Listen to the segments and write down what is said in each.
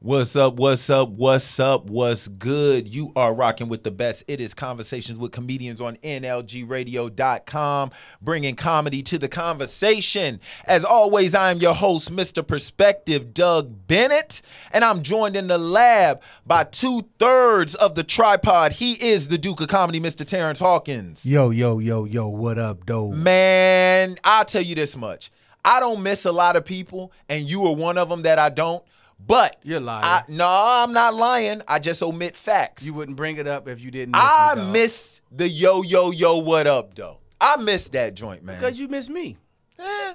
What's up? What's up? What's up? What's good? You are rocking with the best. It is Conversations with Comedians on NLGradio.com, bringing comedy to the conversation. As always, I am your host, Mr. Perspective, Doug Bennett, and I'm joined in the lab by two thirds of the tripod. He is the Duke of Comedy, Mr. Terrence Hawkins. Yo, yo, yo, yo, what up, Mm. though? Man, I'll tell you this much. I don't miss a lot of people, and you are one of them that I don't. But You're lying. I, no, I'm not lying. I just omit facts. You wouldn't bring it up if you didn't. I me, dog. miss the yo yo yo what up though. I miss that joint, man. Because you miss me. Eh,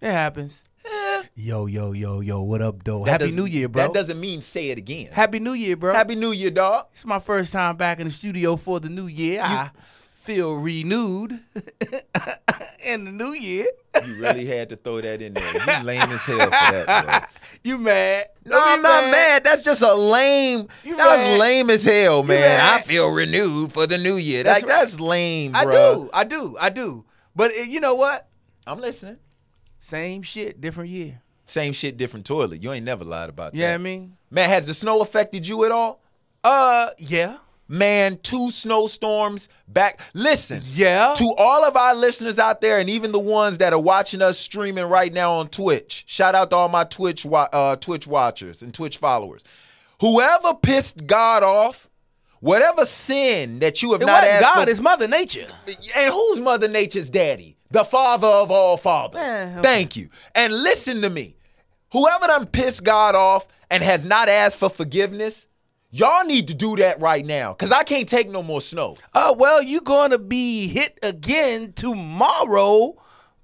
It happens. eh, Yo, yo, yo, yo, what up, though? that Happy doesn't- New Year, bro. That doesn't mean say it again. Happy New Year, bro. Happy New Year, dog. It's my first time back in the studio for the new year. I feel renewed in the new year. You really had to throw that in there. You lame as hell for that, You mad? bro. No, Don't be I'm not mad. That's just a lame. You that was mad. lame as hell, man. mad. I feel renewed for the new year. That's like right. that's lame, bro. I do. I do. I do. But eh, you know what? I'm listening. Same shit, different year. Same shit, different toilet. You ain't never lied about You know what I that. mean? Man, has the snow affected you at all? Uh, yeah. Man, two snowstorms back. Listen, Yeah. to all of our listeners out there, and even the ones that are watching us streaming right now on Twitch. Shout out to all my Twitch wa- uh, Twitch watchers and Twitch followers. Whoever pissed God off, whatever sin that you have It not wasn't asked God, for- it's Mother Nature. and who's Mother Nature's daddy? The father of all fathers. Eh, okay. Thank you. And listen to me. Whoever done pissed God off and has not asked for forgiveness, y'all need to do that right now. Cause I can't take no more snow. Uh, well, you're going to be hit again tomorrow.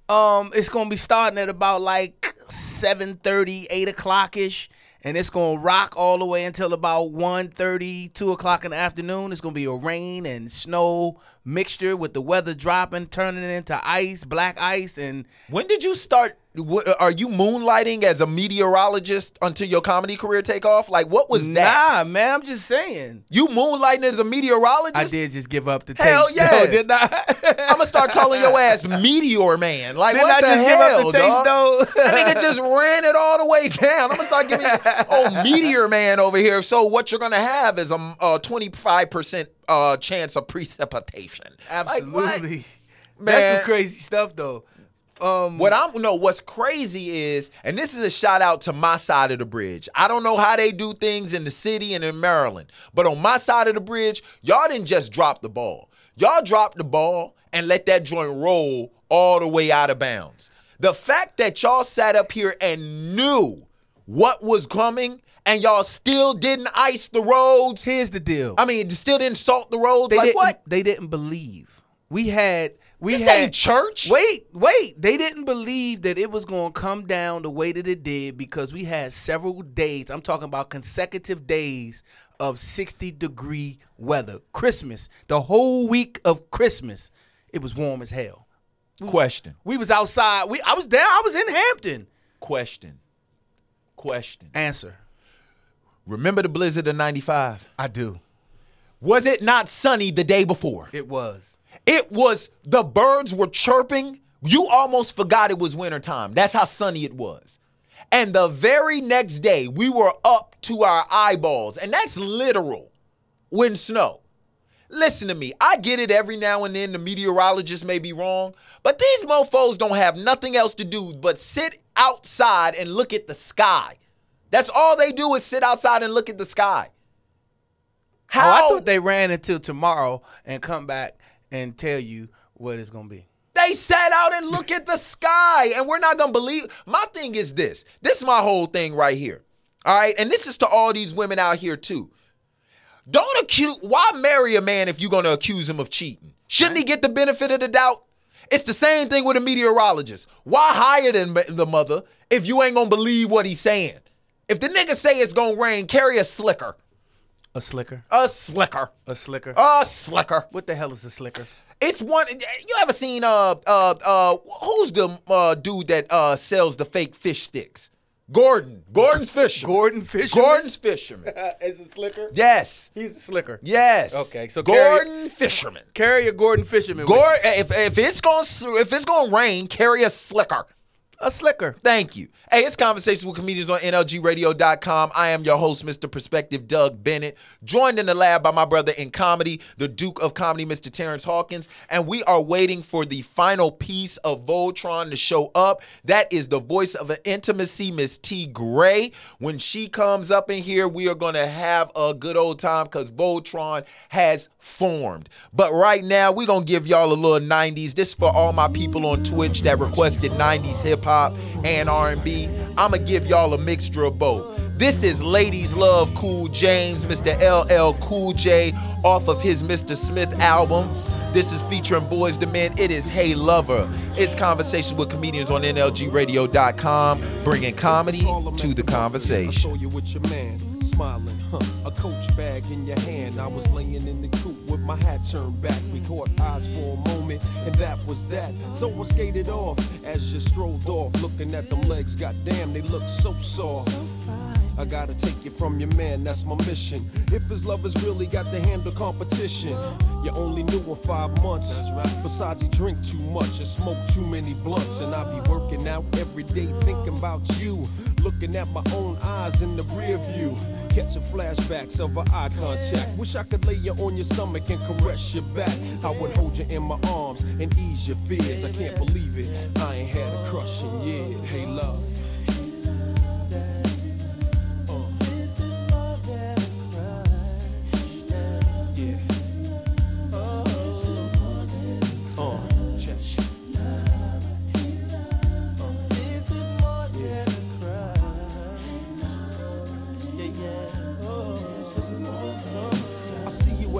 Um, it's going to be starting at about like 7.30, 8 o'clock ish, and it's going to rock all the way until about 1.30, 2 o'clock in the afternoon. It's going to be a rain and snow mixture with the weather dropping, turning into ice, black ice, and When did you start? wh- Are you moonlighting as a meteorologist until your comedy career take off? Like, what was that? nah, man, I'm just saying. You moonlighting as a meteorologist? I did just give up the taste. Hell yes. though, didn't I? I'm gonna start calling your ass Meteor Man. Like, Didn't what I the just hell, give up the dog? taste, though? That nigga just ran it all the way down. I'm gonna start giving you, oh, Meteor Man over here. So what you're gonna have is a um, uh, 25% uh, chance of precipitation. Like, what? Absolutely. Man. That's some crazy stuff though. Um What I'm no, what's crazy is, and this is a shout out to my side of the bridge. I don't know how they do things in the city and in Maryland, but on my side of the bridge, y'all didn't just drop the ball. Y'all dropped the ball and let that joint roll all the way out of bounds. The fact that y'all sat up here and knew what was coming and y'all still didn't ice the roads. here's the deal. I mean, still didn't salt the roads. they like didn't, what? They didn't believe. We had we This had ain't church. Wait, wait. They didn't believe that it was going to come down the way that it did because we had several days. I'm talking about consecutive days of 60 degree weather. Christmas, the whole week of Christmas, it was warm as hell. Mm. Question. We was outside. We I was down. I was in Hampton. Question. Question. Answer. Remember the blizzard of 95? I do. Was it not sunny the day before? It was. It was, the birds were chirping. You almost forgot it was wintertime. That's how sunny it was. And the very next day, we were up to our eyeballs. And that's literal when snow. Listen to me. I get it every now and then. The meteorologists may be wrong, but these mofos don't have nothing else to do but sit outside and look at the sky. That's all they do is sit outside and look at the sky. Oh, I How thought they ran until tomorrow and come back and tell you what it's gonna be. They sat out and look at the sky, and we're not gonna believe. My thing is this. This is my whole thing right here. All right, and this is to all these women out here too. Don't accuse. Why marry a man if you're gonna accuse him of cheating? Shouldn't he get the benefit of the doubt? It's the same thing with a meteorologist. Why hire the, the mother if you ain't gonna believe what he's saying? If the nigga say it's gonna rain, carry a slicker, A slicker. Oh. a slicker, A slicker. a slicker. what the hell is a slicker? It's one. You ever seen uh uh uh who's the uh dude that uh sells the fake fish sticks? Gordon. Gordon's fisherman. Gordon Fisher. Uh, Gordon's fisherman. is a slicker. Yes. He's a slicker. Yes. Okay, so carry- Gordon fisherman. Carry a Gordon Fisherman. with Gordon. If if it's gonna s- if it's gonna rain, carry a slicker. you. a slicker. Thank you. Hey, it's Conversations with Comedians on NLGradio.com. I am your host, Mr. Perspective Doug Bennett, joined in the lab by my brother in comedy, the Duke of Comedy, Mr. Terrence Hawkins. And we are waiting for the final piece of Voltron to show up. That is the voice of an intimacy, Miss T. Gray. When she comes up in here, we are going to have a good old time because Voltron has formed. But right now, we're going to give y'all a little 90s. This is for all my people on Twitch that requested 90s hip hop and R&B. I'm going to give y'all a mixture of both. This is Ladies Love Cool James, Mr. LL Cool J off of his Mr. Smith album. This is featuring Boys the Men. It is Hey Lover. It's conversations with comedians on NLGradio.com, bringing comedy to the conversation. I saw you with your man, smiling, huh? A coach bag in your hand. I was laying in the coop with my hat turned back. We caught eyes for a moment, and that was that. So I skated off as you strolled off, looking at them legs. Goddamn, they look so soft. I gotta take you from your man, that's my mission. If his love has really got to handle competition, you only knew him five months. Besides, he drink too much and smoke too many blunts. And I be working out every day, thinking about you. Looking at my own eyes in the rear view. Catching flashbacks of our eye contact. Wish I could lay you on your stomach and caress your back. I would hold you in my arms and ease your fears. I can't believe it, I ain't had a crush in years. Hey, love. Yeah. Uh, check. I see you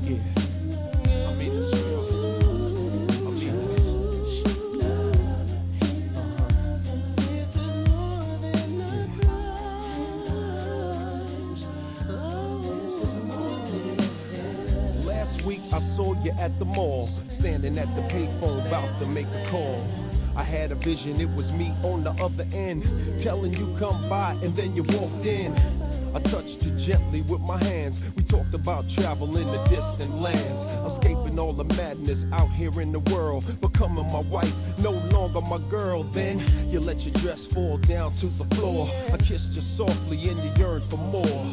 Yeah. I mean this real. I mean this. Last week I saw you at the mall, standing at the payphone about to make a call. I had a vision, it was me on the other end, telling you come by, and then you walked in. I touched you gently with my hands. We talked about travel in the distant lands, escaping all the madness out here in the world, becoming my wife, no longer my girl. Then you let your dress fall down to the floor. I kissed you softly, and you yearned for more.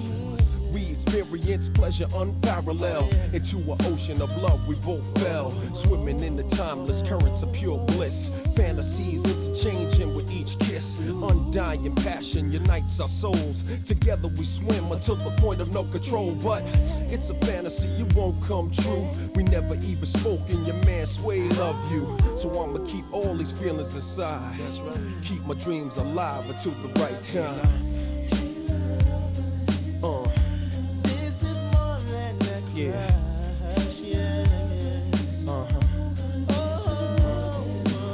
We experience pleasure unparalleled into an ocean of love. We both fell, swimming in the timeless currents of pure bliss. Fantasies interchanging with each kiss. Undying passion unites our souls. Together we swim until the point of no control. But it's a fantasy, it won't come true. We never even spoke, and your man sway love you. So I'ma keep all these feelings inside. Keep my dreams alive until the right time. Uh. Yeah. Uh-huh.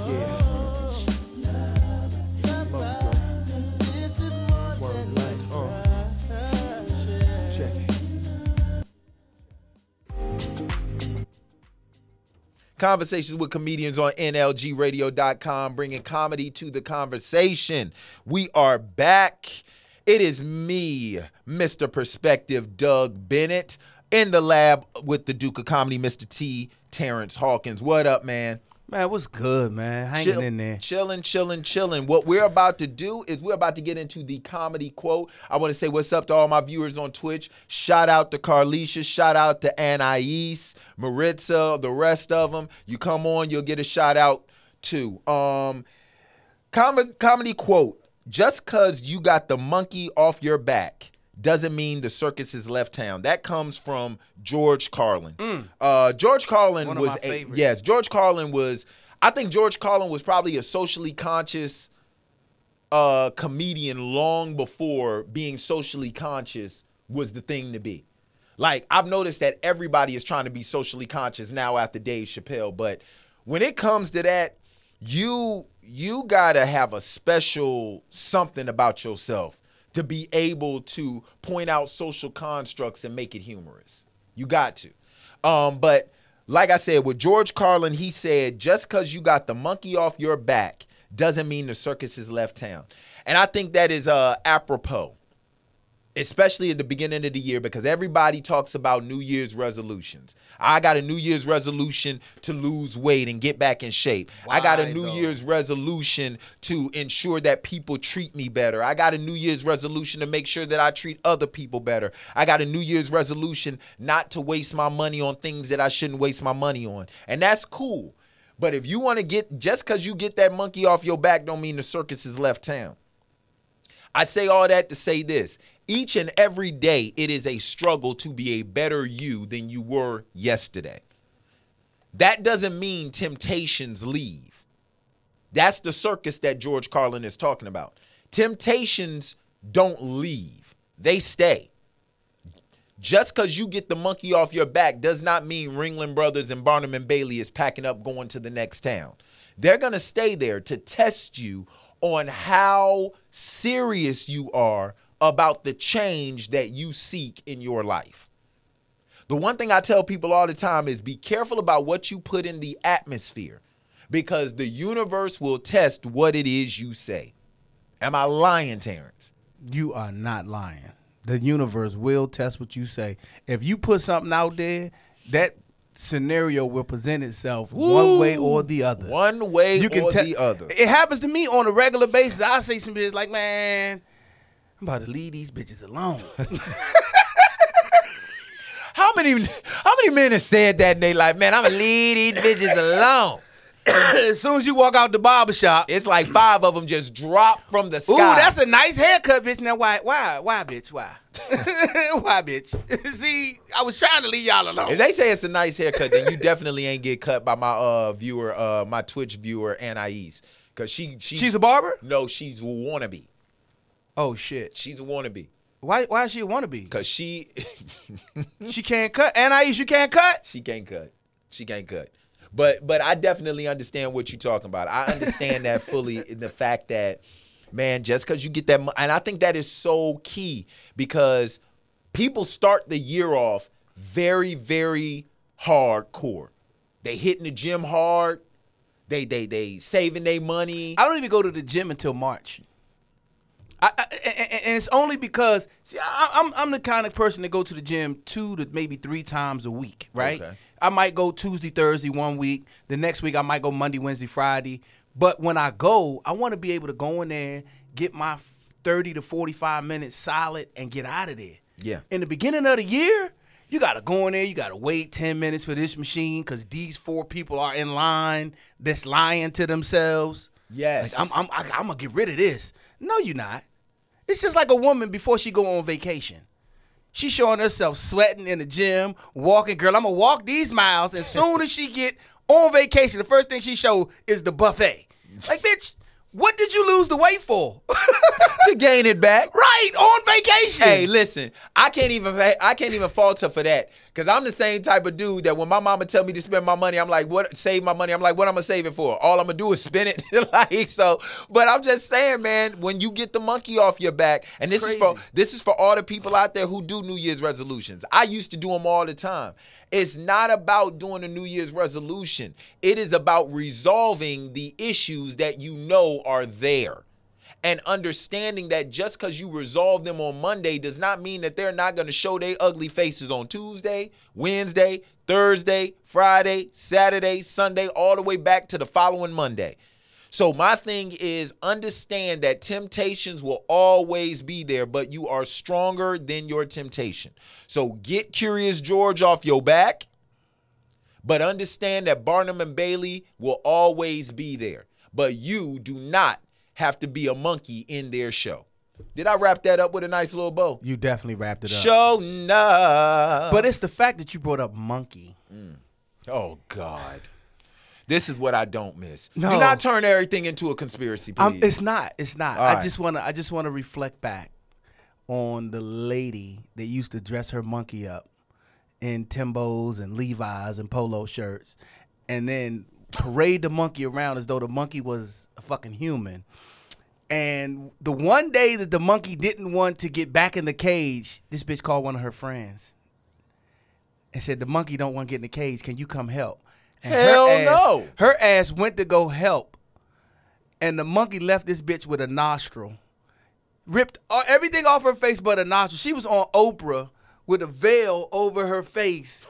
Yeah. Love, girl. Word life, uh. Check it. Conversations with comedians on NLGradio.com, bringing comedy to the conversation. We are back. It is me, Mr. Perspective Doug Bennett, in the lab with the Duke of Comedy, Mr. T, Terrence Hawkins. What up, man? Man, what's good, man? Hanging in there. Chilling, chilling, chilling. What we're about to do is we're about to get into the comedy quote. I want to say what's up to all my viewers on Twitch. Shout out to Carlicia. Shout out to Anais, Maritza, the rest of them. You come on, you'll get a shout out too. Um, com- comedy quote: Just cause you got the monkey off your back doesn't mean the circus has left town. That comes from George Carlin. Uh, George Carlin Mm. One of was my a- favorites. yes. George Carlin was. I think George Carlin was probably a socially conscious uh, comedian long before being socially conscious was the thing to be. Like I've noticed that everybody is trying to be socially conscious now after Dave Chappelle, but when it comes to that, you you gotta have a special something about yourself to be able to point out social constructs and make it humorous. You got to. Um, but like I said, with George Carlin, he said, just because you got the monkey off your back doesn't mean the circus has left town. And I think that is uh, apropos, especially at the beginning of the year, because everybody talks about New Year's resolutions. I got a New Year's resolution to lose weight and get back in shape. I got a Why, New though? Year's resolution to ensure that people treat me better. I got a New Year's resolution to make sure that I treat other people better. I got a New Year's resolution not to waste my money on things that I shouldn't waste my money on. And that's cool. But if you want to get just cuz you get that monkey off your back don't mean the circus has left town. I say all that to say this. Each and every day it is a struggle to be a better you than you were yesterday. That doesn't mean temptations leave. That's the circus that George Carlin is talking about. Temptations don't leave, they stay. Just because you get the monkey off your back does not mean Ringling Brothers and Barnum and Bailey is packing up going to the next town. They're going to stay there to test you on how serious you are about the change that you seek in your life. The one thing I tell people all the time is be careful about what you put in the atmosphere because the universe will test what it is you say. Am I lying, Terrence? You are not lying. The universe will test what you say. If you put something out there, that scenario will present itself one way or the other. One way you can or tell the other. It happens to me on a regular basis. I say some bitches like, man, I'm about to leave these bitches alone. How many how many men have said that and they like, man, I'ma leave these bitches alone. as soon as you walk out the barber shop, It's like five of them just drop from the sky. Ooh, that's a nice haircut, bitch. Now why, why, why, bitch, why, why, bitch? See, I was trying to leave y'all alone. if they say it's a nice haircut, then you definitely ain't get cut by my uh viewer, uh my Twitch viewer Anais. Cause she, she She's a barber. no, she's a wannabe. Oh shit. She's a wannabe. Why, why she want to be? Cause she She can't cut. Anais, you can't cut. she can't cut. She can't cut. But but I definitely understand what you're talking about. I understand that fully in the fact that man, just cuz you get that mo- and I think that is so key because people start the year off very very hardcore. They hitting the gym hard. They they they saving their money. I don't even go to the gym until March. I, I, and, and- and it's only because see, I, I'm I'm the kind of person to go to the gym two to maybe three times a week, right? Okay. I might go Tuesday, Thursday one week. The next week I might go Monday, Wednesday, Friday. But when I go, I want to be able to go in there, get my 30 to 45 minutes solid, and get out of there. Yeah. In the beginning of the year, you gotta go in there. You gotta wait ten minutes for this machine because these four people are in line. That's lying to themselves. Yes. Like, I'm, I'm, I, I'm gonna get rid of this. No, you're not. It's just like a woman before she go on vacation. She showing herself sweating in the gym, walking. Girl, I'm gonna walk these miles. As soon as she get on vacation, the first thing she show is the buffet. Like, bitch, what did you lose the weight for? to gain it back. right on vacation. Hey, listen, I can't even I can't even fault her for that because I'm the same type of dude that when my mama tell me to spend my money, I'm like, what? Save my money? I'm like, what? I'm gonna save it for? All I'm gonna do is spend it. like so, but I'm just saying, man, when you get the monkey off your back, and this is for crazy. this is for all the people out there who do New Year's resolutions. I used to do them all the time. It's not about doing a New Year's resolution. It is about resolving the issues that you know are there and understanding that just because you resolve them on Monday does not mean that they're not going to show their ugly faces on Tuesday, Wednesday, Thursday, Friday, Saturday, Sunday, all the way back to the following Monday. So, my thing is understand that temptations will always be there, but you are stronger than your temptation. So, get Curious George off your back. But understand that Barnum and Bailey will always be there. But you do not have to be a monkey in their show. Did I wrap that up with a nice little bow? You definitely wrapped it up. Show enough. But it's the fact that you brought up monkey. Oh God. This is what I don't miss. Do No. not turn everything into a conspiracy, please. Um, it's not. It's not. All I right. just wanna. I just wanna reflect back on the lady that used to dress her monkey up in Timbos and Levi's and polo shirts, and then parade the monkey around as though the monkey was a fucking human. And the one day that the monkey didn't want to get back in the cage, this bitch called one of her friends and said, "The monkey don't want to get in the cage. Can you come help?" And her Hell ass- no. Her ass went to go help, and the monkey left this bitch with a nostril, ripped all, everything off her face but a nostril. She was on Oprah with a veil over her face.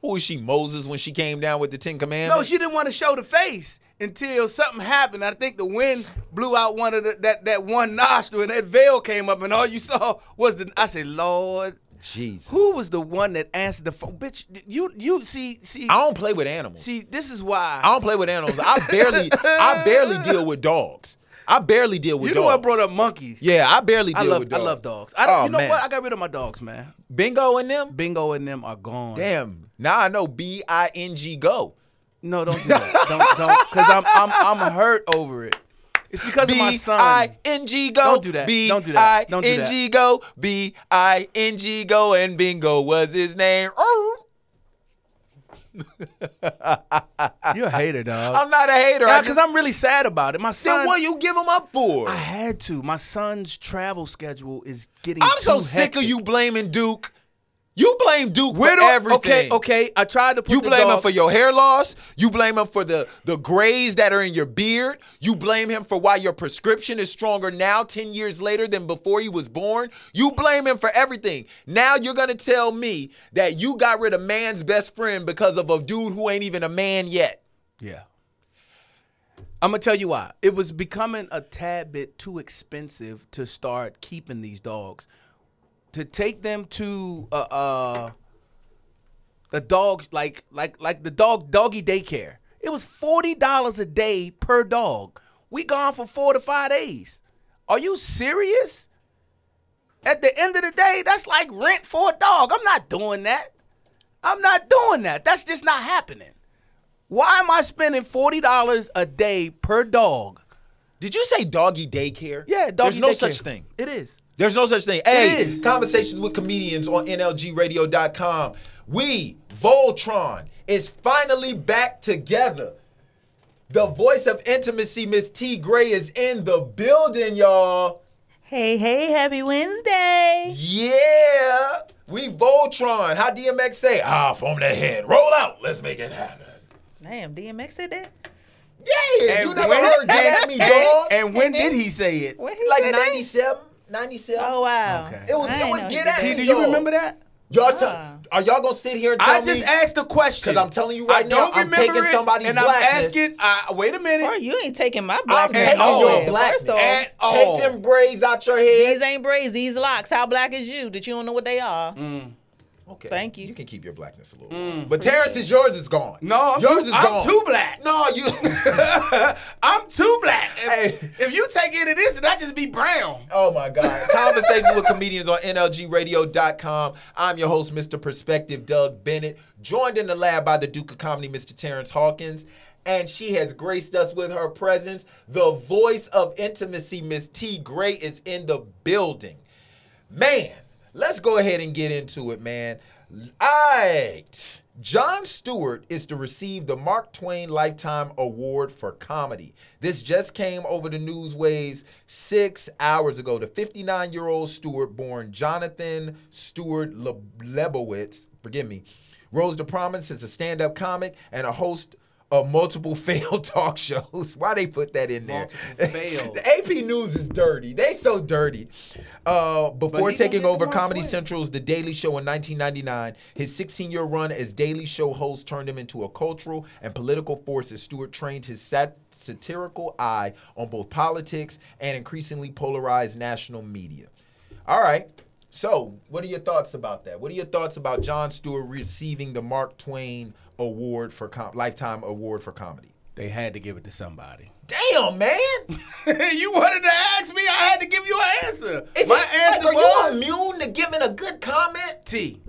Who was she, Moses, when she came down with the Ten Commandments? No, she didn't want to show the face until something happened. I think the wind blew out one of the, that that one nostril, and that veil came up, and all you saw was the. I said, Lord. Jesus. Who was the one that answered the phone? Bitch, you you see see I don't play with animals. see this is why I don't play with animals. I barely, I barely deal with dogs. I barely deal with you know dogs. what brought up monkeys. Yeah, I barely deal I love with I dogs. love dogs. I don't, Oh, you know man. what? I got rid of my dogs, man. Bingo and them? Bingo and them are gone. Damn. Now I know B I N G go. No, don't do that. don't don't because I'm I'm I'm hurt over it. It's because of my B son. I N G go. Don't do that. Don't do that. Don't do that. B-I-N-G go. B I N G go. And bingo was his name. Oh, You're a hater, dog. I'm not a hater. I because just- I'm really sad about it. My son. then what you give him up for? I had to. My son's travel schedule is getting. I'm so too sick of hectic. you blaming Duke. You blame Duke Where for do I- everything. Okay, okay. I tried to put You the blame him dogs- for your hair loss. You blame him for the the grays that are in your beard. You blame him for why your prescription is stronger now 10 years later than before he was born. You blame him for everything. Now you're going to tell me that you got rid of man's best friend because of a dude who ain't even a man yet. Yeah. I'm gonna tell you why. It was becoming a tad bit too expensive to start keeping these dogs. To take them to a uh, a dog like like like the dog doggy daycare. It was forty dollars a day per dog. We gone for four to five days. Are you serious? At the end of the day, that's like rent for a dog. I'm not doing that. I'm not doing that. That's just not happening. Why am I spending forty dollars a day per dog? Did you say doggy daycare? Yeah, doggy There's no daycare. such thing. It is. There's no such thing. Hey, is. conversations with comedians on NLGradio.com. We, Voltron, is finally back together. The voice of intimacy, Miss T. Gray, is in the building, y'all. Hey, hey, happy Wednesday. Yeah. We Voltron. How DMX say? Ah, form the head. Roll out. Let's make it happen. Damn, DMX said that? Yeah. you never heard that at me, dog. And when did he say it? What he like said that? 97, 97. Oh, wow. Okay. It was, I it ain't was know get he at did T, me, do you dog. remember that? Y'all tell- are y'all gonna sit here and tell I just me? asked the question 'Cause I'm telling you right I don't now, I'm remember taking it, somebody's and blackness. I'm asking. I, wait a minute. Bro, you ain't taking my I'm black taking at all. your nowhere. black First off, At all. Take them braids out your these head. ain't braids, these locks. How black is you that you don't know what they are? Mm. Okay. Thank you. You can keep your blackness a little. But Terrence is yours is gone. Mm. No, I'm yours too- is I'm gone. too black. No, you. I'm too black. If, Hey. if you take any of this, then I just be brown. oh my God. Conversations with comedians on NLGradio.com. I'm your host, Mr. Perspective, Doug Bennett, joined in the lab by the Duke of Comedy, Mr. Terrence Hawkins. And she has graced us with her presence. The voice of intimacy, Miss T. Gray, is in the building. Man, let's go ahead and get into it, man. Alright. John Stewart is to receive the Mark Twain Lifetime Award for Comedy. This just came over the news waves six hours ago. The 59 year old Stewart, born Jonathan Stewart Le- Lebowitz, forgive me, rose to prominence as a stand up comic and a host of multiple failed talk shows. Why they put that in there? Multiple failed. The AP News is dirty. They so dirty. Uh, before he gonna taking get the over Mark Comedy Twain. Central's The Daily Show in 1999, his 16-year run as Daily Show host turned him into a cultural and political force as Stewart trained his sat- satirical eye on both politics and increasingly polarized national media. All right. So, what are your thoughts about that? What are your thoughts about John Stewart receiving the Mark Twain Award for com- Lifetime Award for Comedy? They had to give it to somebody. Damn, man. you wanted to ask me, I had to give you an answer. Is My it- answer like, are was you immune to giving a good comment? T.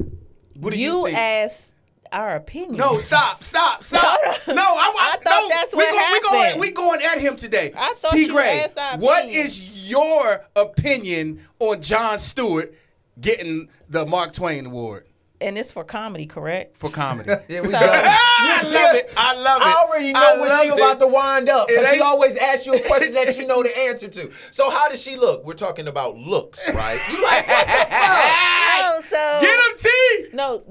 What do you, You think? asked our opinion. No, stop, stop, stop. Hold on. No, I, I, I thought no, that's we what go- We going, happened. we going at him today. I thought T. you Gray, asked our what opinion. is your opinion on John Stewart getting the Mark Twain Award And it's for comedy, correct? for comedy? Here we So- go. I love it. I love it. I already know I when she love about it. to wind up. It Because she ain't- always asks you a question that you know the answer to. So how does she look? We're talking about looks, right? You like, what the fuck? Oh, so Get him, T. No,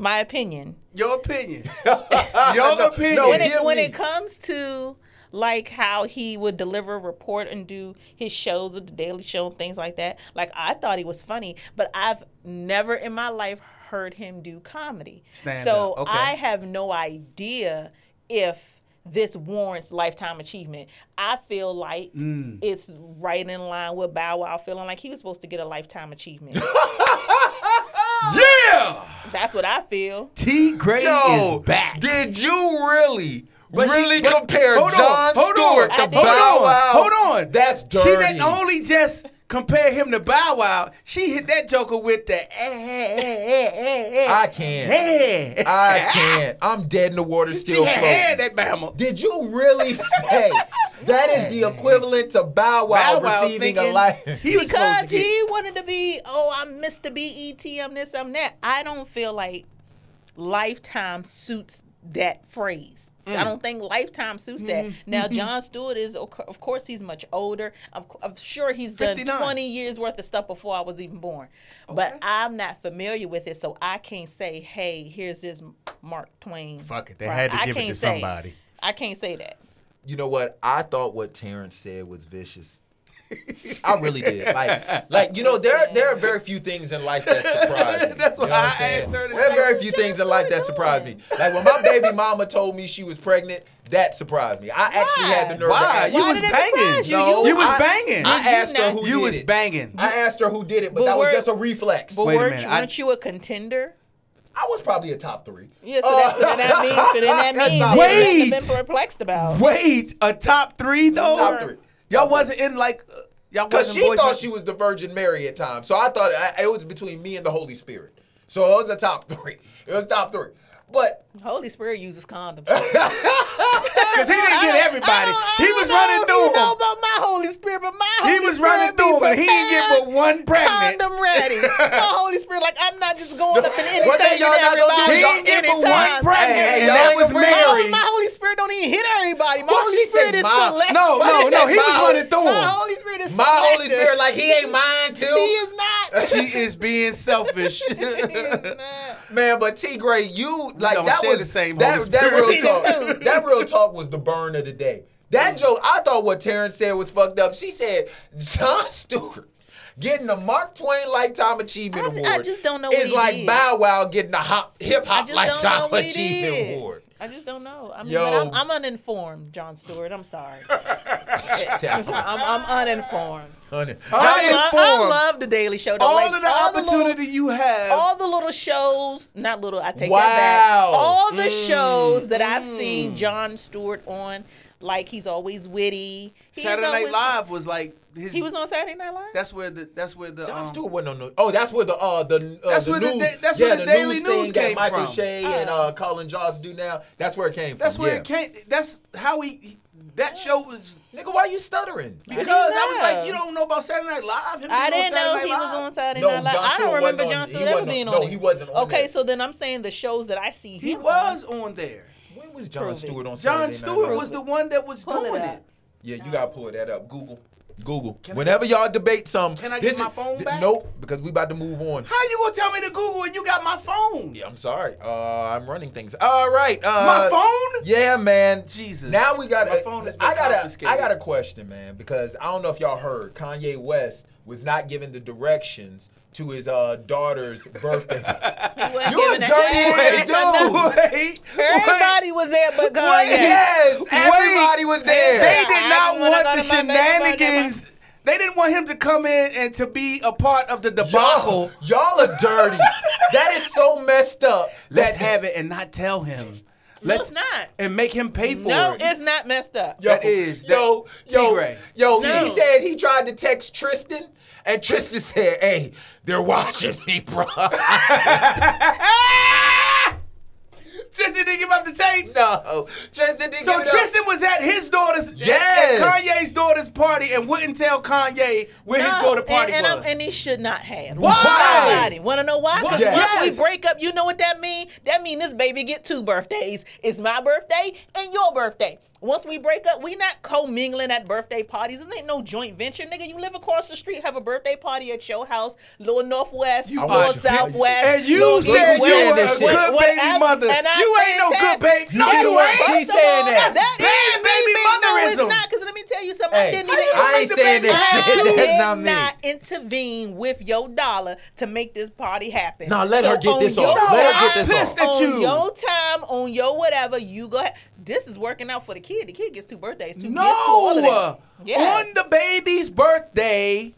my opinion. Your opinion. Your opinion. no, when give it, when me. it comes to like how he would deliver a report and do his shows with the Daily Show and things like that. Like I thought he was funny, but I've never in my life heard him do comedy. Stand so up, okay. I have no idea if this warrants lifetime achievement. I feel like Mm. it's right in line with Bow Wow feeling like he was supposed to get a lifetime achievement. yeah. That's what I feel. T. Gray Yo, is back. did you really, But she- really but- compare hold on, John hold Stewart on, to I did. Bow Wow? Hold on, hold on. That's dirty. She didn't only just compare him to Bow Wow. She hit that Joker with the eh, eh, eh, eh, eh, I can't. eh, eh. I can't. I'm dead in the water She still had, floating. had that Bama. Did you really say that is the equivalent to Bow Wow, Bow Wow receiving a thinking life? He was supposed to because get- he wanted to be oh i'm mr bet i'm this i'm that i don't feel like lifetime suits that phrase Mm. i don't think lifetime suits that Mm-hmm. now john stewart is of co- of course he's much older i'm, c- I'm sure he's done 59. 20 years worth of stuff before i was even born but i'm not familiar with it so i can't say hey here's this mark twain Fuck it, they Right. had to I give it can't to say. somebody. i can't say that You know what? I thought what Terrence said was vicious. I really did. Like, like you know, there are- there are very few things in life that surprise me. That's You know why what I'm I saying? asked her to There are say- very few things in life that surprise me. Like when my baby mama told me she was pregnant, that surprised me. I actually had the nerve. To Why? ask- You Why was did it banging. surprise you? No, You- was I- banging. I Did you asked her not- who you did was it. banging. I asked her who did it, but, But that was we're- just a reflex. but Wait a weren't, minute, I- weren't you a contender I was probably a top three. Yeah, so, that's, so then that means, so then that That's means not- you wouldn't have Wait. been perplexed about. Wait, a top three though. Top three. Y'all wasn't in like uh, y'all Because wasn't. she boyfriend- thought she was the Virgin Mary at times. So I thought I, it was between me and the Holy Spirit. So it was a top three. It was top three. But Holy Spirit uses condoms. Because he didn't get everybody. He was running through You know them. about my Holy Spirit, but my Holy He was running Spirit be through them, and he didn't get prepared, but one pregnant. Condom ready. My Holy Spirit, like I'm not just going up in anything What they and y'all not gonna do everybody. is He y'all didn't get but one anytime. pregnant, Hey, hey, and y'all that ain't was gonna bring it up. Oh, Mary. my Holy Spirit don't even hit everybody. My Why Holy she say Spirit is my? selective. No, Why no, you no. say He was my- running through My them. Holy Spirit is my Holy selective. Spirit, like, he ain't mine too. he is not. She is being selfish. He is not. Man, but T Gray, you like don't that share was the same Holy that, that Spirit. real talk. that real talk was the burn of the day. That Mm. joke, I thought what Terrence said was fucked up. She said John Stewart getting the Mark Twain Lifetime Achievement I ju- Award. I just don't know what It's he like did. Bow Wow getting the hop, hip I hop just don't know Lifetime what he did. Achievement Award. I just don't know. I mean, Yo. but I'm, I'm uninformed, John Stewart. I'm sorry. I'm, sorry. I'm, I'm uninformed. Honey. Oh, I, love, I Uninformed. love the Daily Show. though. All Like, of the little- opportunity you have. all the little shows, not little, I take that Wow. back. All the Mm, shows that I've seen John Stewart on, like he's always witty. He's Saturday Night always- Live was like his. He was on Saturday Night Live? That's where the. That's where the. John um, Stewart wasn't on the. Oh, that's where the uh the uh, That's the where the news, da- that's yeah, where the Daily thing News that came Michael from. Shea and uh, Colin Joss do now. That's where it came That's from. where yeah. it came. That's how he. he- That show was Nigga, why you stuttering? because I was know. like, you don't know about Saturday Night Live. Him being I on didn't know Saturday he Night was Live. on Saturday No, Night Live. John I Stewart don't remember wasn't on- John he Stewart wasn't ever being on- on no, it. he wasn't on Okay, there. so then I'm saying the shows that I see He him was on there. When was John Prove it. Stewart on? John Saturday Night Stewart Live? was the one that was Pull it doing up. it. Yeah, you gotta pull that up. Google. Google. Whenever y'all debate something, Can I this get my is- phone th- back? Nope, because we about to move on. How you gonna tell me to Google and you got my phone? Yeah, I'm sorry. Uh, I'm running things. All right. Uh, My phone? Yeah, man. Jesus. Now we got. My phone has been I got a. confiscated. I got a question, man, because I don't know if y'all heard. Kanye West was not given the directions to his uh, daughter's birthday. wasn't You a giving a dirty heck. ass dude. wait, wait. Everybody was there but Kanye. Yes, everybody was there. They I did not didn't wanna want go the to my baby birthday, shenanigans. They didn't want him to come in and to be a part of the Y'all, debacle. y'all are dirty. that is so messed up. Let's that have it and not tell him. it's not. and make him pay for No, it. it's not messed up. That is- that- yo yo T-Ray. yo. No. He said he tried to text Tristan, and Tristan said, "Hey, they're watching me, bro." Tristan didn't give up the tapes. no, Tristan didn't. So give it up. Tristan was at his daughter's, at- Yes. at, Kanye's daughter's party, and wouldn't tell Kanye where his No, daughter party and, and, was. I'm- and he should not have. Why? Want to know why? 'Cause Yes. once we break up, you know what that mean? That mean this baby get two birthdays. It's my birthday and your birthday. Once we break up, we not co-mingling at birthday parties. This ain't no joint venture, nigga. You live across the street, have a birthday party at your house, little northwest, are- little southwest. And you little said east-west, you were a good what- baby whatever. mother. And I'm You ain't no good fantastic. baby- No, you First ain't. of She's all, saying that. That Bad is me baby being- No, motherism. it's not. Because let me tell you something. Hey, I didn't I even. ain't saying that I shit. That's did not me. intervene with your dollar to make this party happen. Nah, let her get on this your off. Let her time, get this I'm pissed on at off. you. your time, on your whatever, you go. ahead. This is working out for the kid. The kid gets two birthdays, two gifts, two all of No, that. Yes. on the baby's birthday,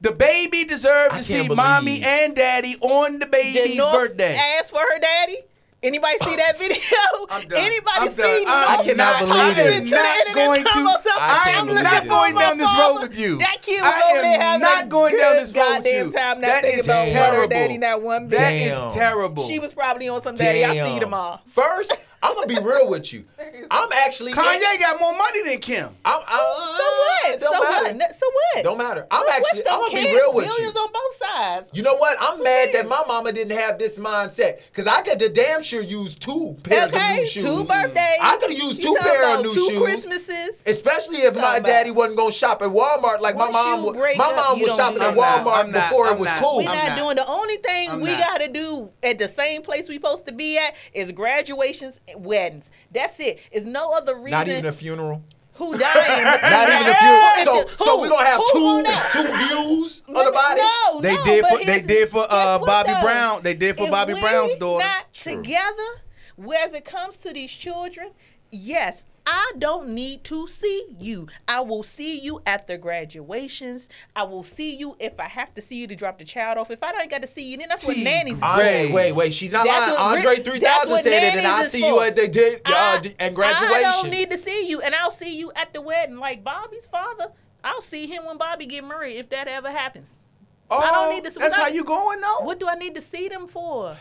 the baby deserved to I can't see believe- mommy and daddy on the Did baby's North birthday. Ask for her daddy. Anybody see that video? I'm done. Anybody I'm seen done. the I'm I cannot not- believe I it. am I'm to the not internet talking going to. about something. I I'm looking can't believe not it. for going my down this father. road with you. That kid was I over there am having not a going good down this road with goddamn you. time, not That thinking is about terrible. her daddy, not one bit. That Damn. is terrible. She was probably on some daddy. Damn. I see you tomorrow. First, I'm gonna be real with you. I'm actually Kanye got more money than Kim. I'm, I'm, So what? Uh, Don't so matter. what? So what? Don't matter. I'm What- what's actually. them I'm gonna be kids? real with you. Millions on both sides. You know what? I'm mad is? that my mama didn't have this mindset because I could to damn sure use two pairs of okay, new shoes. two birthdays. I could use You two talking pair of about new two shoes. Christmases. Mm-hmm. Especially if my Talking about- daddy wasn't gonna shop at Walmart like my Once mom. you wa- break My up, mom you was don't shopping do that. at Walmart I'm not- I'm not- before I'm it was not. cool. We're I'm not, not. doing the only thing I'm we not. gotta do at the same place we supposed to be at is graduations and weddings. That's it. It's no other reason Not even a funeral. who dying. because Not of even a that. funeral. So, Who- so we gonna have who two want that? two views of Let the me- body. No, They no, did but for- they here's- did for, guess uh, what, Bobby though? Brown. They did for If Bobby we Brown's daughter. Not together. Whereas it comes to these children, yes, I don't need to see you. I will see you at the graduations. I will see you if I have to see you to drop the child off. If I don't got to see you, then that's what T. nannies do. I- Andre, Ray. wait, wait, she's not That's what lying. Rick- Andre 3000 that's said what it, and nannies I is see you for. at the did uh, I- and graduation. I don't need to see you, and I'll see you at the wedding. Like Bobby's father, I'll see him when Bobby get married, if that ever happens. Oh, I don't need to- That's when how I- you going though. What do I need to see them for?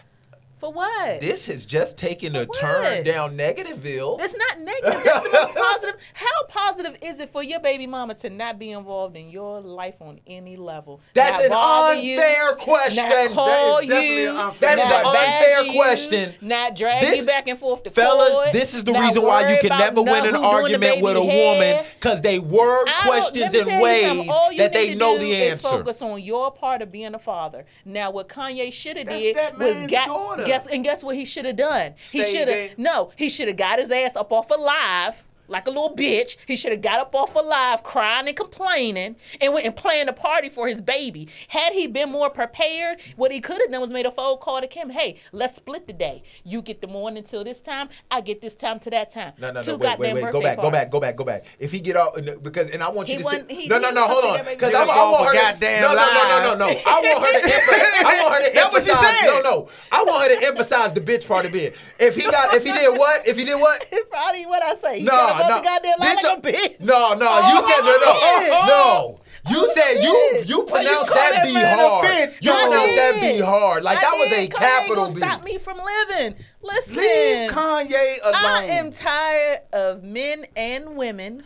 For what? this has just taken a What? turn down Negativeville. It's not negative. That's the most positive. How positive is it for your baby mama to not be involved in your life on any level? That's Not an bother you, unfair question. Not call That is definitely you, an unfair- That is not an bag unfair you, question. Not drag This- you back and forth to Fellas, court, this is the not reason why you worry can about never not win who an doing the argument baby with a hair. woman because they word I don't- let questions me in tell you something. ways All you that need they to know do the is answer. Focus on your part of being a father. Now, what Kanye should have That's did that was man's got daughter. guess and guess what he should have done. Stayed he should there. have no. He should have got his ass up off of live. Like a little bitch, he should have got up off of live crying and complaining and went and planned a party for his baby. Had he been more prepared, what he could have done was made a phone call to Kim. Hey, let's split the day. You get the morning till this time, I get this time to that time. No, no, Two no. Wait, wait, goddamn wait. Go birthday back, go back, parties. go back, go back. If he get out, and- because, and I want you He to sit. wasn't- he- no, no, he no. wasn't Hold gonna on, say that, baby. because He I, I was going want for her. goddamn to, no, no, no, no, no, no. I want her to. Emph- I want her to That's what she emphasize. said. No, no. I want her to emphasize the bitch part of it. If he got, if he did what, if he did what. Probably what I say. You No, gotta go no. up the goddamn line Did like a you- bitch. Oh No, no. you said no, no, no. You said you you pronounced call that that B man a hard. bitch? You No, I pronounced that did. B hard. Like I that was did. a Kanye capital gonna B. Stop me from living. Listen, Leave Kanye alone. I am tired of men and women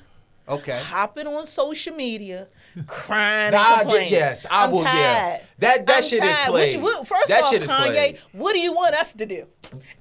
okay. hopping on social media, crying Nah, I and get- complaining. yes, I am will, yeah. Tired. That- that I'm shit is tired. played. What you, first That off, shit is Kanye, played. what do you want us to do?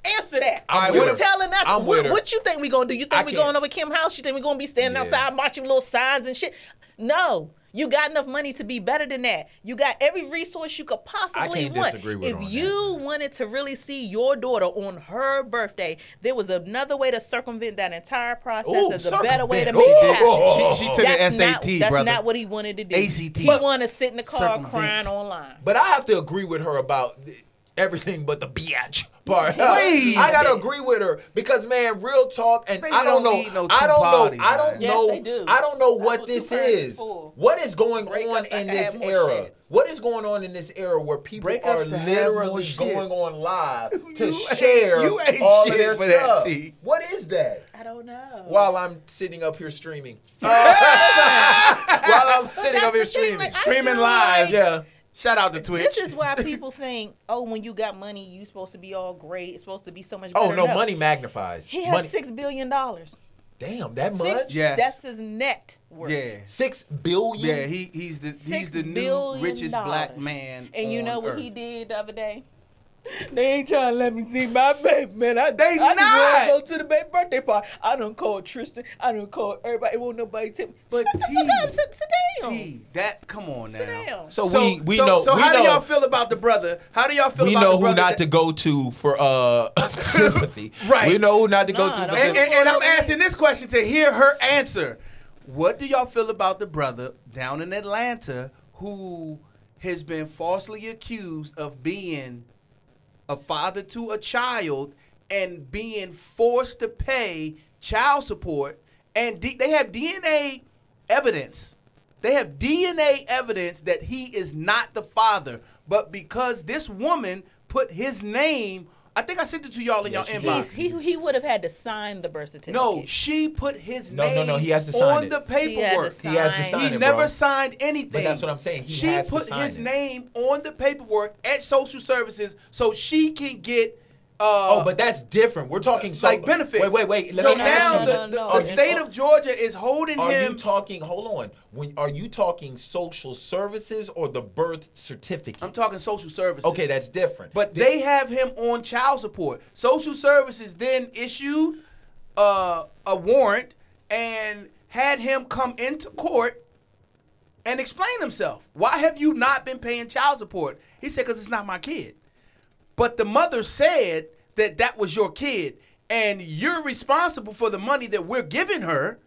Answer that. I'm you with her. telling us I'm with what, her. what you think we gonna do? You I think we can't. going over Kim House? You think we gonna be standing outside marching with little signs and shit? No. You got enough money to be better than that. You got every resource you could possibly can't want. disagree with if her on that. you you wanted to really see your daughter on her birthday, there was another way to circumvent that entire process. Ooh, There's a better way to circumvent. make Ooh. it happen. She- she took that's an not, SAT, That's brother. not what he wanted to do. ACT. He But- wanted to sit in the car Circumvent. crying online. But I have to agree with her about th- everything but the biatch part. Please. I gotta agree with her because man, real talk, and They I don't don't, know, need no I don't two-party, know, I don't man. Yes, know, they do. I don't know That's what what this two-parties is. is for. What is going on Breakups, I can in this have more era? shit. What is going on in this era where people Breakups are to have more literally shit. going on live to You ain't- share you ain't all of shit their for that, stuff? T. what is that? I don't know. While I'm sitting up here streaming, Oh. while I'm sitting That's up here the thing, streaming, like, I Streaming feel live. like yeah. Shout out to Twitch. This is why people think, oh, when you got money, you supposed to be all great. It's supposed to be so much. Oh better. no, money magnifies. He has money. six billion dollars. Damn, that Six. much? Yes. That's his net worth. yeah. Six billion. Yeah, he he's the he's Six the new billion richest black dollars. man. And you on know what he earth. did the other day? They ain't trying to let me see my baby, man. I, They I not. just want to go to the baby birthday party. I done called Tristan. I done called everybody. It won't nobody tell me. But Look T, up, sit, sit down. T, that come on Sit now. down. So, we we know So we how know, do y'all feel about the brother? How do y'all feel we about know the who brother not that- to go to for uh sympathy. Right. We know who not to go Nah, to for don't- and, sympathy. and- and I'm asking this question to hear her answer. What do y'all feel about the brother down in Atlanta who has been falsely accused of being a father to a child and being forced to pay child support? And D- they have DNA evidence. They have DNA evidence that he is not the father, but because this woman put his name, I think I sent it to y'all in she y'all did. inbox. He's, he he would have had to sign the birth certificate. No, she put his No, name no, no, he has to sign on it. the He had to paperwork. sign. He has to He sign He it, never bro. signed anything. But that's what I'm saying. He she has to put sign his it. name on the paperwork at social services so she can get uh Oh, but that's different. We're talking so, like benefits. Wait, wait, wait. Let So me now ask the, you this. No, the, no, the no. state of Georgia is holding Are him. you talking? Hold on. When are you talking social services or the birth certificate? I'm talking social services. okay, that's different. But they have him on child support. Social services then issued uh, a warrant and had him come into court and explain himself. Why have you not been paying child support? He said, because it's not my kid. But the mother said that that was your kid, and you're responsible for the money that we're giving her.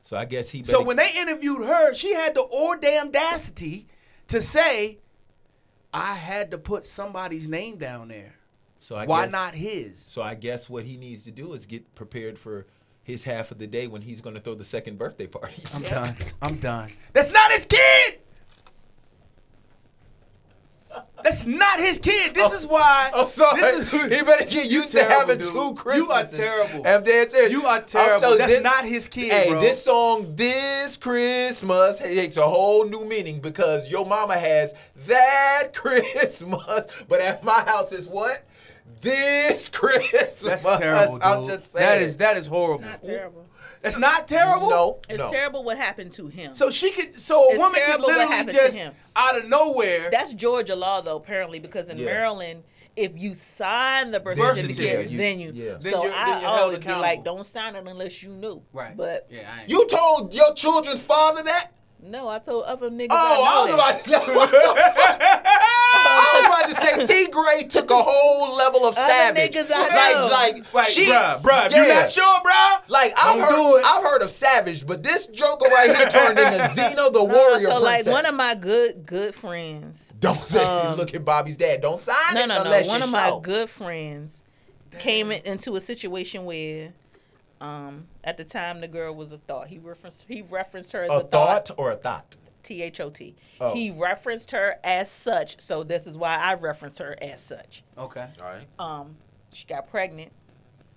so I guess he. So when they interviewed her, she had the or damn audacity to say, "I had to put somebody's name down there. so I Why guess- not his?" So I guess what he needs to do is get prepared for his half of the day when he's going to throw the second birthday party. I'm done. I'm done. That's not his kid. That's not his kid. This is why. Oh, I'm sorry. This is he better get used to terrible, having dude. You two are Christmases. terrible. After that's it. You are I'm terrible. telling you, That's not his kid, Hey, bro. this song, This Christmas, it takes a whole new meaning because your mama has that Christmas, but at my house it's what? This Christmas. that's terrible. Dude. I'm just saying. That is that is horrible. Not terrible. That's not terrible. No. It's no. terrible what happened to him. So she could. So a It's woman could terrible what literally happened to just him. out of nowhere. That's Georgia law though, apparently, because in Yeah. Maryland, if you sign the birth Birth certificate, certificate, you- then you. yeah. So Then you're- then I you're held always be like, accountable. don't sign it unless you knew. right. But yeah, I ain't- You told your children's father that? no, I told other niggas. Oh, I was I know that. about to say, what the fuck? I was about to say, T. Gray took a whole level of savage. niggas I know. like, like, Right, she, bruh, bruh. If you Yeah. not sure, bruh, Like I've Don't heard, do it. I've heard of Savage, but this Joker right here turned into Xena the No, Warrior so like Princess. one of my good good friends. don't say um, look at Bobby's dad. Don't sign No, it no, no. unless One you of my sure. good friends came in, into a situation where, um, at the time the girl was a thought. He referenced he referenced her as a, a thought. thought or a thought. T H O T. Oh. He referenced her as such, so this is why I reference her as such. Okay. All right. Um, she got pregnant.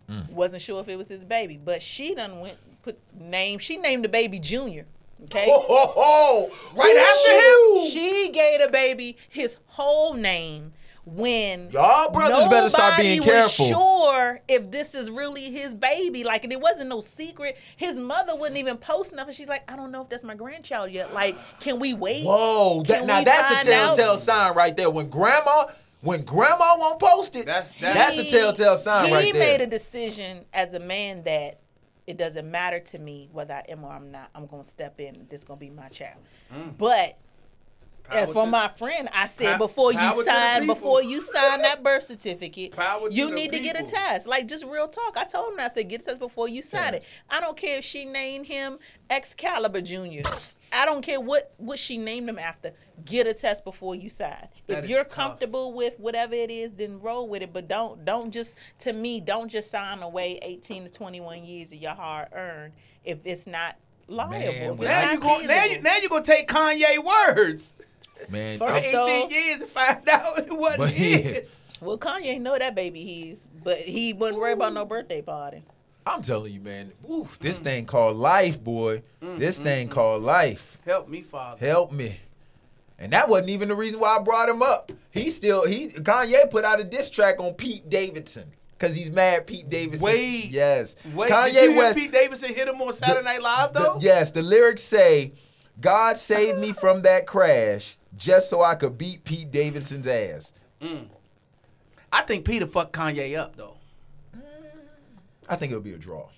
Mm. Wasn't sure if it was his baby, but she done went put name. She named the baby Junior. Okay. Ho ho ho! Oh, Right after She, him. she gave the baby his whole name when Y'all brothers better start nobody being was careful. Sure, if this is really his baby, like, and it wasn't no secret. His mother wouldn't even post nothing. She's like, I don't know if that's my grandchild yet. Like, can we wait? Whoa! That, Can now we that's a find telltale out? sign right there. When grandma, when grandma won't post it, That's- that's, He- a telltale sign he right there. made a decision as a man that it doesn't matter to me whether I am or I'm not. I'm gonna step in. This gonna be my child. But Mm. Power and for to- my friend, I said Pow- before power to you the sign, people. before you sign that birth certificate, Power to you the need to get a people. test. Like just real talk. I told him I said get a test before you sign it. I don't care if she named him Excalibur Junior. I don't care what what she named him after. Get a test before you sign. That if is you're tough. comfortable with whatever it is, then roll with it. But don't don't just to me don't just sign away 18 to 21 years of your hard earned if it's not liable. if it's now not you go, now you feasible. now you gonna take Kanye words man. For for I'm- First 18 off- years and find out what But it is. yeah. Well, Kanye know that baby he's, but he wouldn't worry about no birthday party. I'm telling you, man. Oof, this thing called life, boy. This thing called life. Help me, Father. Help me. And that wasn't even the reason why I brought him up. He still he Kanye put out a diss track on Pete Davidson because he's mad Pete Davidson. Wait. yes, Wait, Kanye did you hear West. Pete Davidson hit him on Saturday Night Live the- though? yes, the lyrics say, "God saved me from that crash just so I could beat Pete Davidson's ass." I think Peter fucked Kanye up though. I think it'll be a draw.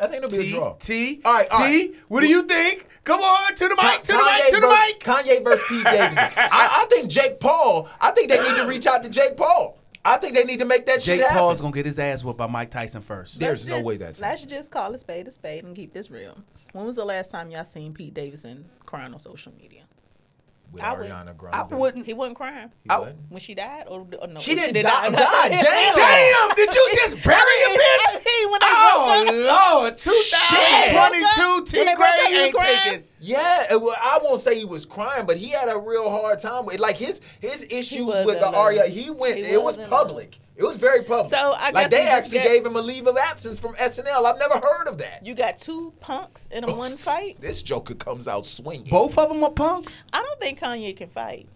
I think it'll be a T, draw. T, All right, all T, right. what do you think? Come on, to the mic, to the Kanye mic, to the versus- mic. Kanye versus Pete Davidson. I, I think Jake Paul. I think they need to reach out to Jake Paul. I think they need to make that shit Jake happen. Paul's gonna get his ass whipped by Mike Tyson first. There's Let's no just- way that's Let's just call a spade a spade and keep this real. When was the last time y'all seen Pete Davidson crying on social media? with I would- Ariana Grande. I wouldn't. He wasn't crying. I would- when she died, or, or no? She if didn't did die. not- God damn. Damn, did you just bury a I bitch? mean, when they broke up- Oh Lord, 2022 When T they broke up, grade he was ain't crying. taking. Yeah, it wa- I won't say he was crying, but he had a real hard time with like his his issues was with the in love. Aria. He went. He it was was in public. It was very public. So, I guess like they we just actually get- gave him a leave of absence from SNL. I've never heard of that. you got two punks in a one fight. This Joker comes out swinging. Both of them are punks. I don't think Kanye can fight.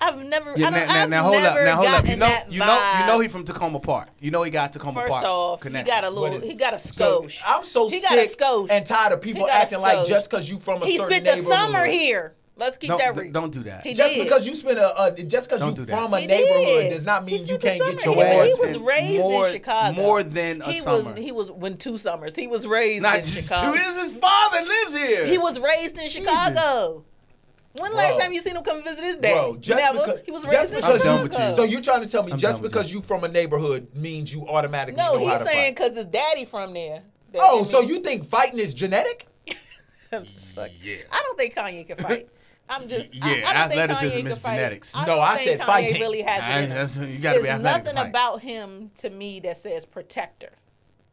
I've never. Yeah, I now, don't, now, I've now hold up. never Now hold up. gotten You know, that you know, you know vibe. he from Tacoma Park. You know he got Tacoma First Park. off, he connections. got a What little. is it? He got a So, skosh. I'm so he got a sick skosh. and tired of people He got a acting like skosh. just because you from a He certain spent the neighborhood. summer here. Let's keep Don't- that d- real. don't do that. He Just did. because you spend a, a just because Don't you do that. from a He neighborhood did. does not mean He you spent the can't get summer your here. ass. He beat. was raised More- in Chicago. more than a he summer. Was, he was when two summers. He was raised Not in just Chicago. two. His his father lives here. He was raised in Chicago. When the last Bro. time you seen him come visit his dad? Bro, just Never. because he was just raised in because Chicago. I'm done with you. So you're trying to tell me I'm just done with because you. you from a neighborhood means you automatically no, know how he's to saying fight? because his daddy from there. That Oh, didn't so mean- you think fighting is genetic? Yeah. I don't think Kanye can fight. I'm just. I- Yeah, I, don't think Kanye athleticism is can fight. genetics. I No, don't I think said Kanye fighting. Really has I- it in him. that's- you gotta be There's athletic to nothing fight. about him to me that says protector.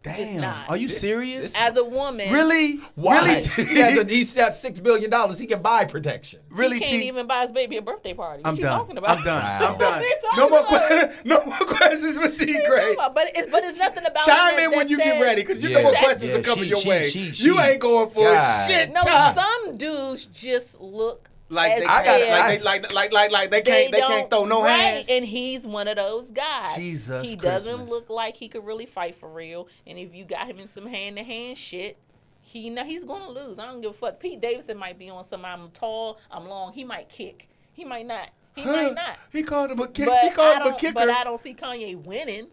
just Damn. not. Are you serious? As a woman, Really? Why? Really? he has a, he's got six billion dollars. He can buy protection. really? he can't T? even buy his baby a birthday party. What I'm you done. talking about? I'm done. Wow. I'm What done. are you No more, talking que- no more questions with T. Gray. But it's but it's nothing about. Chime him in that when you get says- ready, because you Yeah. know what Exactly. questions are Yeah, coming she- your she- way. she- she- you ain't going for God. shit. No, time. some dudes just look like as they, I if gotta- like, they, like, like, like, like they they can't, they, can't don't- throw no right, hands. And he's one of those guys. Jesus he Christmas. doesn't look like he could really fight for real. And if you got him in some hand to hand shit, he know he's gonna lose. I don't give a fuck. Pete Davidson might be on some. I'm tall. I'm long. He might kick. He might not. He might not. He called him a kick. But She I called him a don't- But I kicker. don't see Kanye winning.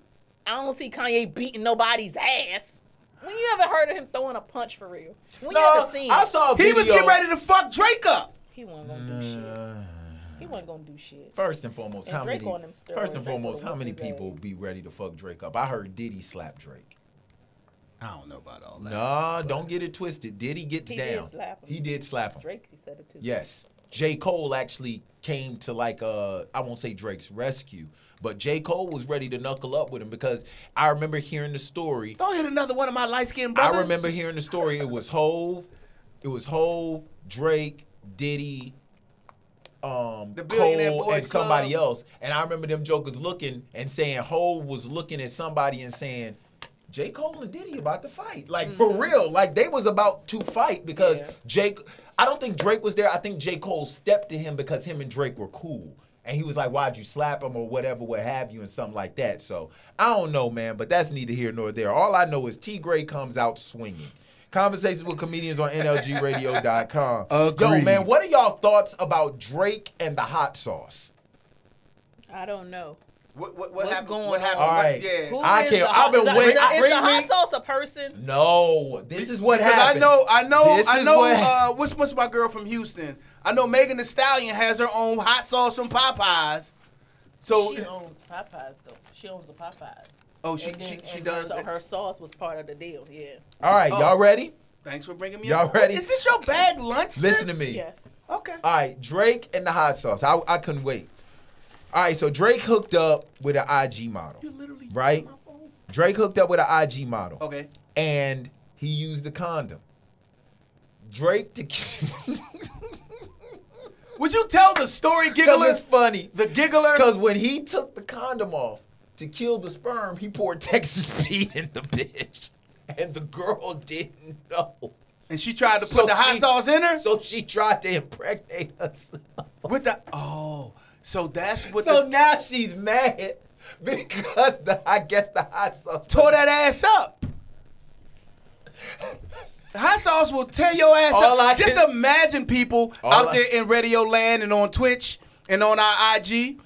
I don't see Kanye beating nobody's ass. When you ever heard of him throwing a punch for real? When you No, ever seen? I it? saw a He video. was getting ready to fuck Drake up. He wasn't gonna do shit. He wasn't gonna do shit. First and foremost, And how Drake many? on them steroids, First and Drake foremost, would've how whooped many his ass. people be ready to fuck Drake up? I heard Diddy slap Drake. I don't know about all that. Nah, don't get it twisted. Diddy gets He did down. slap him. He did slap him. Drake he said it too. Yes. J. Cole actually came to like uh I won't say Drake's rescue, but J. Cole was ready to knuckle up with him because I remember hearing the story. Don't hit another one of my light skinned brothers. I remember hearing the story. It was Hove, it was Hove, Drake, Diddy, um, The Billionaire Cole, Boys and somebody Club. else. And I remember them jokers looking and saying Hove was looking at somebody and saying, J. Cole and Diddy about to fight. Like for real. Like they was about to fight because Yeah. Jake I don't think Drake was there. I think J. Cole stepped to him because him and Drake were cool. And he was like, Why'd you slap him or whatever, what have you, and something like that. So I don't know, man, but that's neither here nor there. All I know is T Gray comes out swinging. Conversations with comedians on NLGradio.com. Yo, Agreed. man, what are y'all thoughts about Drake and the hot sauce? I don't know. What, what, What's happened? going what happened? on? All right. Yeah. Who I is can't- The, I've been is the, waiting- Is the, is bring the hot me- sauce a person? No, this is what because happened. I know, I know, This I is know. what- uh, what's what's my girl from Houston? I know Megan Thee Stallion has her own hot sauce from Popeyes. So she owns Popeyes though. She owns the Popeyes. oh, she And then- she, she and does. Her, so her sauce was part of the deal. Yeah. All right, Oh. y'all ready? Thanks for bringing me Y'all up. ready? Is this your bag lunch? Listen to sis? me. Yes. Okay. All right, Drake and the hot sauce. I, I couldn't wait. All right, so Drake hooked up with an IG model. You literally right? Drake hooked up with an IG model. Okay. And he used a condom. Drake to Would you tell the story, Because giggler? it's funny. The giggler. Because when he took the condom off to kill the sperm, he poured Texas Pete in the bitch. And the girl didn't know. And she tried to put So the hot she- sauce in her So she tried to impregnate herself. with the. Oh, so that's what So the, now she's mad because the I guess the hot sauce tore that ass up. Hot sauce will tear your ass All I up. Just can- imagine people All out I- there in Radio Land and on Twitch and on our IG.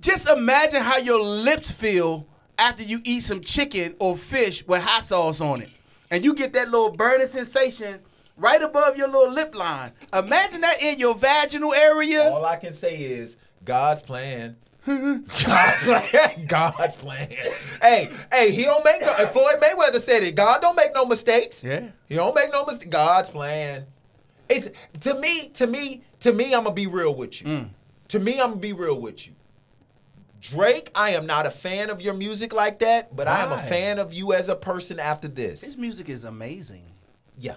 Just imagine how your lips feel after you eat some chicken or fish with hot sauce on it. And you get that little burning sensation right above your little lip line. Imagine that in your vaginal area. All I can say is God's plan. God's plan. God's plan. Hey, hey, he don't make no. and Floyd Mayweather said it. God don't make no mistakes. Yeah. He don't make no mistakes. God's plan. It's to me, to me, to me. I'm gonna be real with you. Mm. To me, I'm gonna be real with you. Drake, I am not a fan of your music like that, but I am a Why? fan of you as a person after this. His music is amazing. Yeah.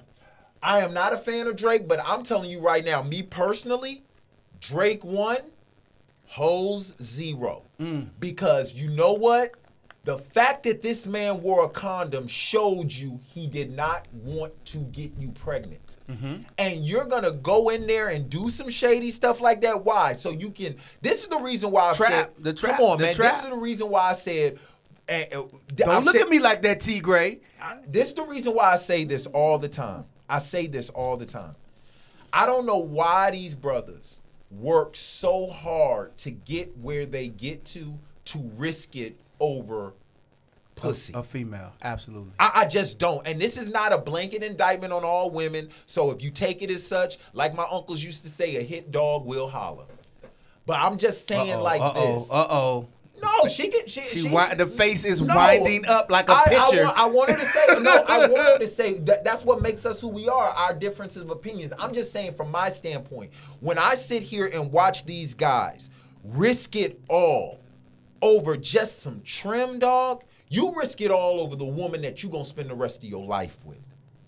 I am not a fan of Drake, but I'm telling you right now, me personally, Drake one, hoes zero. Mm. Because you know what? The fact that this man wore a condom showed you he did not want to get you pregnant. Mm-hmm. And you're gonna go in there and do some shady stuff like that. Why? So you can. This is the reason why I said. Trap. The trap. Come on, The man. trap. This is the reason why I said. And, uh, Don't I look said- at me like that, T. Gray. this is the reason why I say this all the time. I say this all the time. I don't know why these brothers work so hard to get where they get to to risk it over pussy. A female, absolutely. I, I just don't. And this is not a blanket indictment on all women. So if you take it as such, like my uncles used to say, a hit dog will holler. But I'm just saying Uh-oh, like uh-oh, this. Uh-oh. No, she can. She, She she- wi- the face is No. winding up like a I- picture. I, want, I wanted to say no. I wanted to say that that's what makes us who we are. Our differences of opinions. I'm just saying from my standpoint. When I sit here and watch these guys risk it all over just some trim, dog, you risk it all over the woman that you gonna spend the rest of your life with.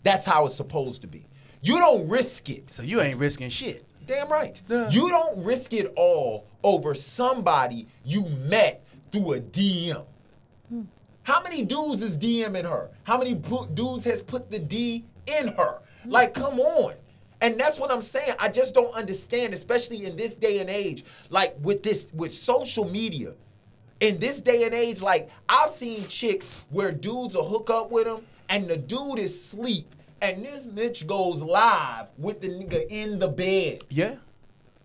That's how it's supposed to be. You don't risk it. So you ain't risking shit. Damn right. Yeah. You don't risk it all over somebody you met through a DM. How many dudes is DMing her? How many pu- dudes has put the D in her? Like, come on. And that's what I'm saying. I just don't understand, especially in this day and age, like with this with social media. In this day and age, like I've seen chicks where dudes will hook up with them and the dude is sleep. And this bitch goes live with the nigga in the bed. Yeah.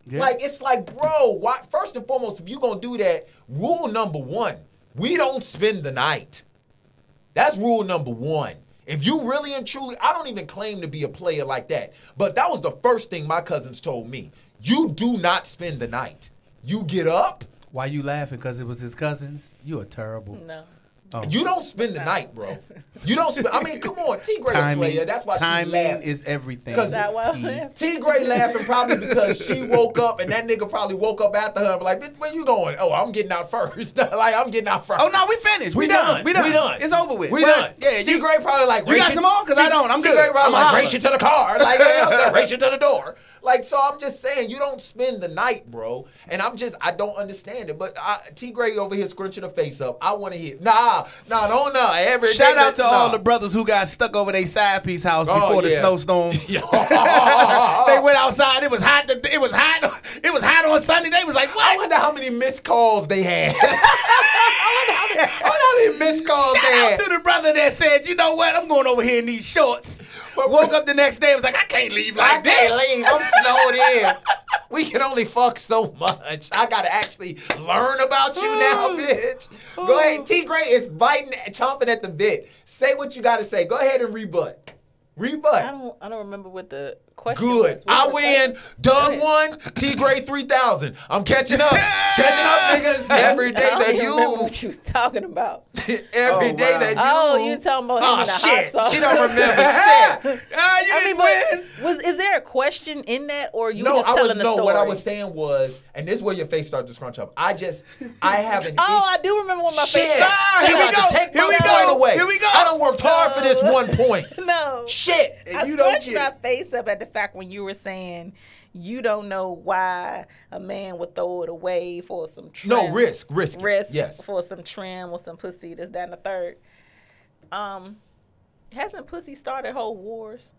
Yeah. Like it's like, bro, why first and foremost, if you gonna do that, rule number one, we don't spend the night. That's rule number one. If you really and truly, I don't even claim to be a player like that. But that was the first thing my cousins told me. You do not spend the night. You get up, Why you laughing? Because it was his cousins? You are terrible. Oh, No. you don't spend the night, bro. You don't spend I mean, come on, T Gray Timing, player. That's why she timing laughed. is everything. 'Cause- Is that why I T. laughed? T Gray laughing probably because she woke up and that nigga probably woke up after her and be like, "Bitch, where you going? Oh, I'm getting out first. like I'm getting out first. Oh, no, we finished. We, done. We done. It's over with. We But, done. Yeah, T Gray probably like, You got "Race some more? 'Cause I T- don't. I'm T. good. Gray probably I'ma like, holler." race you to the car. Like, yeah, I'm saying, race you to the door. Like, so I'm just saying, you don't spend the night, bro. And I'm just, I don't understand it. But I, T Gray over here scrunching her face up. I want to hear, nah, nah, no, nah. Every Shout day out that- to all nah. the brothers who got stuck over their side piece house Oh, before the yeah. snowstorm. they went outside. It was hot. It was hot. It was hot on Sunday. They was like, I what? wonder how many missed calls they had. I wonder how many, I wonder how many missed calls Shout they had. out to the brother that said, you know what? I'm going over here in these shorts. But- Woke up the next day and was like, I can't leave I like can't this. leave. I'm snowed in. We can only fuck so much. I gotta actually learn about you now, bitch. Go ahead. T Gray is biting, chomping at the bit. Say what you gotta say. Go ahead and rebut. I Rebut. don't. I don't remember what the question. Good. was. What I was the win. question? Doug Good. won. T Gray 3000. I'm catching up. catching up, niggas. Every day I don't that even remember you. what you was talking about. Every day that you. Oh, you talking about him Oh, in the hot shit. sauce. She don't remember shit. Ah, you I mean, didn't but win. was is there a question in that, or you were No, just I telling was the no. story? What I was saying was, and this is where your face starts to scrunch up. I just, I have an. Oh, I do remember when my Shit! face. Ah, She Here we about to go. take Here my we go. point away. Here we go. I done worked hard for this one point. no. Shit! I you don't scratched my get it. face up at the fact when you were saying you don't know why a man would throw it away for some trim. No risk, risk, it. Risk Yes. for some trim or some pussy, this, that, and the third. Um, hasn't pussy started whole wars?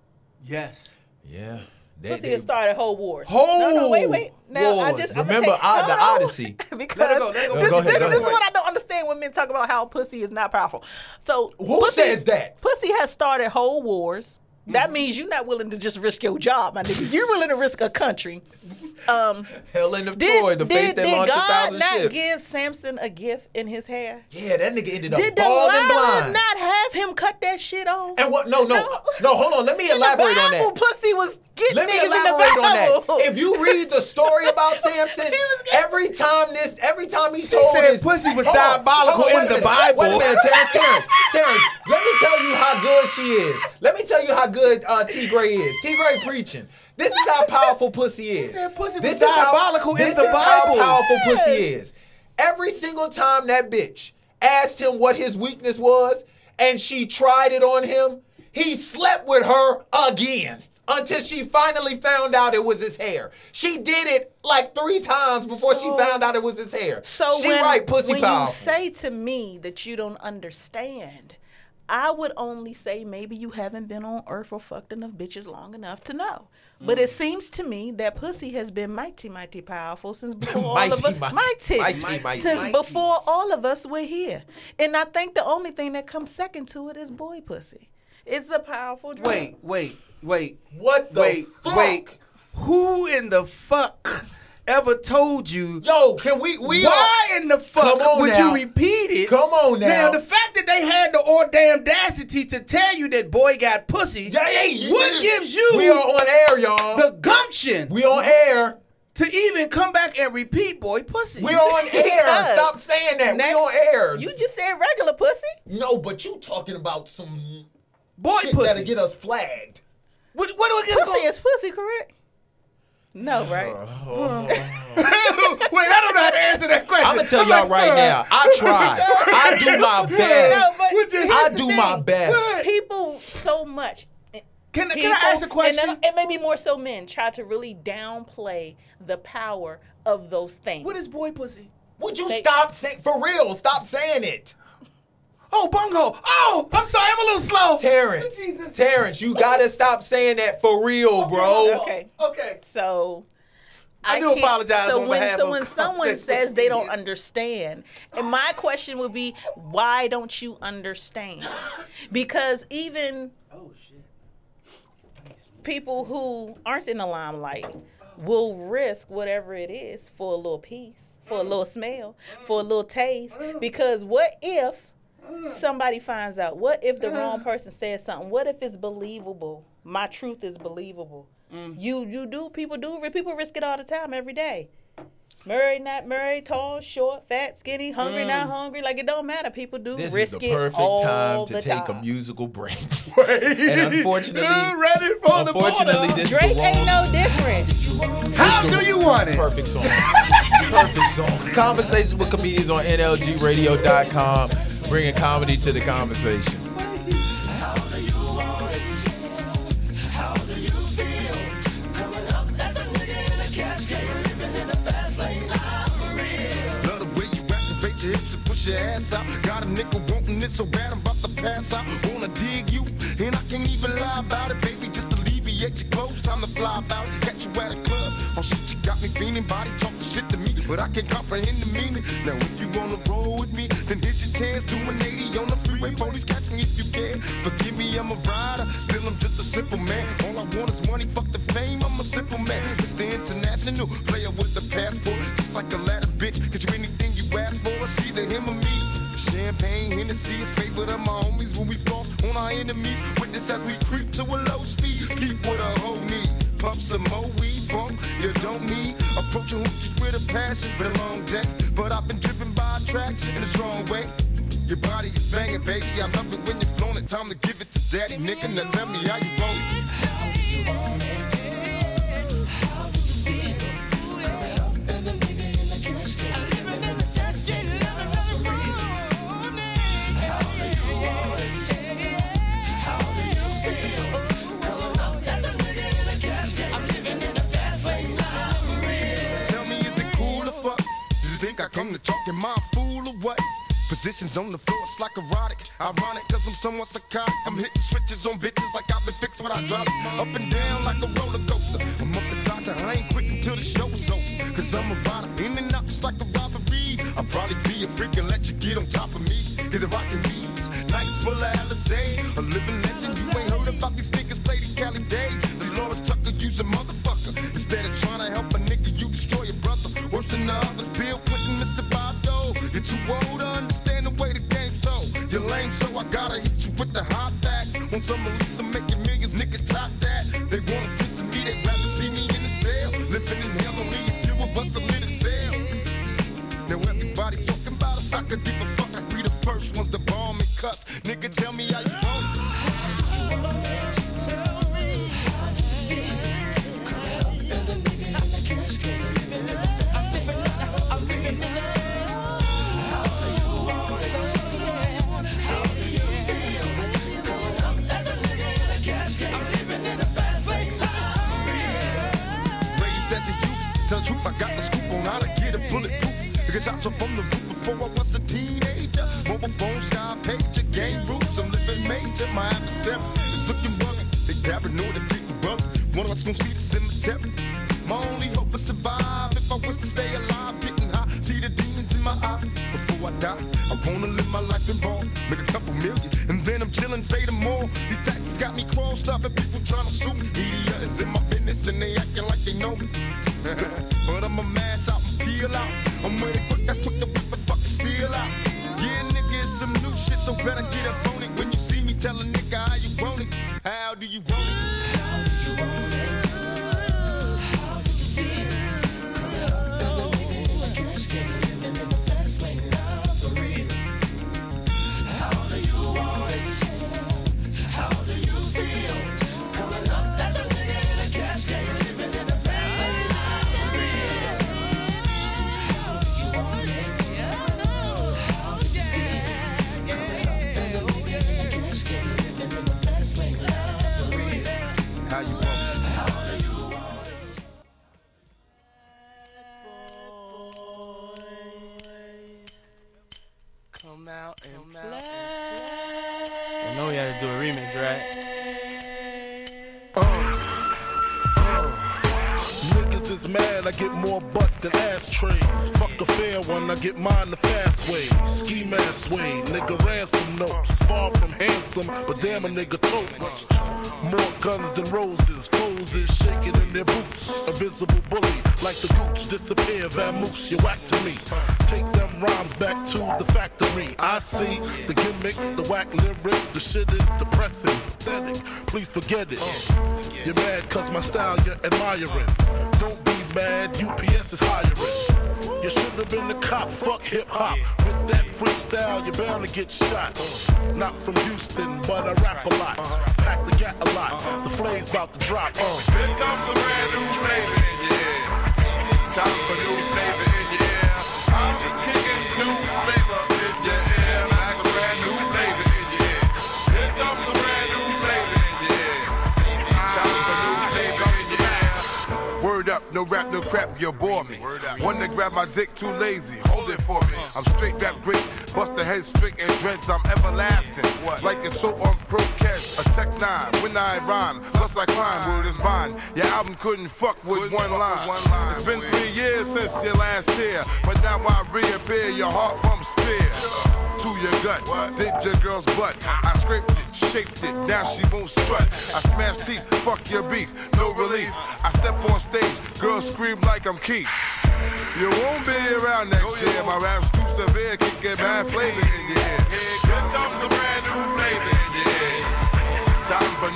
Yes. Yeah. They- Pussy they- has started whole wars. no, no, Whole wait, wait. Now I wars. just I'ma Remember take, I- the no, no. Odyssey. because Let her go, let her go. this, Go ahead, this- go this is ahead. what I don't understand when men talk about how pussy is not powerful. So Who pussy, says that? Pussy has started whole wars. Mm-hmm. That means you're not willing to just risk your job, my nigga. You're willing to risk a country. Um, Helen of did Troy, the did, face that did launched a God thousand not ships. give Samson a gift in his hair? yeah, that nigga ended up Did bald and Delilah blind. not have him cut that shit off? and what? No, no, no, Hold on. Let me In the elaborate on Bible, that. Pussy was getting Let me niggas in the elaborate on that. Bible. If you read the story about Samson, He was getting- every time this, every time he He told said his- pussy was Hold on, diabolical hold on, wait in a the minute, Wait a Bible. minute, Terrence, Terrence, Terrence. Let me tell you how good she is. Let me tell you how good uh, T. Gray is. T. Gray preaching. This is how powerful pussy is. said pussy was this is how- diabolical in this the is how Bible. powerful pussy Yes. is. Every single time that bitch asked him what his weakness was, and she tried it on him, he slept with her again. Until she finally found out it was his hair. She did it like three times before she So- found out it was his hair. So she when, right, pussy when powerful. you say to me that you don't understand, I would only say maybe you haven't been on earth or fucked enough bitches long enough to know. But Mm. it seems to me that pussy has been mighty, mighty powerful since before all of Mighty, us mighty, mighty, mighty, mighty. since Mighty. before all of us were here. And I think the only thing that comes second to it is boy pussy. It's a powerful drug. Wait, wait, wait. What the wait, fuck? wait. Who in the fuck ever told you? Yo, can we? We Why are. in the fuck Come on would now. you repeat it? Come on now. Now the fact that they had the or audacity to tell you that boy got pussy. Yeah, yeah, yeah. what gives you We are on air, y'all. the gumption we on air. to even come back and repeat boy pussy? We on air. Because Stop saying that. next- we on air. You just said regular pussy? no, but you talking about some boy shit pussy. that'll get us flagged. what, what do we get? Pussy is pussy, correct? No, right? Wait, I don't know how to answer that question. I'm gonna tell y'all right now. I tried. I do my No, best. but We're just- I here's the do my thing. best. People so much. Can, can people- I ask a And, question? then- and maybe more so men try to really downplay the power of those things. what is boy pussy? Would you They- stop saying for real? Stop saying it, Oh, bungo. Oh, I'm sorry. I'm a little slow. Terrence. Jesus. Terrence, you gotta stop saying that for real, bro. Okay. Okay. So. I do can't- apologize So on when, behalf so of when someone context says they don't opinions. understand, and my question would be, why don't you understand? Because even Oh shit. people who aren't in the limelight will risk whatever it is for a little piece, for a little smell, for a little taste. Because what if somebody finds out? What if the wrong person says something? What if it's believable? My truth is believable. You you do people do ri- people risk it all the time every day. Married, not married, tall, short, fat, skinny, hungry, not hungry. Like it don't matter. People do risk it all the time. musical break. And unfortunately- ready for the unfortunately, border. this- Drake ain't no different. How do you want it? Perfect song. Perfect song. Conversations with comedians on NLGradio.com, bringing comedy to the conversation. Love the way you activate your hips and push your ass out. Got a nickel wanting it so bad I'm about to pass out. Wanna dig you, and I can't even lie about it, baby. Just alleviate your clothes, time to fly about. Catch you at a club. Oh shit, you got me feeling body talking shit to me, but I can't comprehend the meaning. Now if you wanna roll with me, then here's your chance. Doing 80 on the freeway, police catch me if you can. Forgive me, I'm a rider, still I'm just a simple man. All I want is money, fuck the fame. I'm a simple man, Mr. International player with the passport, just like a ladder bitch. Cause you anything you ask for, it's either him or me. Champagne, Hennessy, a favorite of my homies when we floss on our my enemies. Witness as we creep to a low speed. Keep what a hoe need. Pump some more weed, bump. You don't need approaching hoochies with a passion. Been a long day, but I've been driven by attraction in a strong way. Your body is banging, baby. I love it when you're flown. It time to give it to daddy, nigga. Now tell me how you want it. Tell me, is it cool or fuck? Does you think I come to talk? Am I a fool or what? Positions on the floor, it's like erotic. Ironic, cause I'm somewhat psychotic. I'm hitting switches on bitches like I've been fixed with hydraulics. Up and down like a roller coaster. I'm up inside to I ain't quick until the show's over. Cause I'm a rider, in and out just like a robbery. I'll probably be a freak and let you get on top of me. Get the rockin' knees, nights full of Alizé. A living legend, you ain't heard about these niggas played in Cali days. See, Lawrence Tucker, use a motherfucker. Instead of trying to help a nigga, you destroy your brother. Worse than the others, Bill Clinton, Mr. Bado. You're too old to understand the way the game's so. You're lame, so I gotta hit you with the hot facts. When some release, I'm making millions, niggas top that. They wanna sit to me, they'd rather see me in the cell. Living in hell, only a few of us are in the tail. Now everybody talking about us, I could give a fuck. I'd be the first ones to bomb and cuss. Nigga, tell me how you want it. raised as a youth. Tell the truth, I got the scoop on how to get a bulletproof. Because I jumped from the roof before I was a teenager. Mobile phone, sky pager, game rules. I'm living major. My adversaries is looking rugged. They never know the people brother. One of us gonna see the cemetery. My only hope is survive. If I was to stay alive, getting high, see the demons in my eyes. Before I die, I wanna live my life in ball. Make a couple million, and then I'm chilling, fade them all. These taxes got me crossed up, and people trying to sue me. Media is in my business, and they acting like they know me. but I'ma mash out and peel out. I'm ready quick, that's quick to rip the fucking steal out. Yeah, nigga, it's some new shit, so better get up on it. When you see me, tell a nigga how you want it. How do you want it? How you want it? Come out and I know we had to do a remix, right? Niggas is mad, I get more butt than ashtrays. Fuck a fair one, I get mine the fast way. Ski mask way, nigga ransom notes. Far from handsome, but damn a nigga tote. More guns than roses, foes is shaking in their boots. A visible bully, like the gooch disappear, vamoose, you whack to me. Take them rhymes back to the factory. I see the gimmicks, the whack lyrics, the shit is depressing, pathetic. Please forget it. You're mad cause my style you're admiring. Don't be mad, UPS is hiring. You should have been a cop, fuck hip hop. With that freestyle, you're bound to get shot. Not from Houston, but I rap a lot. Pack the gat a lot, the flame's about to drop. Uh. Here comes a brand new flavor in your ear. Time for new flavor in your ear. I'm just kicking new flavor in your ear. Like a brand new flavor in your ear. Here comes a brand new flavor in your ear. Time for new flavor in your ear. Word up, no rap, no crap, you bore me. One to grab my dick, too lazy, hold it for me. I'm straight rap great, bust the head strict and dreads, I'm everlasting. Like it's so on pro catch, a tech nine, when I rhyme, plus I climb, word is bond. Your album couldn't fuck with one line. It's been three years since your last tear, but now I reappear, your heart pumps fear. To your gut, did your girl's butt. I scraped it, shaped it, now she won't strut. I smash teeth, fuck your beef, no relief. I step on stage, girls scream like I'm Keith. You won't be around next year. My rap's too severe, can get bad flavor in your ear. Here comes a brand new flavor in your ear.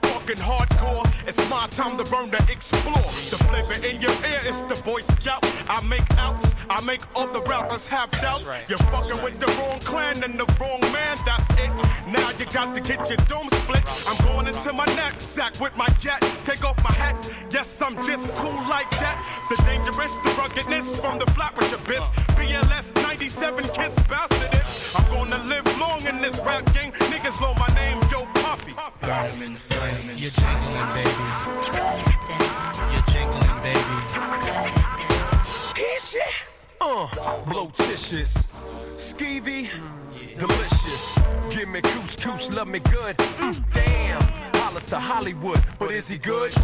fucking hardcore. It's my time to burn to explore. The flavor in your ear is the Boy Scout. I make outs, I make other rappers have doubts. right. You're fucking with the wrong clan and the wrong man, that's it. Now you got to get your dome split. I'm going into my knapsack with my gat. Take off my hat, yes, I'm just cool like that. The dangerous, the ruggedness from the flappish abyss. BLS 97 kiss bastard. is. I'm gonna live long in this rap game. Niggas know my name, yo, Puffy. You're jingling, baby. You're jingling, baby. Uh, blotitious, Mm, skeevy, delicious. Give me couscous, love me good. Mm, damn, Hollis to Hollywood, but is he good?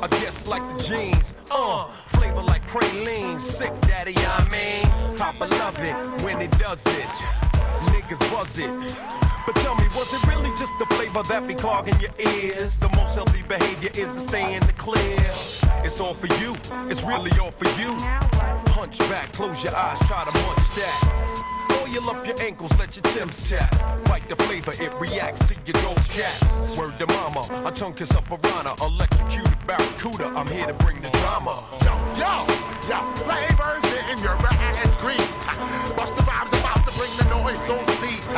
I guess like the jeans, uh, flavor like praline. Sick daddy, I mean, Papa love it when he does it. Niggas buzz it. But tell me, was it really just the flavor that be clogging your ears? The most healthy behavior is to stay in the clear. It's all for you, it's really all for you. Hunch back, close your eyes, try to munch that. Oil up your ankles, let your Timbs tap. Bite the flavor, it reacts to your gold caps. Word to mama, a tongue kiss a piranha, electrocuted barracuda. I'm here to bring the drama. Yo, yo, yo, flavors in your ass grease. Bust the rhymes about to bring the noise on cease.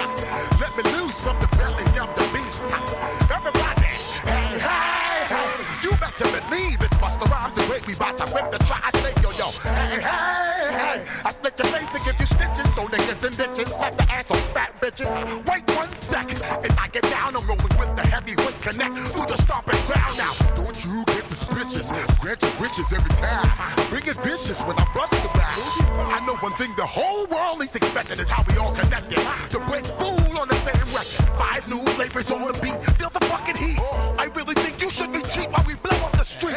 Let me loose from the belly of the beast. Everybody, hey, hey, hey. You better believe it's Busta Rhymes the great. We bout to rip the try snake, yo, yo. Hey, hey, hey. I split your face and give you stitches. Throw niggas and bitches. Slap the ass on fat bitches. Wait one second. As I get down, I'm rolling with the heavyweight connect. Through the stomping ground now. Don't you get suspicious. Grant your wishes every time. Bring it vicious when I bust the back. I know one thing the whole world is expecting is how we all connected. The break fool on the same record. Five new flavors on the beat. Feel the fucking heat. I really think you should be cheap while we blow up the street.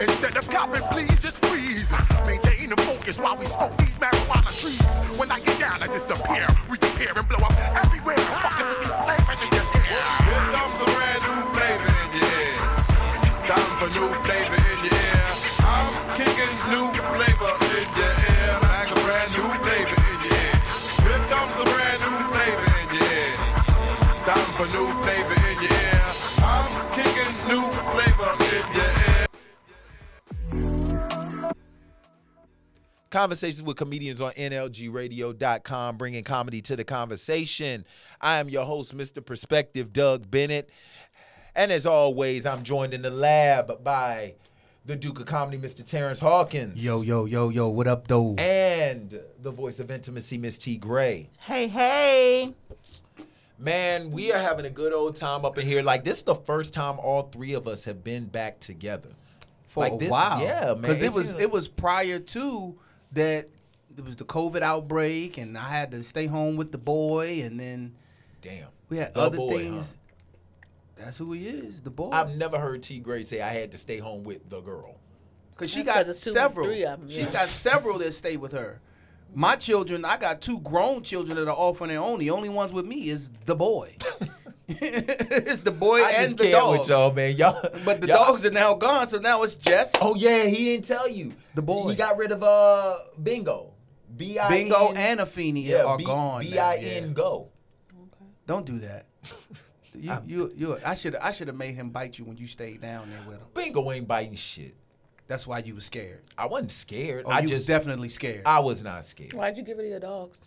Instead of copping, please just freeze. Maintain the focus while we smoke these marijuana trees. When I get down, I disappear, reappear, and blow up everywhere. Fucking with these flavors in your ear. It's time for brand new flavor in your ear. Time for new flavor in your ear. I'm kicking new flavor in your ear. Like a brand new flavor in your ear. Here comes a brand new flavor in your ear. Time for new flavor in your ear. I'm kicking new flavor in your ear. Conversations with comedians on NLGradio.com, bringing comedy to the conversation. I am your host, Mr. Perspective, Doug Bennett. And as always, I'm joined in the lab by the Duke of Comedy, Mr. Terrence Hawkins. Yo, yo, yo, yo, what up, though? And the voice of intimacy, Miss T. Gray. Hey, hey. Man, we are having a good old time up in here. Like, this is the first time all three of us have been back together. For Like a this- while. Yeah, man. Because it It's was just- it was prior to that it was the COVID outbreak and I had to stay home with the boy and then Damn. we had The other boy, things. huh? That's who he is, the boy. I've never heard T. Gray say I had to stay home with the girl. Cause she That's 'cause got it's two- several. three of 'em, She yeah. got several that stay with her. My children, I got two grown children that are off on their own. The only ones with me is the boy. it's the boy I and just the can't dog. with y'all, man. Y'all, But the y'all- dogs are now gone, so now it's just Oh yeah, he didn't tell you. The boy. He got rid of uh Bingo. B I N- Bingo and Afeni yeah, are B- gone. B now, I yeah. N go. Don't do that. You, you, you. I should, I should have made him bite you when you stayed down there with him. Bingo ain't biting shit. That's why you were scared. I wasn't scared. Oh, I you just was definitely scared. I was not scared. Why'd you get rid of your dogs?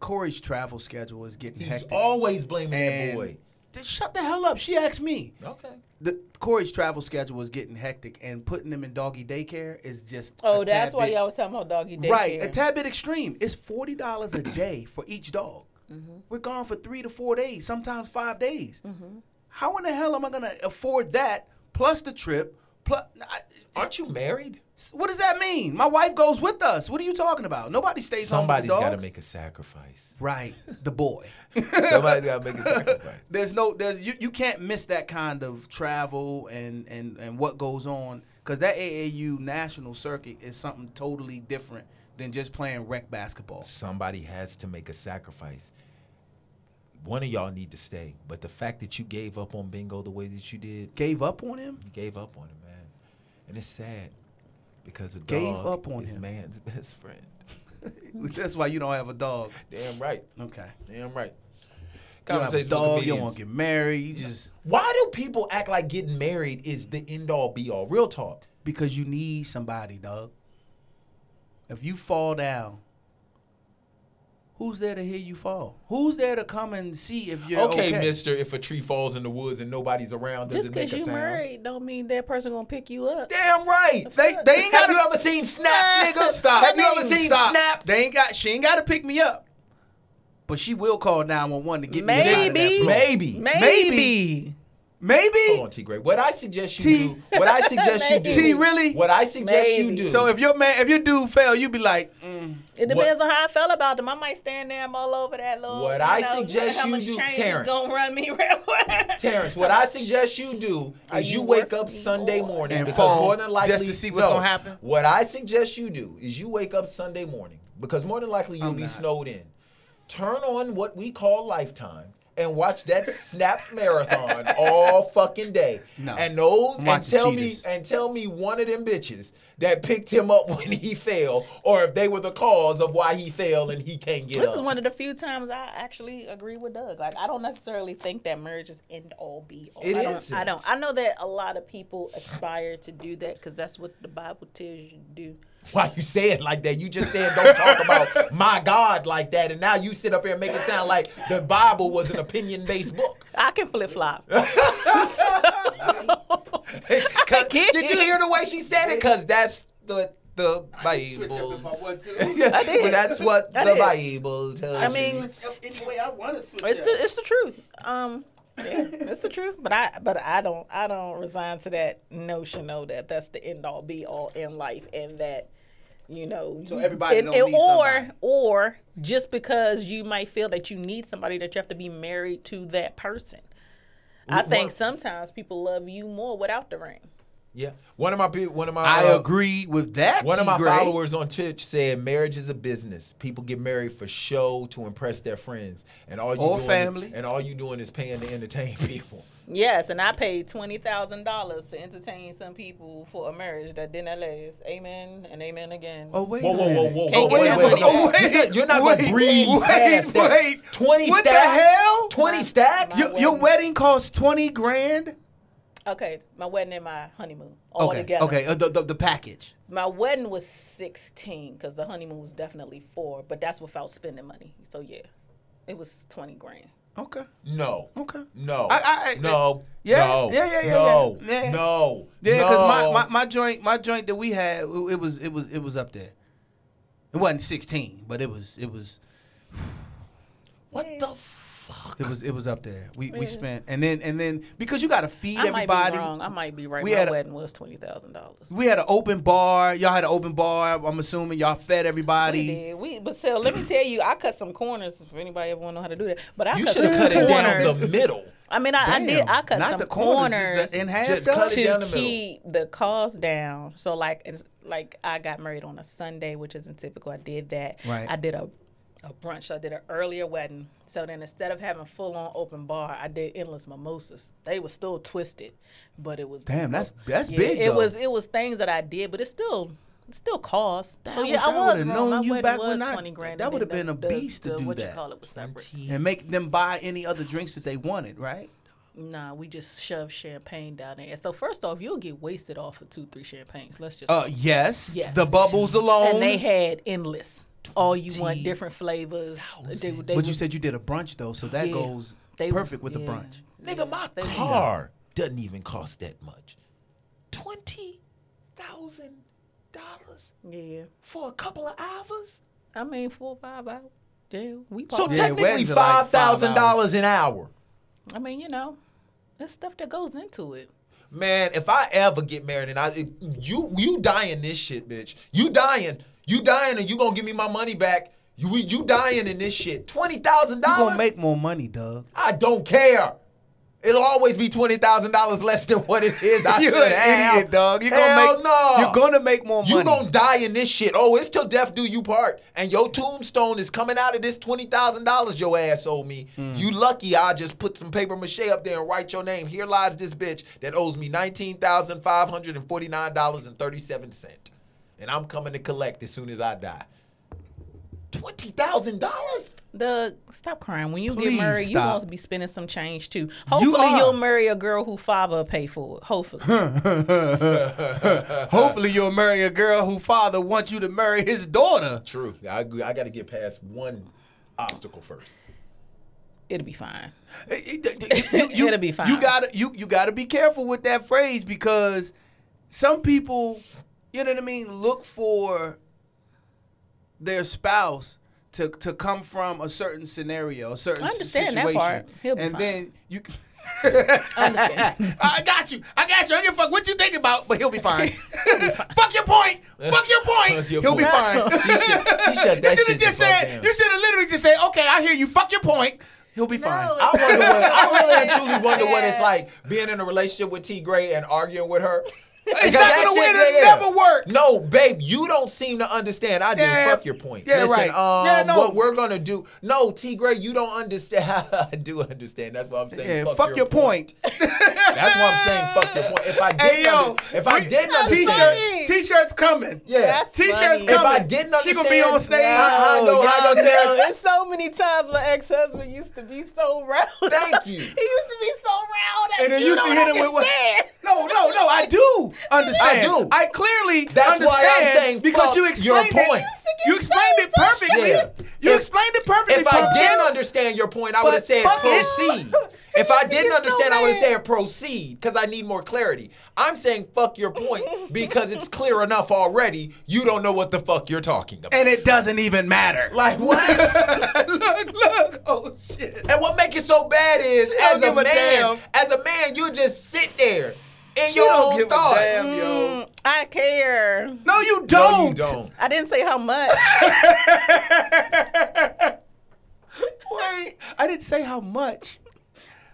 Corey's travel schedule is getting He's hectic. always blaming that and boy. Just shut the hell up. She asked me. Okay. the Corey's travel schedule was getting hectic, and putting him in doggy daycare is just Oh, a that's tad why bit- y'all was talking about doggy daycare. right a tad bit extreme. It's forty dollars a day for each dog. Mm-hmm. We're gone for three to four days, sometimes five days. How in the hell am I gonna afford that plus the trip? Plus, I, Aren't you married? what does that mean? My wife goes with us. What are you talking about? Nobody stays Somebody's home with the got to dogs. make a sacrifice. right the boy. Somebody's got to make a sacrifice. there's no there's you, you can't miss that kind of travel and and and what goes on because that AAU national circuit is something totally different than just playing rec basketball. Somebody has to make a sacrifice. One of y'all need to stay, but the fact that you gave up on Bingo the way that you did, Gave up on him. You gave up on him, man. And it's sad because a Gave dog up on is him. man's best friend. That's why you don't have a dog. Damn right. Okay. Damn right. You don't have a Conversations with dog. You don't comedians. want to get married. You just Why do people act like getting married is the end all be all? Real talk. because you need somebody, dog. If you fall down, who's there to hear you fall? Who's there to come and see if you're okay? okay, Mister, if a tree falls in the woods and nobody's around, does Just it make because a you sound? married don't mean that person gonna pick you up. Damn right. They, they ain't got Have you ever seen Snap, nigga? Stop. Have you ever seen Stop. Snap? They ain't got. She ain't got to pick me up, but she will call nine one one to get me up out of that Maybe. floor. Maybe. Maybe. Maybe. Hold Maybe. on, T. Gray. What I suggest you T. do. What I suggest you do. T, really? What I suggest you Maybe. do. So if your man, if your dude fail, you be like, mm, It depends on how I felt about them. I might stand there and mull over that little. What you I know, suggest how you much do, change Terrence. is gonna run me real quick. Terrence, what I suggest you do Are is you, you wake worth up it Sunday or- morning And because fall more than likely just to see what's no. gonna happen? What I suggest you do is you wake up Sunday morning because more than likely you'll be snowed in. Turn on what we call Lifetime and watch that snap marathon all fucking day. No. And those I'm and watching tell Cheaters. me and tell me one of them bitches that picked him up when he fell or if they were the cause of why he fell and he can't get This up. is one of the few times I actually agree with Doug. Like I don't necessarily think that marriage is end all be all. It I don't, isn't. I don't. I know that a lot of people aspire to do that because that's what the Bible tells you to do. Why you say it like that? You just said don't talk about my God like that, and now you sit up here and make it sound like the Bible was an opinion-based book. I can flip flop. Did you hear the way she said it? Cause that's the the Bible. Yeah, well, that's what I the did. Bible tells I mean, it's the it's the truth. Um, yeah, it's the truth. But I but I don't I don't resign to that notion though that that's the end all be all in life and that you know so everybody don't need or somebody. or just because you might feel that you need somebody that you have to be married to that person. I think sometimes people love you more without the ring. Yeah, one of my pe- one of my I uh, agree with that. One of my T-Gray. followers on Twitch said, "Marriage is a business. People get married for show to impress their friends, and all you Or doing, family. and all you doing is paying to entertain people." Yes, and I paid twenty thousand dollars to entertain some people for a marriage that didn't last. Amen and amen again. Oh wait. Whoa, a whoa, whoa, minute. whoa, Can't whoa, get wait, that wait, money wait. back. You're not- You're not Wait, gonna breathe wait, past that. wait. Twenty What the stacks? hell? Twenty stacks? You- Your, your wedding costs twenty grand. Okay, my wedding and my honeymoon all okay. together. Okay. Uh, the, the the package. My wedding was sixteen because the honeymoon was definitely four, but that's without spending money. So yeah, it was twenty grand. Okay. No. Okay. No. I- I- no. Yeah, No. yeah, yeah, yeah, No. yeah, yeah. No. Yeah, because No. my, my, my joint my joint that we had it it was it was it was up there. It wasn't sixteen, but it was it was what the fuck? it was it was up there. We we spent and then and then because you got to feed I might everybody. be wrong. I might be right. We my had a- wedding was twenty thousand dollars. We had an open bar. Y'all had an open bar. I'm assuming y'all fed We everybody. did. We but so let me tell you, I cut some corners. If anybody ever want to know how to do that, but I You cut should some have cut it down corners. the middle. I mean, I, I did. Damn, I cut not some the corners, corners, just the- in half Just though? cut it down the to middle. keep the cost down. So like, it's- like I got married on a Sunday, which isn't typical. I did that. Right. I did a a brunch. I did an earlier wedding. So then instead of having full on open bar, I did endless mimosas. They were still twisted, but it was Damn, that's that's yeah, big. It though. was it was things that I did, but it still it still cost. So I yeah, wish I I was would've wrong. known My you wedding back was when I- 20 grand. that and would've then been a the- the- beast to the- do what that. you call it was separate. and make them buy any other drinks that they wanted, right? Nah, we just shove champagne down there. So first off, you'll get wasted off of two, three champagnes. Let's just Uh, yes. Yes. The bubbles alone. and they had endless. All you want, different flavors. They, they but you was- said you did a brunch though, so that yes. goes They- perfect with yeah. the brunch. Nigga, my They- car doesn't even cost that much. Twenty thousand dollars Yeah, for a couple of hours. I mean four, or five hours. Yeah, we. So probably- technically weddings are like five five thousand dollars an hour. I mean, you know, there's stuff that goes into it. Man, if I ever get married and I if you you dying this shit, bitch. You dying. You dying and you gonna give me my money back. You we- you dying in this shit. Twenty thousand You dollars. gonna make more money, Doug. I don't care. It'll always be twenty thousand dollars less than what it is. I you should an have. idiot, dog. You gonna Hell make no. you're gonna make more money. You gonna die in this shit. Oh, it's till death do you part. And your tombstone is coming out of this twenty thousand dollars your ass owe me. You lucky I just put some paper mache up there and write your name. Here lies this bitch that owes me nineteen thousand five hundred and forty nine dollars and thirty seven cent. And I'm coming to collect as soon as I die. twenty thousand dollars. The stop crying. When you Please get married, you stop. want to be spending some change too. Hopefully, are. you will marry a girl who father will pay for it. Hopefully, Hopefully, you'll marry a girl who father wants you to marry his daughter. True. I agree. I got to get past one obstacle first. it'll be fine. You- eh, you- you- It'll be fine. You gotta you you gotta be careful with that phrase because some people, you know what I mean, look for their spouse to to come from a certain scenario, a certain I understand that situation, part. He'll be and fine. then you. Understand? I got you. I got you. I don't give a fuck what you think about, but he'll be fine. fuck your point. Fuck your point. your he'll be point. fine. She shut, she shut you should have that shit the just fuck said. down. You should have literally just said, "Okay, I hear you. Fuck your point." Uh, He'll be fine. I wonder what, I really and truly wonder what it's like being in a relationship with T Gray and arguing with her. Because not that gonna shit win. It'll there. never work. No, babe, you don't seem to understand. I didn't Yeah. fuck your point. Yeah, Listen, right. Um, Yeah, no. What we're gonna do? No, T Gray, you don't understand. I do understand. That's what I'm saying. Yeah, fuck, your, point. That's what I'm saying. Fuck your point. If I didn't, Hey yo, under- if I we- didn't t-shirt, understand, t-shirts coming. yeah. That's t-shirts funny. coming. If I didn't understand, she gonna be on stage. Oh, I know how to tell. It's Oh, so many times my ex-husband used to be so round. Thank you. He used to be so round. And then you, you don't see hit him with what? understand. No, no, no. I do understand. I do. I clearly That's understand why I'm saying because fuck you your explained point. It, you explained it perfectly. Yeah. You If- explained it perfectly. If I Paul. didn't understand your point, I would have said fuck it. proceed. If I didn't so understand, I would have mad. said proceed because I need more clarity. I'm saying fuck your point because it's clear enough already. You don't know what the fuck you're talking about. and it doesn't even matter. like what? look, look. Oh shit. and what make it so bad is don't as a give a man, damn. as a man, you just sit there in You your don't own give thoughts. a damn, yo. I care. Mm. No, you don't. No, you don't. I didn't say how much. Wait, I didn't say how much.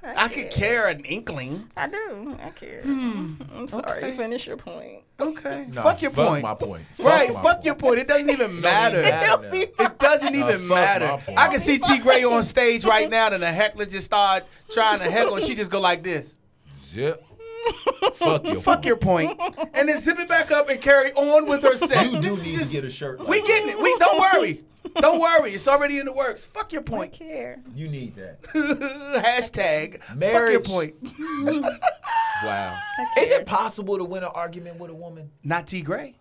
I could care an inkling. I do. I care. Hmm. I'm sorry. Finish your point. Okay. fuck your fuck point. my point. Fuck right. my fuck point. your point. It doesn't even It don't matter. even matter now. It doesn't Nah, even fuck my matter. point. I can see T Gray on stage right now, and the heckler just start trying to heckle, and she just go like this. Zip. fuck your Fuck point. your point, and then zip it back up and carry on with her set. You do This is need to just- get a shirt. Like we that. getting it. We don't worry. Don't worry. It's already in the works. Fuck your I point. care. You need that. Hashtag. Fuck your Marriage. point. Wow. Is it possible to win an argument with a woman? Not T Gray.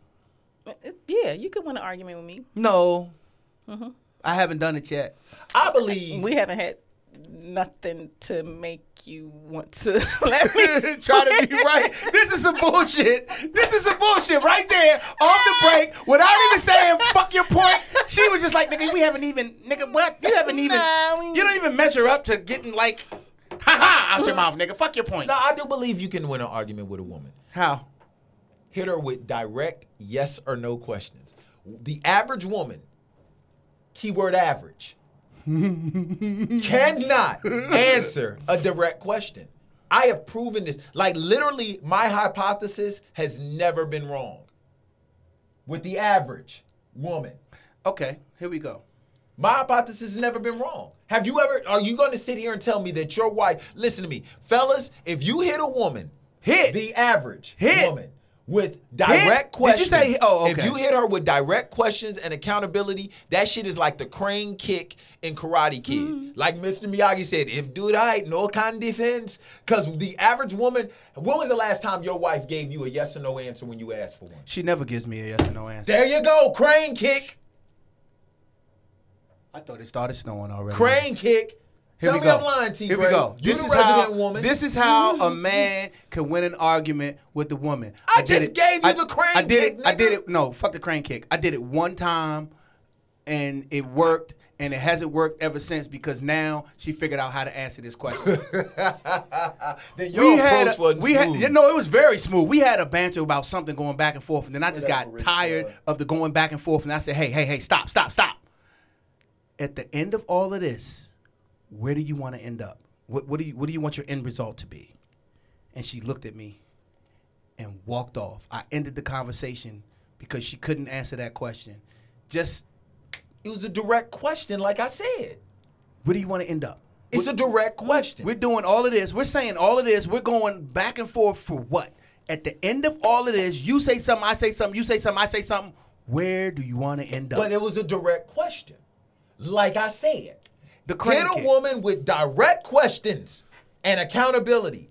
Yeah, you could win an argument with me. No. I haven't done it yet. I believe We haven't had nothing to make you want to let me. Try to be right. This is some bullshit. This is some bullshit right there on the break without even saying fuck your point. She was just like, nigga, we haven't even, nigga, what? You haven't even, Nah, we- you don't even measure up to getting like, ha ha, out your mouth, nigga. Fuck your point. No, I do believe you can win an argument with a woman. How? Hit her with direct yes or no questions. The average woman, keyword average, cannot answer a direct question. I have proven this. Like, literally, my hypothesis has never been wrong with the average woman. Okay, here we go. My hypothesis has never been wrong. Have you ever, are you going to sit here and tell me that your wife, listen to me, fellas, if you hit a woman, Hit. the average Hit. woman with direct Did you questions. say- oh, okay. If you hit her with direct questions and accountability, that shit is like the crane kick in Karate Kid. Mm-hmm. Like Mr. Miyagi said, if do it right, no kind of defense. Because the average woman, when was the last time your wife gave you a yes or no answer when you asked for one? She never gives me a yes or no answer. There you go, crane kick. I thought it started snowing already. Crane kick. Here Tell we me go. I'm lying, T. Here Gray. we go. You this the is resident how, woman. Mm-hmm. This is how a man can win an argument with a woman. I did just gave you I- the crane I did kick, it. I did nigga. it. No, fuck the crane kick. I did it one time, and it worked, and it hasn't worked ever since because now she figured out how to answer this question. Then your approach a- wasn't we had smooth. yeah, no, it was very smooth. We had a banter about something going back and forth, and then I just got tired of the going back and forth, and I said, "Hey, hey, hey, stop, stop, stop." At the end of all of this, where do you want to end up? What, what do you What do you want your end result to be? And she looked at me and walked off. I ended the conversation because she couldn't answer that question. Just It was a direct question, like I said. where do you want to end up? It's a direct question. We're doing all of this. We're saying all of this. We're going back and forth for what? At the end of all of this, you say something, I say something, you say something, I say something. Where do you want to end up? but it was a direct question. Like I said, The hit crane a kick. woman with direct questions and accountability.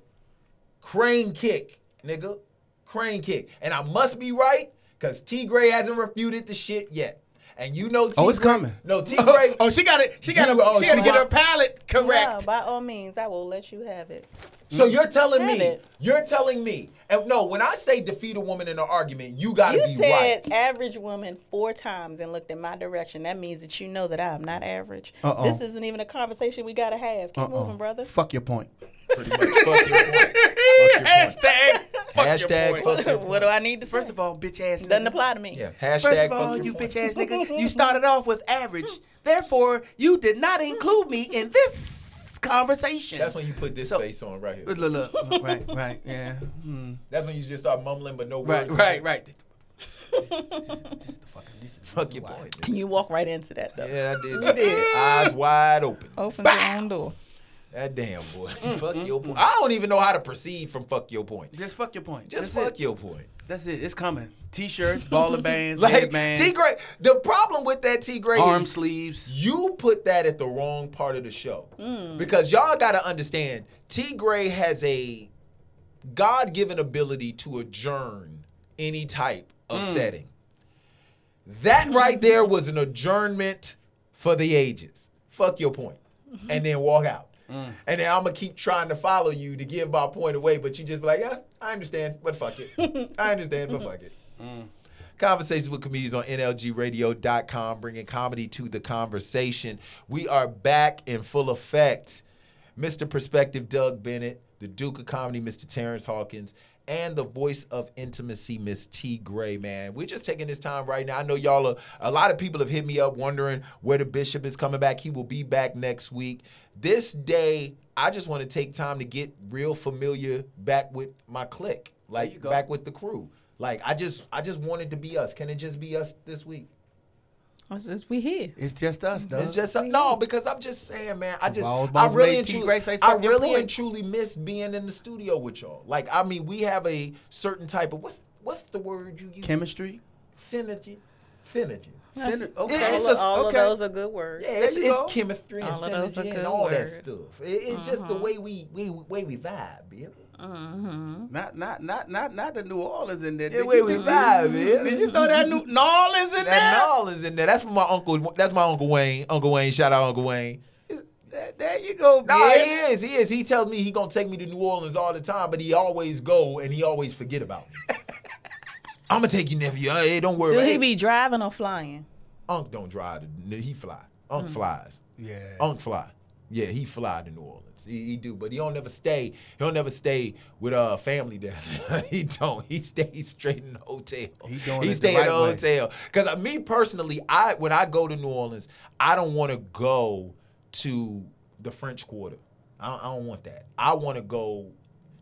Crane kick, nigga. Crane kick. And I must be right, because T Gray hasn't refuted the shit yet. And you know T Oh, it's Gray- coming. No, T Gray. Oh, she got it. She got to You- oh, she got to she get her want- palate Yeah, correct. by all means, I will let you have it. So you're telling Have me, it. you're telling me, and no, when I say defeat a woman in an argument, you gotta You be said right. average woman four times and looked in my direction. That means that you know that I'm not average. Uh-oh. This isn't even a conversation we gotta have. Keep Uh-uh. moving, brother. Fuck your point. Pretty much, fuck your point. Hashtag. Hashtag fuck your what do I need to say? First of all, bitch ass. doesn't nigga. apply to me. Yeah, hashtag First of fuck all, your you point. bitch ass nigga, you started off with average. Therefore, you did not include me in this conversation. That's when you put this So- face on right here. Look, look, look. right, right, yeah. Hmm. That's when you just start mumbling, but no Right, words. right, right. This, this is the fucking. This is, Fuck your point. You walk right into that though. Yeah, I did. Eyes wide open. Open your own door. That damn boy. Mm, fuck your point. I don't even know how to proceed from fuck your point. Just fuck your point. Just That's fuck it. your point. That's it. It's coming. T-shirts, baller bands, Like headbands, T Gray. The problem with that T Gray arm is sleeves. you put that at the wrong part of the show because y'all got to understand T Gray has a God given ability to adjourn any type of setting. That right there was an adjournment for the ages. Fuck your point. And then walk out. And then I'm going to keep trying to follow you to give my point away, but you just be like, yeah, I understand, but fuck it. I understand, but fuck it. Conversations with Comedians on NLGradio.com, bringing comedy to the conversation. We are back in full effect. Mr. Perspective Doug Bennett, the Duke of Comedy, Mr. Terrence Hawkins, and the voice of intimacy, Miss T. Gray, man. We're just taking this time right now. I know y'all are, a lot of people have hit me up wondering where the bishop is coming back. He will be back next week. This day, I just want to take time to get real familiar back with my clique, like back with the crew. Like I just I just wanted to be us. Can it just be us this week? we here. It's just us, though. It's just no, because I'm just saying, man. I just Balls, I balls, really made and T. truly, Gray say, I "Fuck your really point." and truly miss being in the studio with y'all. Like, I mean, we have a certain type of what's what's the word you use? chemistry. synergy, synergy. Syner- okay. It's All, just- of, all okay. of those are good words. Yeah, it's, you go. it's chemistry and All of those are synergy and good all that words. Uh-huh. stuff. It- it's just the way we, we way we vibe, yeah. Not, not, not, not, not the New Orleans in there. Yeah, Did way you- we did vibe, you- yeah. Did you throw that New New Orleans in That there? all is in there. That's from my uncle. That's my uncle Wayne. Uncle Wayne, shout out Uncle Wayne. There- There you go, No, bitch. he is. He is. He tells me he gonna take me to New Orleans all the time, but he always go and he always forget about me. I'm gonna take you, nephew. Hey, don't worry. Do about he it. be driving or flying? Unc don't drive. To, he fly. Unc Hmm. flies. Yeah. Unc fly. Yeah, he fly to New Orleans. He, he do, but he don't never stay. He'll never stay with a uh, family down there. he don't. He stay straight in the hotel. He doing it He the stay in right the way. hotel. Cause uh, me personally, I when I go to New Orleans, I don't want to go to the French Quarter. I don't, I don't want that. I want to go,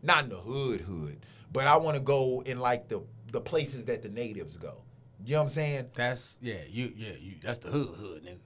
not in the hood hood, but I want to go in like the the places that the natives go. You know what I'm saying? That's yeah, you yeah, you that's the hood hood nigga.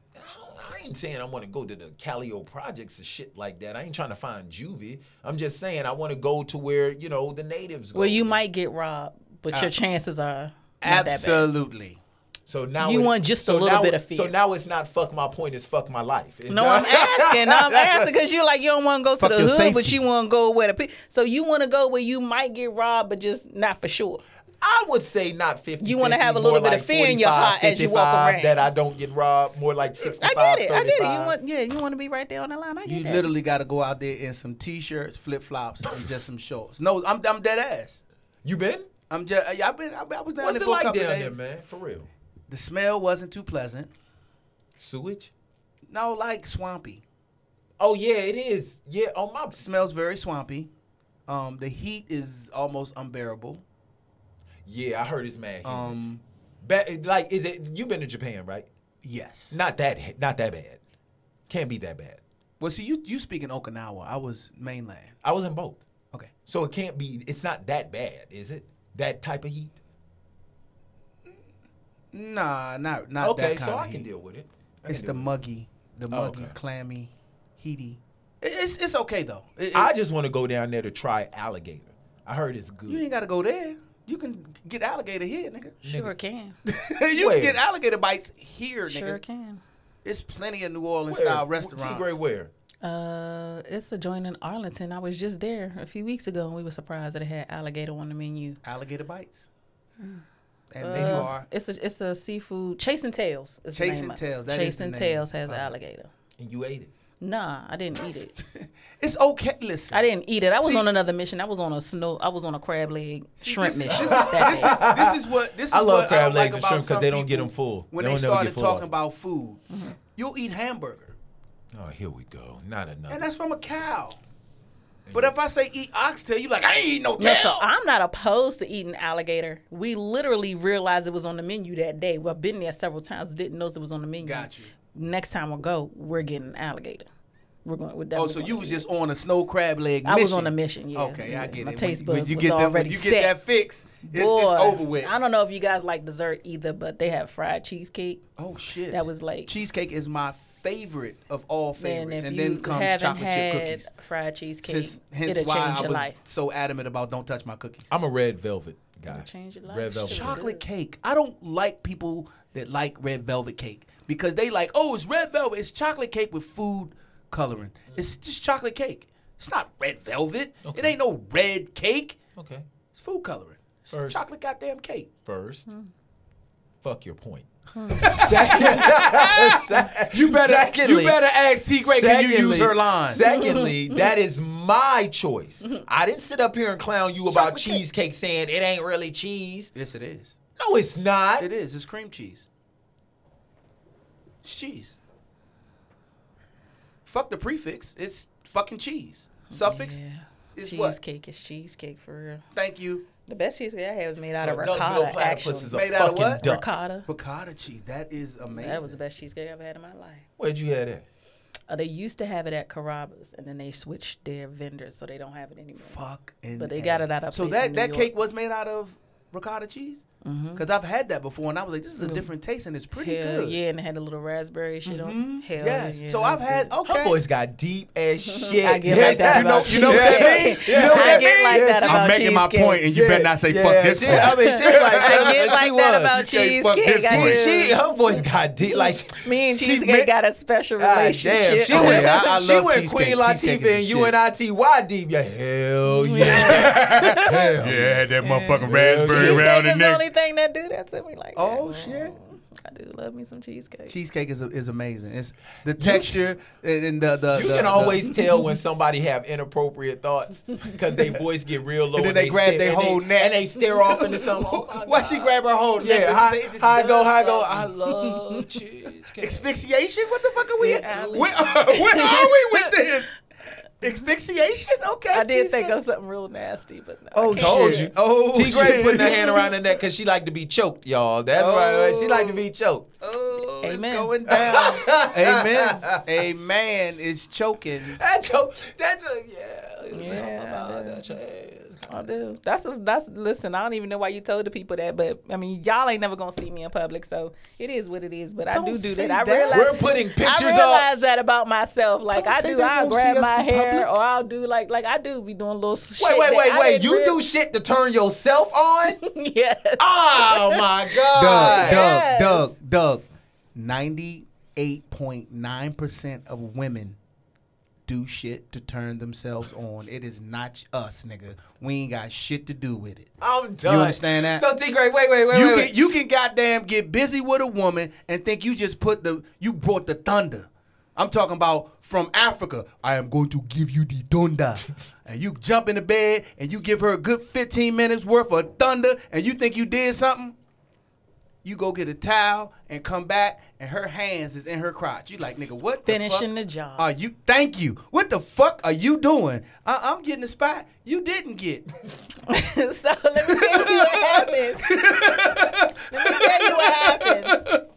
I ain't saying I want to go to the Calio projects and shit like that. I ain't trying to find juvie. I'm just saying I want to go to where you know the natives go. Well, you might get robbed, but your chances are not that bad. Ah. Absolutely. So now you want just a so little now- bit of fear. So now it's not fuck my point. It's fuck my life. It's No, I'm not- asking. I'm asking because you like you don't want to go Fuck to the your hood, but safety. you want to go where the people. So you want to go where you might get robbed, but just not for sure. I would say not 50. You wanna have a 50, little more bit of like fear in your 45, heart as you walk 55, around. That I don't get robbed. More like 65. I get it. I get it. You 35. want yeah. You want to be right there on the line. I get You that. literally gotta go out there in some t shirts, flip flops, and just some shorts. No, I'm I'm dead ass. You been? I'm just I, have been I, I was down What's there it for a like down couple of there, days. man? For real. The smell wasn't too pleasant. Sewage. No, like swampy. Oh yeah, it is. Yeah, on my Smells very swampy. Um, the heat is almost unbearable. yeah, I heard it's mad. humid. Um, Ba- like, is it? You been to Japan, right? yes. Not that not that bad. Can't be that bad. Well, see, you you speak in Okinawa. I was mainland. I was in both. Okay. So it can't be it's not that bad, is it? That type of heat? Nah, not not that okay, kind so of I can heat. deal with it. I It's can the deal with muggy, the Oh, muggy, okay. clammy, heaty. It- It's it's okay though. It- it. it- I just want to go down there to try alligator. I heard it's good. you ain't gotta go there. You can get alligator here, nigga. Sure can. you Where? can get alligator bites here, nigga. Sure can. It's plenty of New Orleans Where? style Wh- restaurants. T-Gray where? Uh, it's a joint in Arlington. I was just there a few weeks ago, and we were surprised that it had alligator on the menu. Alligator bites. Mm. And they Uh, are. It's a it's a seafood chasing tails. Is the Chasing name of it. Tails, that is the chasing name. Uh-huh. tails has an alligator. And you ate it. Nah, I didn't eat it. It's okay. Listen. I didn't eat it. I was See- on another mission. I was on a snow. I was on a crab leg shrimp this, mission. This is, that this, day. is, this is what this is I love what crab I don't legs like and about shrimp 'cause some they don't people get 'em full. When They they don't never get started full talking off 'em. about food, Mm-hmm. you'll eat hamburger, Oh, here we go. Not enough. and that's from a cow. Mm-hmm. But if I say eat oxtail, you like I ain't eat no tail. No, so I'm not opposed to eating alligator. We literally realized it was on the menu that day. We've been there several times, didn't know it was on the menu. Got you. Next time we go, we're getting alligator. We're going. We're oh, definitely so going you to was eat it. just on a snow crab leg. I Mission. was on a mission, yeah. Okay, I Yeah, get my it. taste when, you- when buds you was get that, when already you set. get that fix, it's, it's Boy, over with. I don't know if you guys like dessert either, but they have fried cheesecake. Oh shit! That was like- cheesecake is my favorite of all Man, favorites, if and you then comes haven't chocolate had chip cookies. fried cheesecake, Since, hence it'll why change I your was life. so adamant about don't touch my cookies. I'm a red velvet guy. change your life. Red velvet. chocolate cake. I don't like people that like red velvet cake because they like, oh, it's red velvet. It's chocolate cake with food coloring. It's just chocolate cake. It's not red velvet. It ain't no red cake. Okay. It's food coloring. It's First. chocolate goddamn cake. 1st fuck your point. Second, you better. Secondly- you better ask T Gray can you use her line. Secondly, Mm-hmm. that is my choice. I didn't sit up here and clown you about cheesecake saying it ain't really cheese. yes, it is. No, it's not. It is. It's cream cheese. It's cheese. Fuck the prefix. It's fucking cheese. Suffix Yeah. is what? Cheesecake is cheesecake for real. Thank you. The best cheesecake I had was made out So of a duck bill ricotta. platypus Actually, is a Made out of fucking what? duck. ricotta. Piccata cheese. That is amazing. That was the best cheesecake I've had in my life. Where'd you have that? Uh, they used to have it at Carrabba's, and then they switched their vendors, so they don't have it anymore. Fuck and But they got it out of So place that in New that York. Mm-hmm. cake was made out of ricotta cheese. Because I've had that before, and I was like, "This is a different taste, and it's pretty Mm. Hell good." Mm-hmm. yeah, and it had a little raspberry shit on. it. Hell Yes. yeah. so I've had okay. Her voice got deep as shit. I get like that You know, about you know what cheesecake. I mean? You know what I I get mean? like that Yes. about cheesecake. and you better not say Yeah, she- I mean, she was like, I she get like was. that about can't fuck cheesecake. this I one. do. She, her voice got deep. Like Me and she Cheesecake meant- got a special God damn, relationship. she went, Yeah, I- I she love went cheesecake. Queen Cheesecake is Latifah and the you and I T Y deep. Yeah, hell yeah. hell yeah. Yeah, that motherfucking raspberry cheesecake round is in the there. only thing that do that to me like Oh that. shit! I do love me some cheesecake. Cheesecake is is amazing. It's the texture and, and the the. You the, can the- always tell when somebody have inappropriate thoughts because they voice get real low And then they grab stare- their and they- whole neck. and they stare off into something. Oh my Why God. she grab her whole neck? Yeah, and hi, say this hi does go, hi go. something? I love cheesecake. Asphyxiation? What the fuck are we? Yeah, at? Alice. Where, where are we with this? Asphyxiation? Okay. I did think cheesecake. of something real nasty, but no, Oh, I can't. Told shit. you. Oh, T Gray shit. putting her hand around her neck because she like to be choked, y'all. That's right. She like to be choked. Oh, Amen. it's going down. Amen. Amen is choking. That choke. That choke. Yeah. It was Yeah, something about I that choke. I do. That's a, that's listen. I don't even know why you told the people that, but I mean, y'all ain't never gonna see me in public, so it is what it is. But I do Don't do say that. I that. realize We're putting pictures I up. realize that about myself. Like Don't I say do, they I'll won't grab see us my in hair, public. or I'll do like like I do be doing little Wait, shit. wait, that wait, I wait. didn't You do real- shit to turn yourself on? yeah. Oh my God. Doug, Yes. Doug, Doug, Doug. Ninety-eight point nine percent of women do shit to turn themselves on. It is not us, nigga. We ain't got shit to do with it. I'm done. understand that? So T Gray, wait, wait, wait, you wait. can wait. you can goddamn get busy with a woman and think you just put the you brought the thunder. I'm talking about from Africa. I am going to give you the thunder. and you jump into bed and you give her a good 15 minutes worth of thunder and you think you did something. You go get a towel and come back and her hands is in her crotch. You like, nigga, what the Finishing fuck the job. Are you thank you. What the fuck are you doing? I, I'm getting the spot you didn't get. so let me tell you what happens. let me tell you what happens. it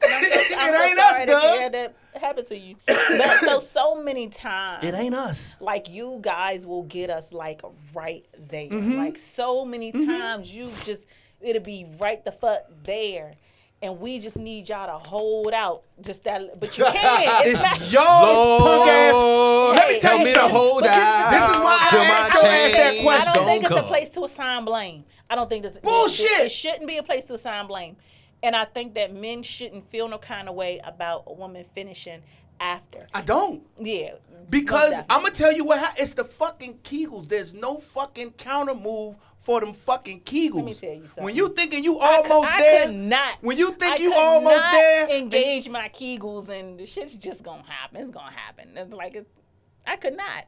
I'm so ain't sorry us, that you had Doug. that happen to you. But so so many times. It ain't us. like you guys will get us like right there. Like so many times you just it'll be right the fuck there. And we just need y'all to hold out. Just that but you can't. It's, not It's y'all's punk ass. Let me tell tell you me to something. hold Look out. at- this is why I till asked my your ass that change I question. don't gon' think it's a come. place to assign blame. I don't think this Bullshit. It, it shouldn't be a place to assign blame. And I think that men shouldn't feel no kind of way about a woman finishing after. I don't. Yeah. Because most I'm gonna tell you what happened. It's the fucking Kegels. There's no fucking counter move for them fucking Kegels. Let me tell you something. When you thinking you I could- almost I there, could not. When you think I you could almost not there, engage my Kegels and the shit's just gonna happen. It's gonna happen. It's like it, I could not.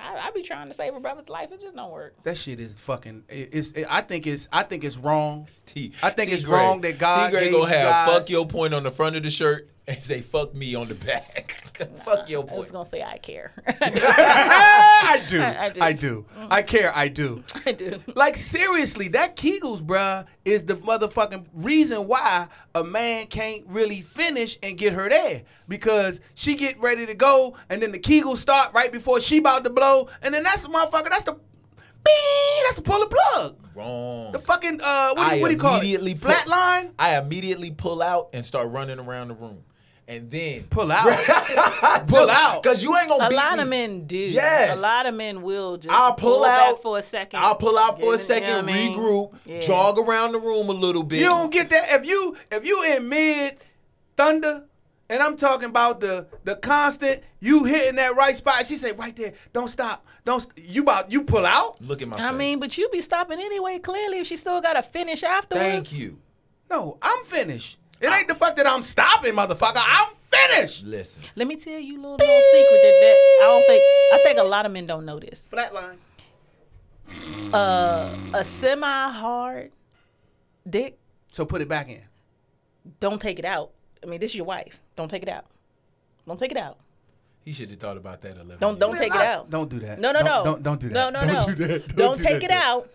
I, I be trying to save a brother's life. It just don't work. that shit is fucking. it- it's. it- I think it's. I think it's wrong. T. I think T it's Gray. wrong that God T Gray gave gonna have guys- fuck your point on the front of the shirt and say fuck me on the back. fuck your I was point. gonna say I care. I do. I- I, I do. do. I do. I care. I do. I do. Like seriously, that Kegels, bruh, is the motherfucking reason why a man can't really finish and get her there because she get ready to go, and then the Kegels start right before she about to blow, and then that's the motherfucker. That's the, bing, that's the pull the plug. Wrong. The fucking uh, what do, you- what do you call immediately it? pull- Flatline. I immediately pull out and start running around the room, and then Pull out. pull out. because you ain't gonna A beat lot me. of men do. Yes. A lot of men will just. I'll pull, back out for a second. I'll pull out for a You know what I second, mean? regroup, Yeah. jog around the room a little bit. You don't get that if you if you in mid thunder, and I'm talking about the the constant. You hitting that right spot. She say right there. Don't stop. Don't st-" you about you pull out? look at my. I face. mean, but you be stopping anyway. Clearly, if she still gotta finish afterwards. thank you. No, I'm finished. It ain't the fuck that I'm stopping, motherfucker. I'm finished. Listen, Let me tell you a little, little secret that, that I don't think I think a lot of men don't know this. Flatline. Uh, a semi-hard dick, So put it back in. don't take it out. I mean, this is your wife. Don't take it out. Don't take it out. he should have thought about that. Eleven. Don't don't years. take it out. Don't do that. No no Don't- no. don't- don't do that. No no Don't no. do that. Don't Don't do take that. it out.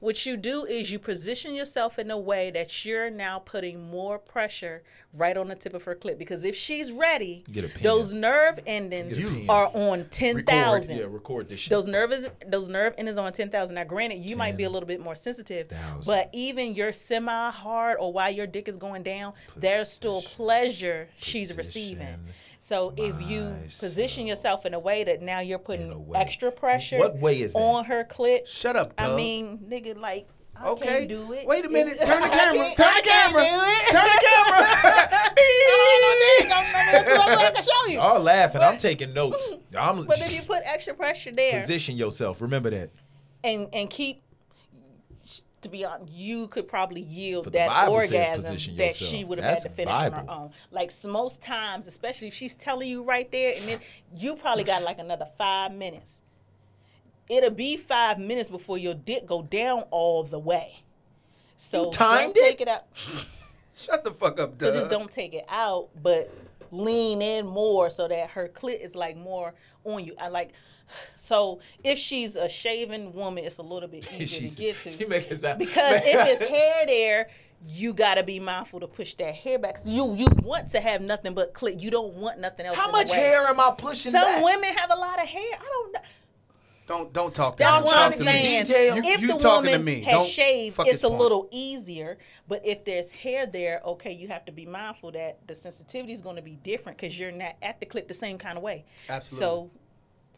What you do is you position yourself in a way that you're now putting more pressure right on the tip of her clit because if she's ready, Get a pen. those nerve endings Get a pen. are on ten Record, thousand. yeah, record this shit. those nerve is, those nerve endings on 10,000. Now granted, you might be a little bit more sensitive, but even your semi hard or while your dick is going down, there's still pleasure she's receiving. Position So if you position yourself in a way that now you're a putting way. extra pressure What way is that? on her clit, Shut up, I Doug. mean, nigga like I Okay. can't do it. Wait a minute. If- Turn the I camera. can't- Turn I the camera. can't do it. Turn the camera. Hold on, nigga. I'm- I'm- that's what I can show you. Oh, Y'all laughing. I'm taking notes. I'm But if you put extra pressure there, position yourself. Remember that. and and keep to be honest, you could probably yield But the that Bible says orgasm position that yourself. she would have That's had to finish on her Bible. own. Like s- most times, especially if she's telling you right there, and then you probably got like another five minutes. It'll be five minutes before your dick go down all the way. So timed don't it? take it out. Shut the fuck up, So Doug. just don't take it out, but lean in more so that her clit is like more on you. I like. So if she's a shaven woman, it's a little bit easier to She's- get to. she make it sound- because if it's hair there, you gotta be mindful to push that hair back. So you you want to have nothing but clit. You don't want nothing else. How in the much way. hair am I pushing Some back? women have a lot of hair. I don't know. Don't don't talk to That's me. what Talk I'm talking to me. saying. Detail. If You- you the talking to woman me. has Don't shaved, fuck it's this a point. little easier. But if there's hair there, okay, you have to be mindful that the sensitivity is going to be different because you're not at the clip the same kind of way. Absolutely. So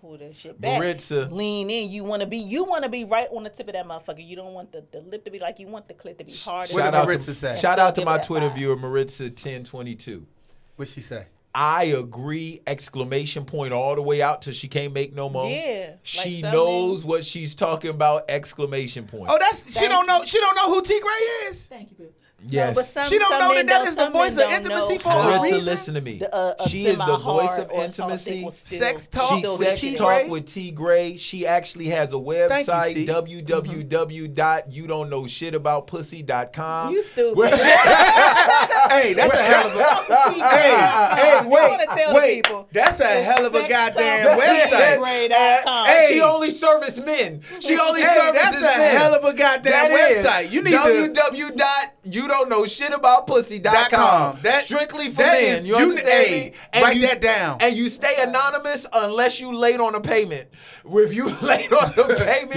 pull that shit back. Maritza. Lean in. You want to be. You want to be right on the tip of that motherfucker. You don't want the, the lip to be like. You want the clip to be hard. What Shout did out, Maritza to, say? shout out to Give my it that Twitter vibe. viewer, Maritza1022. What she say? I agree! Exclamation point all the way out till she can't make no more. Yeah, like she some knows men- what she's talking about! Exclamation point. Oh, that's she Thank don't know. She don't know who T Gray is. Thank you, babe. Yes. She don't know men that that don't- is the some men voice of don't intimacy know for a how Maritza, reason? listen to me. the, uh, a she is the voice semi-hard of or a soft dick intimacy. will still- Sex talk she still with get sex T. it. Gray? talk with T Gray. She actually has a website T. www.youdon'tknowshitaboutpussy.com. You stupid. Where- Hey, that's a hell of a. hey, hey, You wanna wait, tell the wait. people. That's a hell of a Sex goddamn talk with website. TGray.com. Hey, she only service men. She only Hey, services that's a men. hell of a goddamn website. You need to- Dot com. www.youdon'tknowshitaboutpussy.com. That- strictly for that men. is- you you- understand hey, me? And write you- that down. And you stay anonymous unless you late on a payment. If you late on the payment,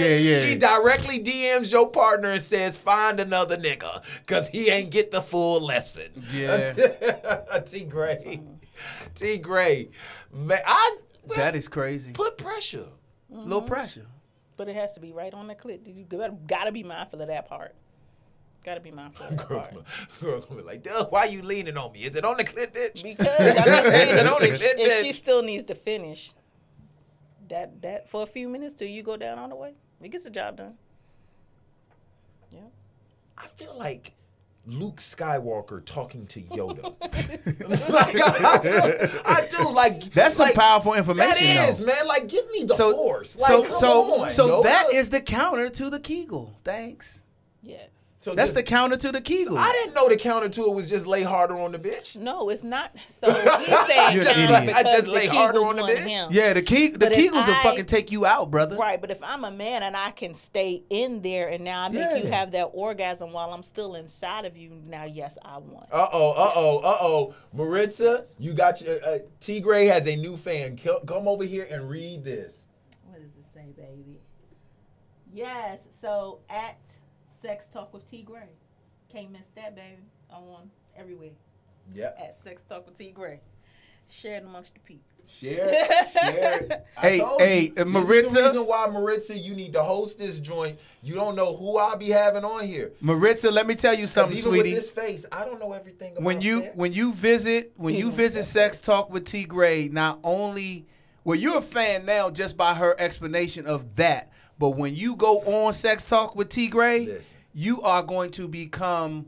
Yeah, yeah. she directly DMs your partner and says, "Find another nigga, cause he ain't get the full lesson." Yeah. T Gray, T Gray, man, I That is crazy. put pressure. Little pressure. But it has to be right on the clit. You gotta, gotta be mindful of that part. Gotta be mindful of that part. Girl gonna be like, Doug, why you leaning on me? Is it on the clip, bitch? Because I'm just saying, Don't if, admit if that. she still needs to finish that that for a few minutes till you go down all the way, it gets the job done. Yeah. I feel like Luke Skywalker talking to Yoda. Like, I, feel- I do like That's some like, powerful That information, is, though. man. Like, give me the So, force. Like, so, come so, on, so Yoda. that is the counter to the Kegel. Thanks. Yes. So That's just- the counter to the Kegel. I didn't know the counter to it was just lay harder on the bitch. No, it's not. So he's saying You're an counter idiot. because I just the lay Kegels harder on the want bitch. him. yeah, the Ke- the But if Kegels will I- fucking take you out, brother. Right, but if I'm a man and I can stay in there and now I make you Yeah. have that orgasm while I'm still inside of you, now yes, I want. Uh oh, uh oh, uh oh. Maritza, you got your. Uh, T Gray has a new fan. Co- Come over here and read this. What does it say, baby? Yes. So at Sex Talk with T Gray, can't miss that, baby. I'm on everywhere Yep. at Sex Talk with T Gray. Shared amongst the people. Share, share. it. I Hey, told hey, you, uh, This is the Maritza. reason why Maritza, you need to host this joint. You don't know who I be having on here. Maritza, let me tell you 'Cause something, even sweetie. with this face, I don't know everything. About when you sex. when you visit when Mm-hmm. you visit sex talk with T Gray, not only well you're a fan now just by her explanation of that, but when you go on sex talk with T Gray, Listen. you are going to become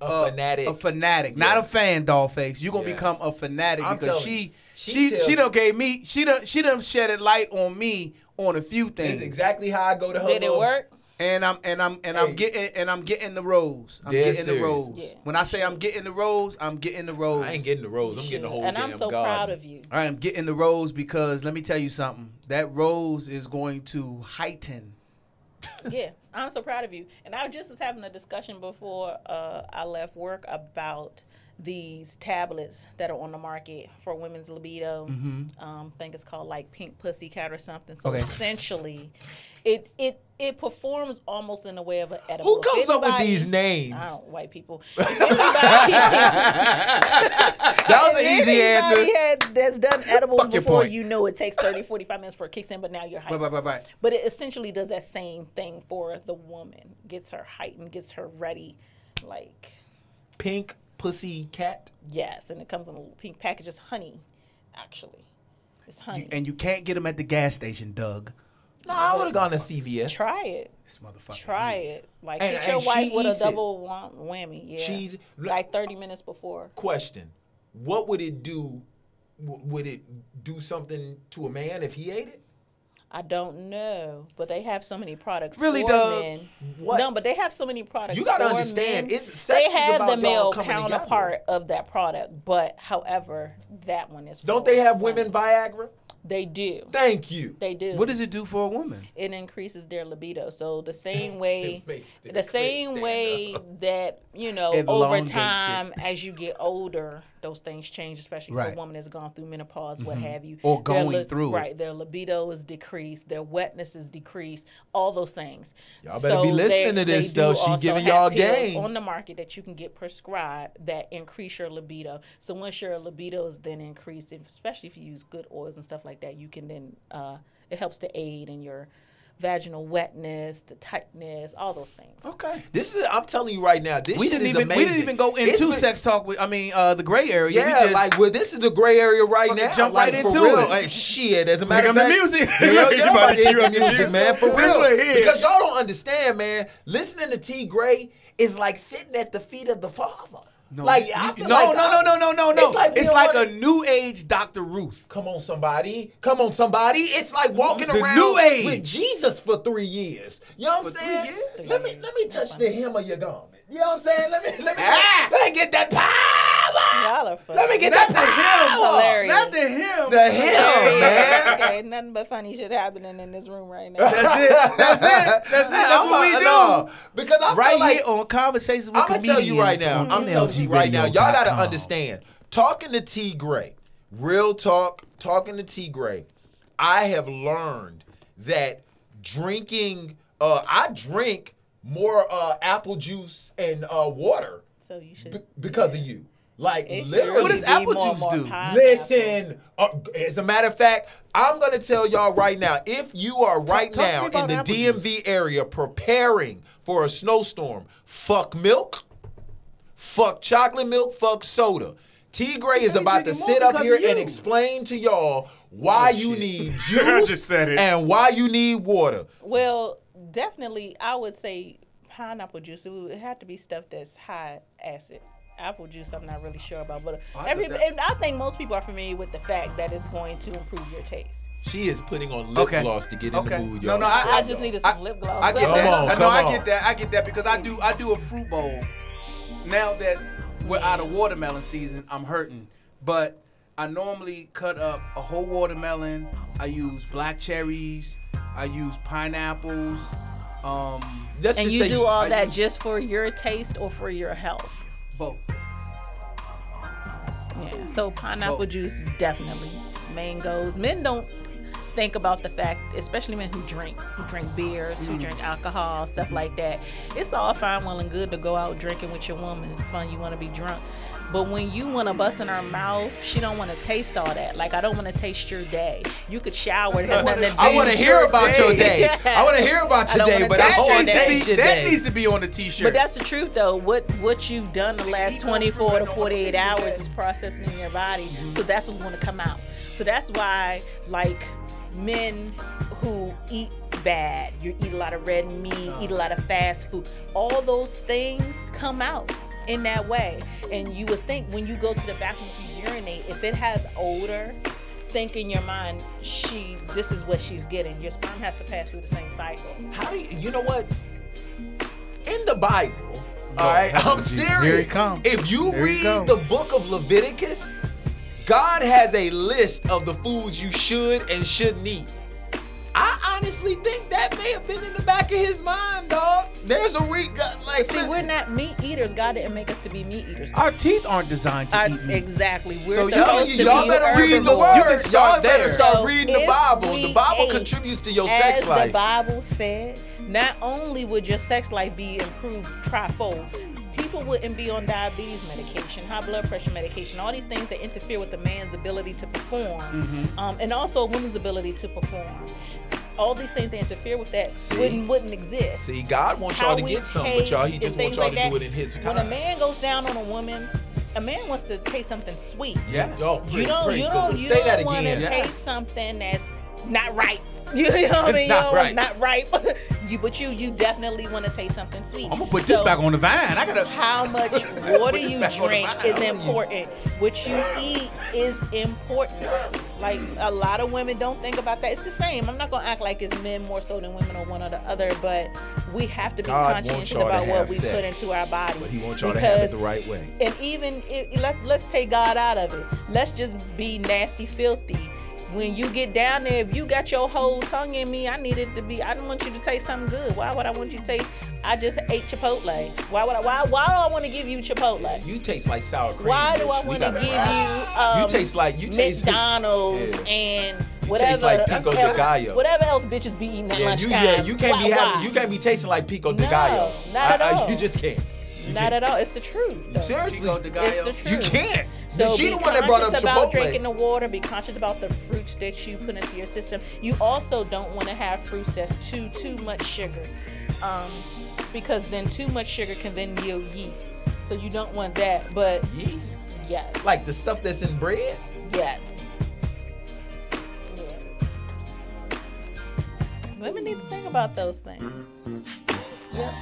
A fanatic. uh, a fanatic, not a Yes. fan, Dollface. You're gonna Yes. become a fanatic I'm because telling you, she she she tell she you. done gave me she done she done shedded light on me on a few things, That's exactly how I go to her. Did it little- work? and I'm and I'm and Hey. I'm getting and I'm getting the rose. I'm Dead getting the serious. rose. Yeah. When I say I'm getting the rose, I'm getting the rose. I ain't getting the rose. I'm getting the whole and damn I'm so garden. proud of you. I am getting the rose because let me tell you something. That rose is going to heighten. yeah, I'm so proud of you. And I just was having a discussion before uh, I left work about these tablets that are on the market for women's libido. Mm-hmm. Um, I think it's called like Pink Pussycat or something. So Okay. essentially, it it it performs almost in the way of an edible. Who If comes up with anybody- these names? I don't, white people. If anybody- That was an anybody easy answer. Had, that's done edibles Fuck your before, point. you know it takes 30, 45 minutes for a kicks in, but now you're hyped. Right, right, right, right. But it essentially does that same thing for the woman. Gets her heightened, gets her ready. Like, Pink pussy cat. yes. And it comes in a little pink package. It's honey, actually. It's honey. You- and you can't get them at the gas station, Doug. No, I would have gone to CVS. Try it. This motherfucker. Try it. Like, And- hit your and wife she with a eats it. double wha- whammy. Yeah. She's- like 30 minutes before. Question: What would it do? w- Would it do something to a man if he ate it? I don't know, but they have so many products Really, for Doug? men. What? No, but they have so many products. You gotta for understand, men. it's- sex is they have about the y'all male coming together. counterpart of that product, but however, that one is. Don't for they have women Viagra? They do. Thank you. They do. What does it do for a woman? It increases their libido. So the same way, It makes their the clit same stand way that you know It over elongates it. time as you get older, those things change. Especially for Right. Mm-hmm. a woman that's gone through menopause, what have you, Or Their going through it. Right, their libido is decreased, their wetness is decreased, all those things. Y'all better be listening to this do stuff. She also giving have y'all pills game. on the market that you can get prescribed that increase your libido. So once your libido is then increased, and especially if you use good oils and stuff like that, you can then uh, it helps to aid in your vaginal wetness, the tightness, all those things. Okay. This is. I'm telling you right now. This We shit didn't is even we amazing. didn't even go It's into been- sex talk with I mean uh the gray area. Yeah, we just, like well, this is the gray area right Fucking now. jump like, right for into real. it. Hey, shit, as a matter Pick of up fact, the music. Yeah, yeah, You I'm about about to to pick up hit the the music, music. man. For This real, one here. because y'all don't understand, man. Listening to T. Gray is like sitting at the feet of the Father. No, like I feel no, like no, no, no, no, no, no. It's like, it's being like one- a new age Dr. Ruth. Come on, somebody. Come on, somebody. It's like walking The around new age. with Jesus for three years. You know what I'm saying? Let me let me touch the hem of your garment. You know what I'm saying? Let me let me Ah! let me get that power. Y'all are funny. Let me get that power. hilarious. Not to him. The hem, man. Hilarious. okay, nothing but funny shit happening in this room right now. That's it. That's it. That's it. That's I'm what a- we do. no, because I Right feel like here on Conversations with I'm gonna tell you right now. Comedians I'm on telling you right now. Y'all gotta NLGRadio.com. understand. Talking to T. Gray, real talk. Talking to T. Gray, I have learned that drinking. Uh, I drink more uh, apple juice and uh, water so you should. b- because of you. Like It should literally. really does be apple more- juice more do? pineapple. Listen, uh, as a matter of fact, I'm going to tell y'all right now if you are right talk to me now in about the apple DMV area preparing for a snowstorm, fuck milk, fuck chocolate milk, fuck soda. T Gray is can't about to drink sit more up because here of and you. explain to y'all why you need juice Oh, just said it. and why you need water. Well, definitely, I would say pineapple juice. It would have to be stuff that's high acid. Apple juice, I'm not really sure about, but every and I think most people are familiar with the fact that it's going to improve your taste. She is putting on lip Okay. gloss to get Okay. in the mood, No, y'all. no, I- I just needed some lip gloss. I get Come that. on, no, come I on. get that. I get that because I do I do a fruit bowl. Now that we're out of watermelon season, I'm hurting. But I normally cut up a whole watermelon. I use black cherries. I use pineapples. Um, Let's And just you say do all I that use- just for your taste or for your health. both. Yeah. So pineapple Well- juice definitely. Mangoes. Men don't think about the fact, especially men who drink, who drink beers, who Mm. drink alcohol, stuff like that. It's all fine, well, and good to go out drinking with your woman. Fun, you want to be drunk. But when you want to bust in her mouth, she don't want to taste all that. Like I don't want to taste your day. You could shower. It has nothing to do. I want to hear about your day. I want to hear about I your don't day, wanna but I taste Oh, don't your want to day. taste your That day. needs to be on the t-shirt. But that's the truth, though. What what you've done the last eat 24 fruit, I to don't 48 wanna taste hours it. is processing in your body, so that's what's going to come out. So that's why, like men who eat bad, you eat a lot of red meat, eat a lot of fast food. All those things come out in that way, and you would think when you go to the bathroom, if you urinate, if it has odor. Think in your mind, she. This is what she's getting. Your sperm has to pass through the same cycle. How do you, you know what? In the Bible, all right, I'm serious. Here it comes. If you Here it read comes. the book of Leviticus, God has a list of the foods you should and shouldn't eat. I honestly think that may have been in the back of his mind, dog. There's a re like See, we're listen, not meat eaters. God didn't make us to be meat eaters. Our teeth aren't designed to I- eat meat. exactly. We're So so y'all- supposed you, to y'all be better read the herbivores. word. Y'all start better there. start So reading the if Bible. The we Bible ate contributes to your As sex life. the Bible said, not only would your sex life be improved trifold, people wouldn't be on diabetes medication, high blood pressure medication, all these things that interfere with a man's ability to perform, Mm-hmm. um, and also a woman's ability to perform. All these things that interfere with that See? wouldn't wouldn't exist. See, God wants y'all how to we get some, but y'all, he taste just and wants y'all things to like do it that. in his time. When a man goes down on a woman, a man wants to taste something sweet. Yes. Y'all, You praise- don't, praise you the don't, Lord. you Say don't that want to again. Yeah. taste something that's not right. You know what I mean? Not Not right. right. Not right. you, but you, you definitely want to taste something sweet. I'm gonna put this So, back on the vine. I gotta. How much water you drink is important. What you eat is important. Like a lot of women don't think about that. It's the same. I'm not gonna act like it's men more so than women or one or the other, but we have to be God wants conscientious y'all to about have what we put sex, into our bodies. But he wants y'all to have it because the right way. and even if, let's let's take God out of it. Let's just be nasty, filthy. When you get down there, if you got your whole tongue in me, I need it to be. I don't want you to taste something good. Why would I want you to taste? I just ate Chipotle. Why would I? Why why do I want to give you Chipotle? You taste like sour cream. Why do bitch. I We want to gotta give you? ride. Um, You taste like- you taste- McDonald's Yeah. and You whatever. taste like Pico de else- Gallo. Whatever else bitches be eating at Yeah, you, lunchtime. yeah, you can't Why- be why? having, you can't be tasting like pico de No, gallo. not at I- I- all. you just can't. You Not can't. at all. It's the truth. though. Seriously, Pico de It's the Gallo. truth. you can't. So she be the one that brought up conscious about Chipotle. drinking the water. Be conscious about the fruits that you put into your system. You also don't want to have fruits that's too too much sugar, um, because then too much sugar can then yield yeast. So you don't want that. But Yeast? yes, Like the stuff that's in bread. yes. Yeah. Women need to think about those things.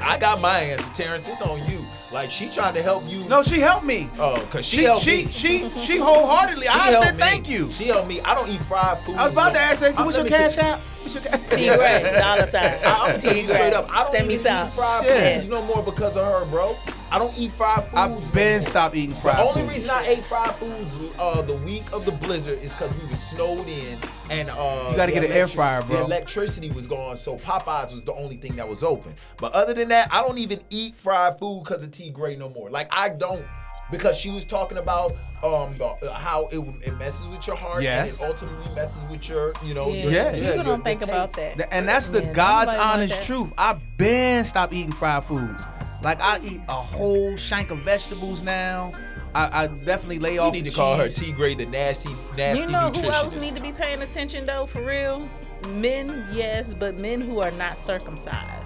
I got my answer, Terrence. It's on you. Like she trying to help you. No, she helped me. oh, cause she, She helped she me. she she wholeheartedly. She I helped said me. thank you. She helped me. I don't eat fried food. I was about to ask that. I'm- What's let your me tell- cash out? What's your cash? T Gray, dollar sign. I- I'm telling T you straight Gray, up, I don't send me even some. eat fried Shit. foods no more because of her, bro. I don't eat fried foods. no I've been more. stopped eating The fried. only food. reason I ate fried foods uh, the week of the blizzard is because we were snowed in and uh, You gotta the get an air electric- fryer, bro. The electricity was gone, so Popeyes was the only thing that was open. But other than that, I don't even eat fried food because of T Gray no more. Like I don't because she was talking about um the, uh, how it, it messes with your heart Yes. and it ultimately messes with your you know Yeah. your, Yeah. People your- your don't think taste. about that. Th- And that's the Yeah, God's nobody want honest that. truth. I've been stopped eating fried foods. Like I eat a whole shank of vegetables now. I, I definitely lay You off. need the to call her cheese. T Gray the nasty, nasty You know nutritionist. who else need to be paying attention though, for real? Men, yes, but men who are not circumcised.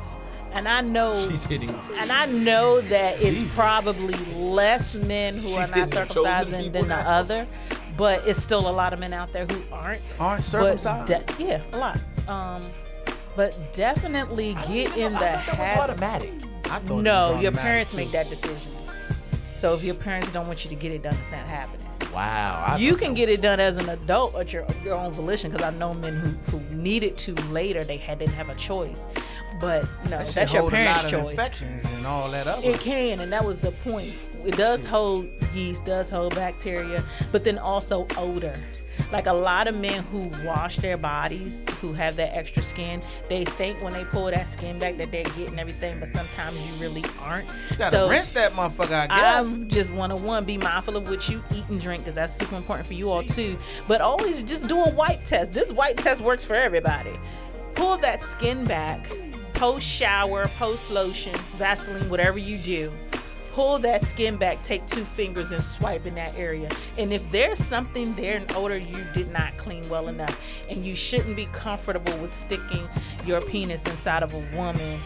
And I know She's hitting. and I know that it's probably less men who are not hitting the circumcised chosen than, people than the now. other, but it's still a lot of men out there who aren't. Aren't But circumcised? de- yeah, a lot. Um, but definitely get in the habit. automatic. I thought it was No, your automatic, parents too. make that decision. So if your parents don't want you to get it done, it's not happening. Wow. I You can get it done as an adult at your your own volition because I know men who, who needed to later they had didn't have a choice, but no, That shit that's your hold a parents' lot of choice. Infections and all that other. It can, and that was the point. It does hold yeast, does hold bacteria, but then also odor. Like a lot of men who wash their bodies, who have that extra skin, they think when they pull that skin back that they're getting everything, but sometimes you really aren't. You gotta rinse that motherfucker. I guess. I'm just one on one. Be mindful of what you eat and drink because that's super important for you all too. But always just do a wipe test. This wipe test works for everybody. Pull that skin back, post shower, post lotion, Vaseline, whatever you do. Pull that skin back, take two fingers and swipe in that area. And if there's something there, an odor you did not clean well enough, and you shouldn't be comfortable with sticking your penis inside of a woman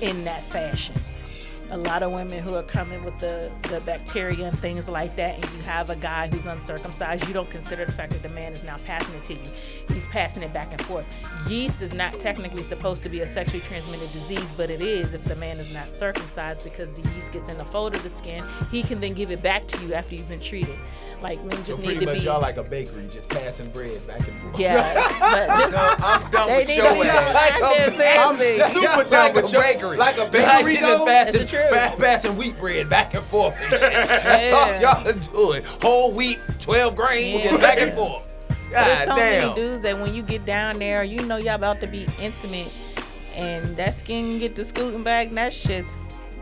in that fashion a lot of women who are coming with the, the bacteria and things like that, and you have a guy who's uncircumcised, you don't consider the fact that the man is now passing it to you. He's passing it back and forth. Yeast is not technically supposed to be a sexually transmitted disease, but it is if the man is not circumcised because the yeast gets in the fold of the skin. He can then give it back to you after you've been treated. Like, men just So need pretty to much be. y'all like a bakery, just passing bread back and forth. yeah, but I'm done They with need your to be ass. I'm super done like with a your- bakery. like a bakery, you just though? passing, It's the truth. pa- passing wheat bread back and forth. and shit. That's all Yeah. y'all are doing. Whole wheat, 12 grain, Yeah. just back and forth. There's God so many damn. dudes that when you get down there, you know y'all about to be intimate, and that skin get to scooting back, and that shit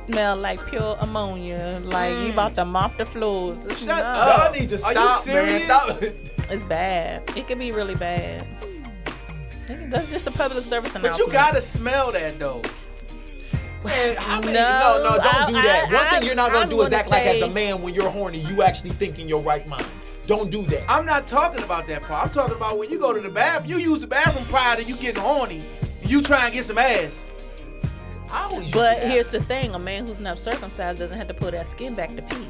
smell like pure ammonia. Like you about to mop the floors. It's, Shut no, up. Y'all need to Are you stop, man. serious? Stop. It's bad. It can be really bad. That's just a public service announcement. But you gotta smell that though. Man, how many- No, no, no, don't I- do that. I- One I'm- thing you're not gonna I'm do is gonna act like as say- a man when you're horny, you actually think in your right mind. Don't do that. I'm not talking about that part. I'm talking about when you go to the bathroom, you use the bathroom prior to you getting horny. and You try and get some ass. I always used But to ask. here's the thing: a man who's not circumcised doesn't have to pull that skin back to pee.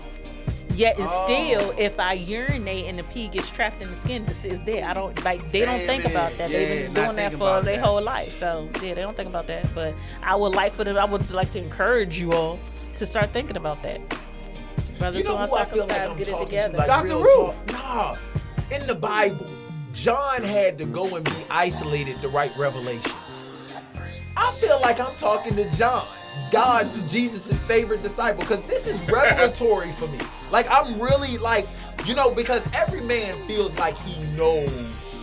Yet Oh. and still, if I urinate and the pee gets trapped in the skin, this is there. I don't like they don't Damn think it. about that. They've Yeah, been not doing that thinking for about their that. whole life. So yeah, they don't think about that. But I would like for them. I would like to encourage you all to start thinking about that. Brothers You know who who I are feel like circumcised, I'm get it talking together. to? Like Dr. real Ruth. talk. Nah, in the Bible, John had to go and be isolated to write Revelations. I feel like I'm talking to John, God's Jesus' favorite disciple, because this is revelatory for me. Like I'm really like, you know, because every man feels like he knows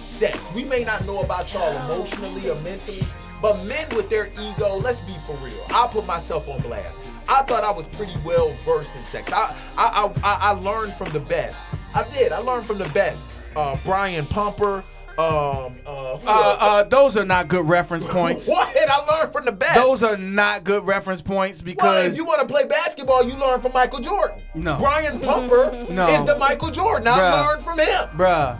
sex. We may not know about y'all emotionally or mentally, but men with their ego, let's be for real. I'll put myself on blast. I thought I was pretty well versed in sex. I I, I, I- I learned from the best. I did. I learned from the best. Uh, Brian Pumper. Um, uh, who Uh, else? uh, those are not good reference points. What? I learned from the best. Those are not good reference points well, if because you want to play basketball, you learn from Michael Jordan. No. Brian Pumper No. is the Michael Jordan. I Bruh. learned from him. bruh,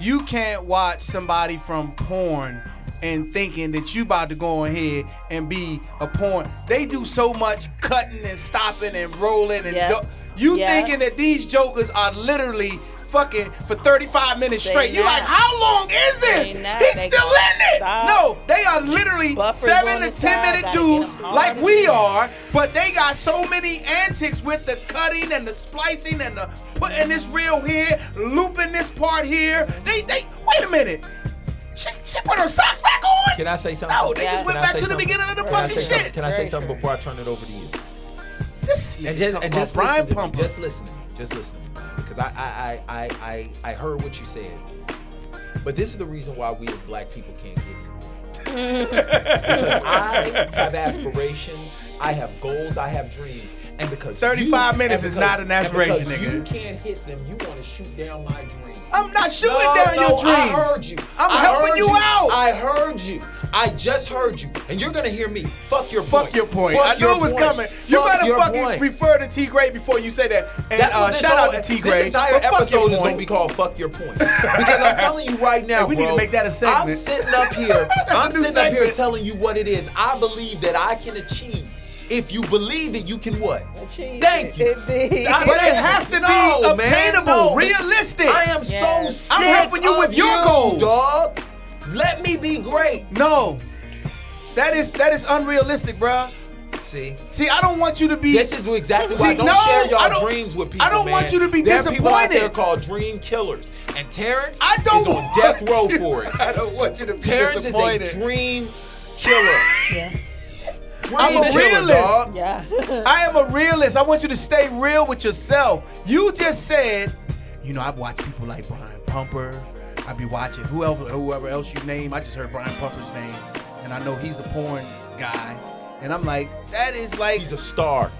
you can't watch somebody from porn and thinking that you about to go in here and be a porn. They do so much cutting and stopping and rolling and Yeah. do- you Yeah. thinking that these jokers are literally fucking for 35 minutes They straight. you not. like, how long is this? They not. He's They still gotta in it. stop. No, they are literally Buffers on seven the to side, ten minute gotta get dudes them hard like as we hell. are, but they got so many antics with the cutting and the splicing and the putting this reel here, looping this part here. They they wait a minute. She, she put her socks back on. Can I say something? No, they Yeah. just went Can I back say to the something? beginning of the Can I fucking say something? shit. Can I say something before I turn it over to you? This And nigga just, talking and about just Brian listen to me. Pumper. Just listen, to me. just listen, to me. because I, I, I, I, I, I heard what you said. But this is the reason why we as black people can't get it. because I have aspirations, I have goals, I have dreams, And because 35 you- minutes and is not an and aspiration, because nigga. You can't hit them. You want to shoot down my dream. I'm not shooting No, down no, your dreams. I heard you. I'm I helping heard you, out. I heard you. I just heard you. And you're gonna hear me. Fuck your Fuck point. your point. Fuck I knew your it was point. coming. you Fuck better your fucking point. refer to T Gray before you say that. And That's what uh, this shout out to whole- T Gray. This entire episode is going to be called "Fuck Your Point" because I'm telling you right now, Hey, we need to bro, make that a I'm segment. sitting up here. That's a I'm new sitting up here segment. telling you what it is. I believe that I can achieve. If you believe it, you can what? Achieve Thank you. I- but it has to be No, man, obtainable, no. realistic. I am so Yes. sick I'm helping you of with your goals. dog. Let me be great. No, that is that is unrealistic, bruh. See, See, I don't want you to be. this is exactly why See, don't no, share I y'all don't- dreams with people. I don't want man. you to be there are people out there disappointed. called dream killers, and Terrence I don't is on want death row you- for it. I don't want you to be Terrence is disappointed. a dream killer. Yeah. Dream I'm a killer, realist. dog. Yeah. I am a realist. I want you to stay real with yourself. You just said, you know, I watch people like Brian Pumper. I be watching whoever whoever else you name. I just heard Brian Pumper's name, and I know he's a porn guy. And I'm like, that is like He's a star.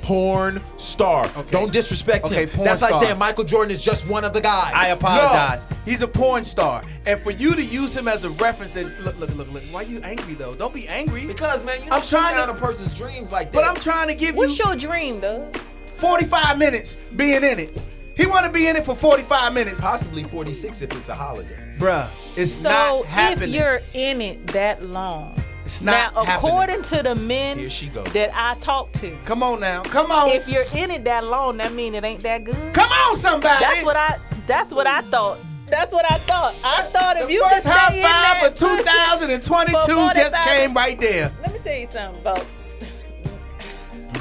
Porn star. Okay. Don't disrespect Okay, him. porn That's like star. saying Michael Jordan is just one of the guys. I No. apologize. He's a porn star, and for you to use him as a reference, then look, look, look, look. Why you angry though? Don't be angry. Because man, you I'm don't shoot trying down to- a person's dreams like that. But I'm trying to give What's you your dream, though? 45 minutes being in it. He want to be in it for 45 minutes, possibly 46 if it's a holiday. bruh. It's So not if happening. you're in it that long, It's not now happening. according to the men Here she go. that I talk to, Come on now. Come on. if you're in it that long, that mean it ain't that good. Come on, somebody. That's what I. That's what I thought. That's what I thought. I thought if the you first could stay high in five that of pussy- 2022 for just 45 came right there. Let me tell you something about.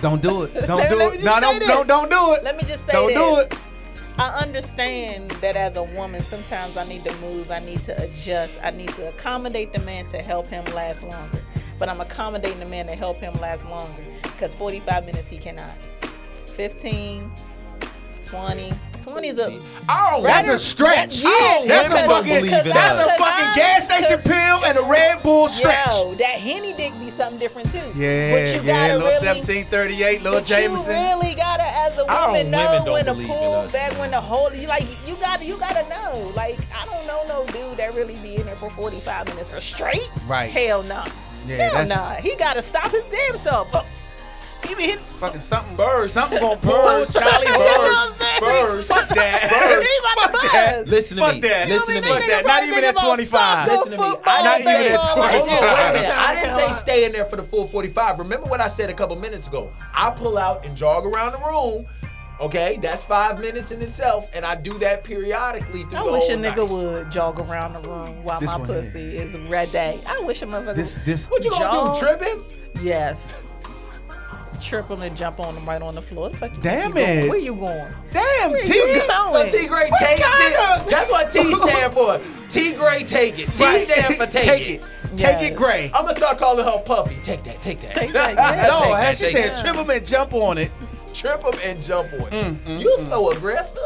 Don't do it. Don't Let me do it. just No, say don't, this. don't, don't do it. Let me just say Don't this. do it. I understand that as a woman, sometimes I need to move, I need to adjust, I need to accommodate the man to help him last longer. But I'm accommodating the man to help him last longer because 45 minutes he cannot. 15, 20, 20 is a. Oh, That's a stretch. Oh, Yeah, that's a women don't fucking, believe in that's us. a fucking gas station pill and a Red Bull stretch. Yo, that Henny dick be something different too. Yeah, but you yeah, gotta little really, 1738, little but Jameson. You really gotta, as a Our woman, women know don't when to believe in pull us, back, when to hold. You like, you gotta, you gotta know. Like, I don't know no dude that really be in there for 45 minutes for straight. Right. Hell no. Nah. Yeah, Hell that's- no. Nah. He gotta stop his damn self. Oh, he be hitting. fucking something First. something gonna pull First. Charlie you know what Bird. I'm saying? First. Fuck that. First. He about to Fuck buzz. that. Listen to Fuck me. that. Listen to They me. Fuck think that. about- Not they even think at about 25. soccer, Listen to me. football, Not even at baseball, Right. Wait a minute, Yeah. wait a minute. I didn't say stay in there for the full 45. Remember what I said a couple minutes ago. I pull out and jog around the room. Okay, that's five minutes in itself, and I do that periodically through I the wish a whole nigga night. would jog around the room while This my one pussy is red day. I wish a motherfucker. This this What you gonna Jog. do? Trip him? Yes. Trip him and jump on him right on the floor. The fuck you- Damn you going- it. Where you going? damn Where T. you So going? T Gray takes kinda- it. That's what T stand for. T Gray take it. T Right. stand for take, Take it. it. Yes. Take it gray. I'm gonna start calling her Puffy. Take that. Take that. Take that, yeah. no, Take that, has she take said that. trip him and jump on it. Trip him and jump on. it. you so aggressive.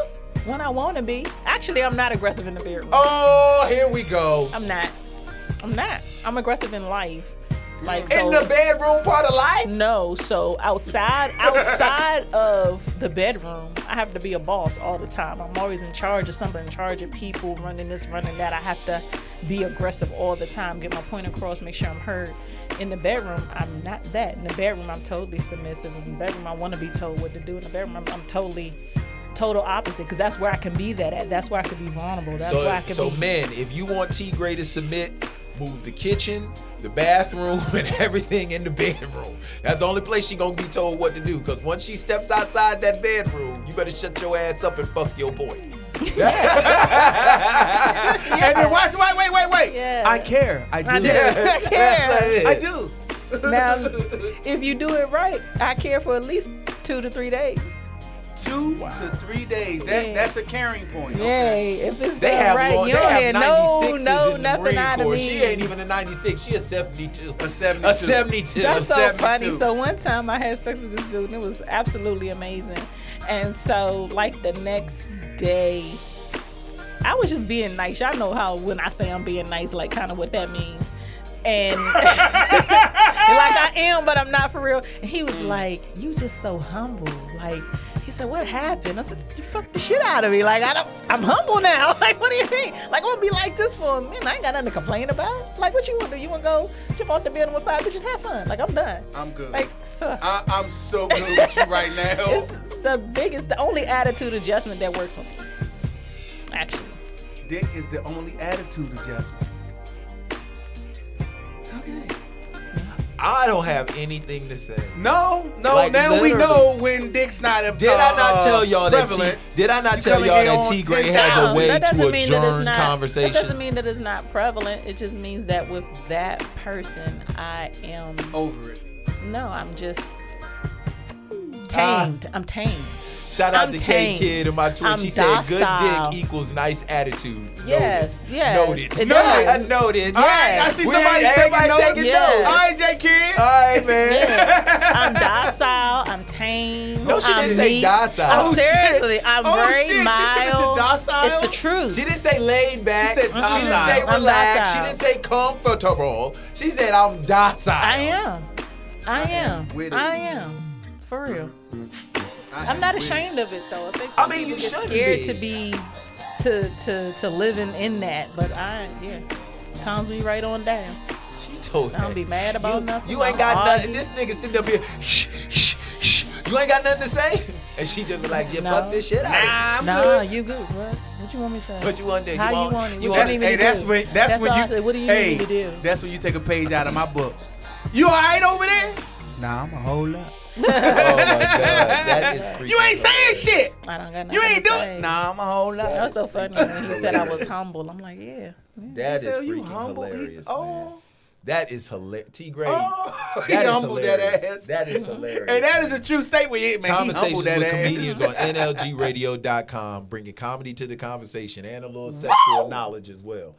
When I want to be. Actually, I'm not aggressive in the bedroom. Oh, here we go. I'm not. I'm not. I'm aggressive in life. Like so, In the bedroom part of life. No, so outside outside of the bedroom, I have to be a boss all the time. I'm always in charge of something, in charge of people, running this, running that. I have to be aggressive all the time, get my point across, make sure I'm heard. In the bedroom, I'm not that. In the bedroom, I'm totally submissive. In the bedroom, I want to be told what to do. In the bedroom, I'm, I'm totally total opposite because that's where I can be that at. That's where I can be vulnerable. That's where I So, can so be. men, if you want T Gray to submit, move the kitchen, the bathroom, and everything in the bedroom. That's the only place she gonna be told what to do. Cause once she steps outside that bedroom, you better shut your ass up and fuck your boy. And then watch, wait, wait, wait, wait. Yeah. I care. I do. I do. I care. I do. Now, if you do it right, I care for at least two to three days. Two to three days. That Yeah. that's a caring point. Yay, if it's They done have right, long, you they don't have hear no, 96s no, in the nothing Marine out of Corps. me. She ain't even a 96. She a 72. A 72. A 72. That's so 72. funny. So one time I had sex with this dude and it was absolutely amazing. And so like the next day, I was just being nice. Y'all know how when I say I'm being nice, like kind of what that means. And like I I am, but I'm not for real. And he was like, you just so humble. Like, he said, what happened? I said, you fucked the shit out of me. Like, I don't, I'm humble now. Like, what do you think? Like, I'm gonna be like this for a minute. I ain't got nothing to complain about. Like, what you wanna do? You wanna go jump off the building with five bitches, have fun. Like, I'm done. I'm good. Like, so I, I'm so good with you right now. it's the biggest, the only attitude adjustment that works for me. Actually. Dick is the only attitude adjustment. I don't have anything to say. No, no. Like, now we literally. know when Dick's not. Did I not tell y'all that? T, Uh, Prevalent. did I not You tell coming y'all in that on T Gray has a No, way that doesn't to mean that it's adjourn not- That doesn't conversations? mean that it's not prevalent. It just means that with that person, I am. Over it. No, I'm just tamed. I'm tamed. Shout out I'm to K tame. Kid in my I'm Twitch. He said, "Good docile." dick equals nice attitude." Yes, yes. Noted. It Noted. does. Noted. All right, I see We- somebody taking everybody notes. taking Yes. notes. All right, J Kid. All right, man. Yeah. I'm docile. I'm tame. No, she I'm didn't say meek. docile. I'm Oh, shit. seriously, I'm Oh, very shit, she took it to mild. docile? It's the truth. She didn't say laid back. She She, said didn't say docile. I'm relaxed. She docile. didn't say comfortable. She said I'm docile. I am. I am. with it. I am. For real. I'm not ashamed of it though. I think I some mean, people you get shouldn't scared be. to be to to to living in that, but I yeah, calms me right on down. She told I don't be me. mad about nothing. You ain't I got don't nothing. This nigga sitting up here. Shh, shh, shh. You ain't got nothing to say. And she just be like, you No. fuck this shit out. argue. Nah, you good. What? What you want me to say? But you want that. How you you want, want it? You What want you That's, need it. me to hey, that's do? when. That's, That's when all you. I said. What do you need hey, me to do? That's when you take a page out of my book. You all right over there? Nah, I'm a whole lot. Oh my god, that is freaky. You ain't saying shit. I don't got nothing. You ain't to doing. say. Nah, I'm a whole lot. That was so funny when he said I was humble. I'm like, yeah. That is Hell, you freaking humble. He- hilarious, man. oh, That is hilarious. T. Gray. oh, he that is humbled that hilarious. ass. That is hilarious. Hey, that is a true statement, yeah, man. He Conversations humbled that with ass. comedians on NLGradio.com, bringing comedy to the conversation and a little sexual knowledge as well.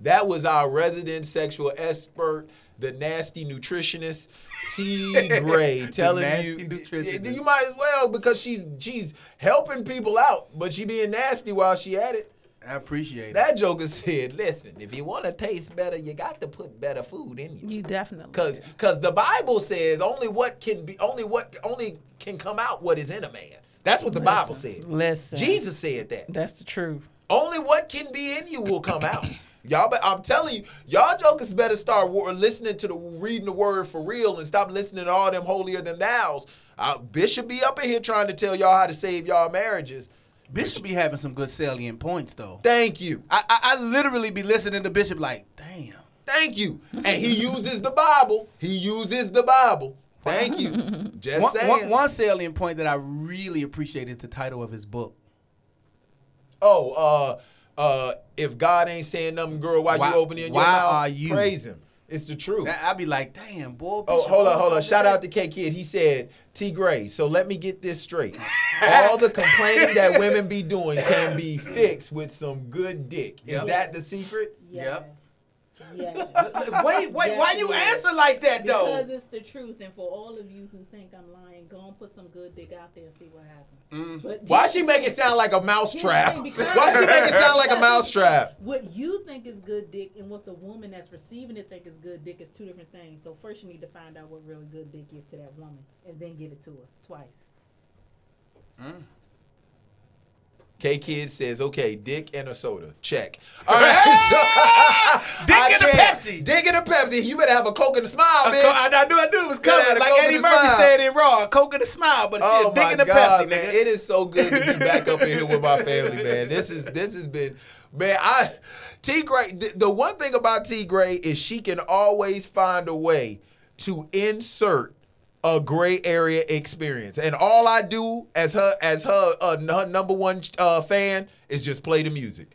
That was our resident sexual expert, the nasty nutritionist, T. Gray, telling nasty you nutritionist. you might as well because she's she's helping people out, but she being nasty while she at it. I appreciate it. That joker said, "Listen, if you want to taste better, you got to put better food in you." You definitely. Cause, cause the Bible says only what can be, only what, only can come out what is in a man. That's what the Bible said. Listen. Jesus said that. That's the truth. Only what can be in you will come out. Y'all, but I'm telling you, y'all jokers better start wa- listening to the reading the word for real and stop listening to all them holier than thou's. Uh, Bishop be up in here trying to tell y'all how to save y'all marriages. Bishop be having some good salient points though. Thank you, I, I, I literally be listening to Bishop like, damn. thank you. And he uses the Bible. He uses the Bible. Thank you. Just One, saying. one, one salient point that I really appreciate is the title of his book. Oh, uh, uh, if God ain't saying nothing, girl, why, Why- you opening why your mouth? are you? Praise Him. It's the truth. That- I be like, damn, boy. oh, Bishop hold wrote on, hold on. something Shout that- out to K Kid. He said T Gray. So let me get this straight. All the complaining that women be doing can be fixed with some good dick. Is Yep. that the secret? Yep. Yeah. Wait, wait. Why you answer like that though? it's the truth, and for all of you who think I'm lying, go and put some good dick out there and see what happens. But Mm. Why she make it sound like a mousetrap? Yeah, because- Why she make it sound like a mousetrap? what you think is good dick and what the woman that's receiving it think is good dick is two different things. So first you need to find out what really good dick is to that woman and then give it to her twice. K Kid says, okay, dick and a soda. Check. All right. so- Dick I and a can't- Pepsi. Dick and a Pepsi. You better have a Coke and a smile, A bitch. co- I, I knew I knew it was coming. had a Like Coke Eddie and a Murphy smile. said in Raw, Coke and a smile, but Oh shit, dick my and a God, Pepsi, man! nigga. It is so good to be back up in here with my family, man. This is this has been, man. I T Gray. th- The one thing about T Gray is she can always find a way to insert a gray area experience, and all I do as her as her uh, n- her number one uh, fan is just play the music.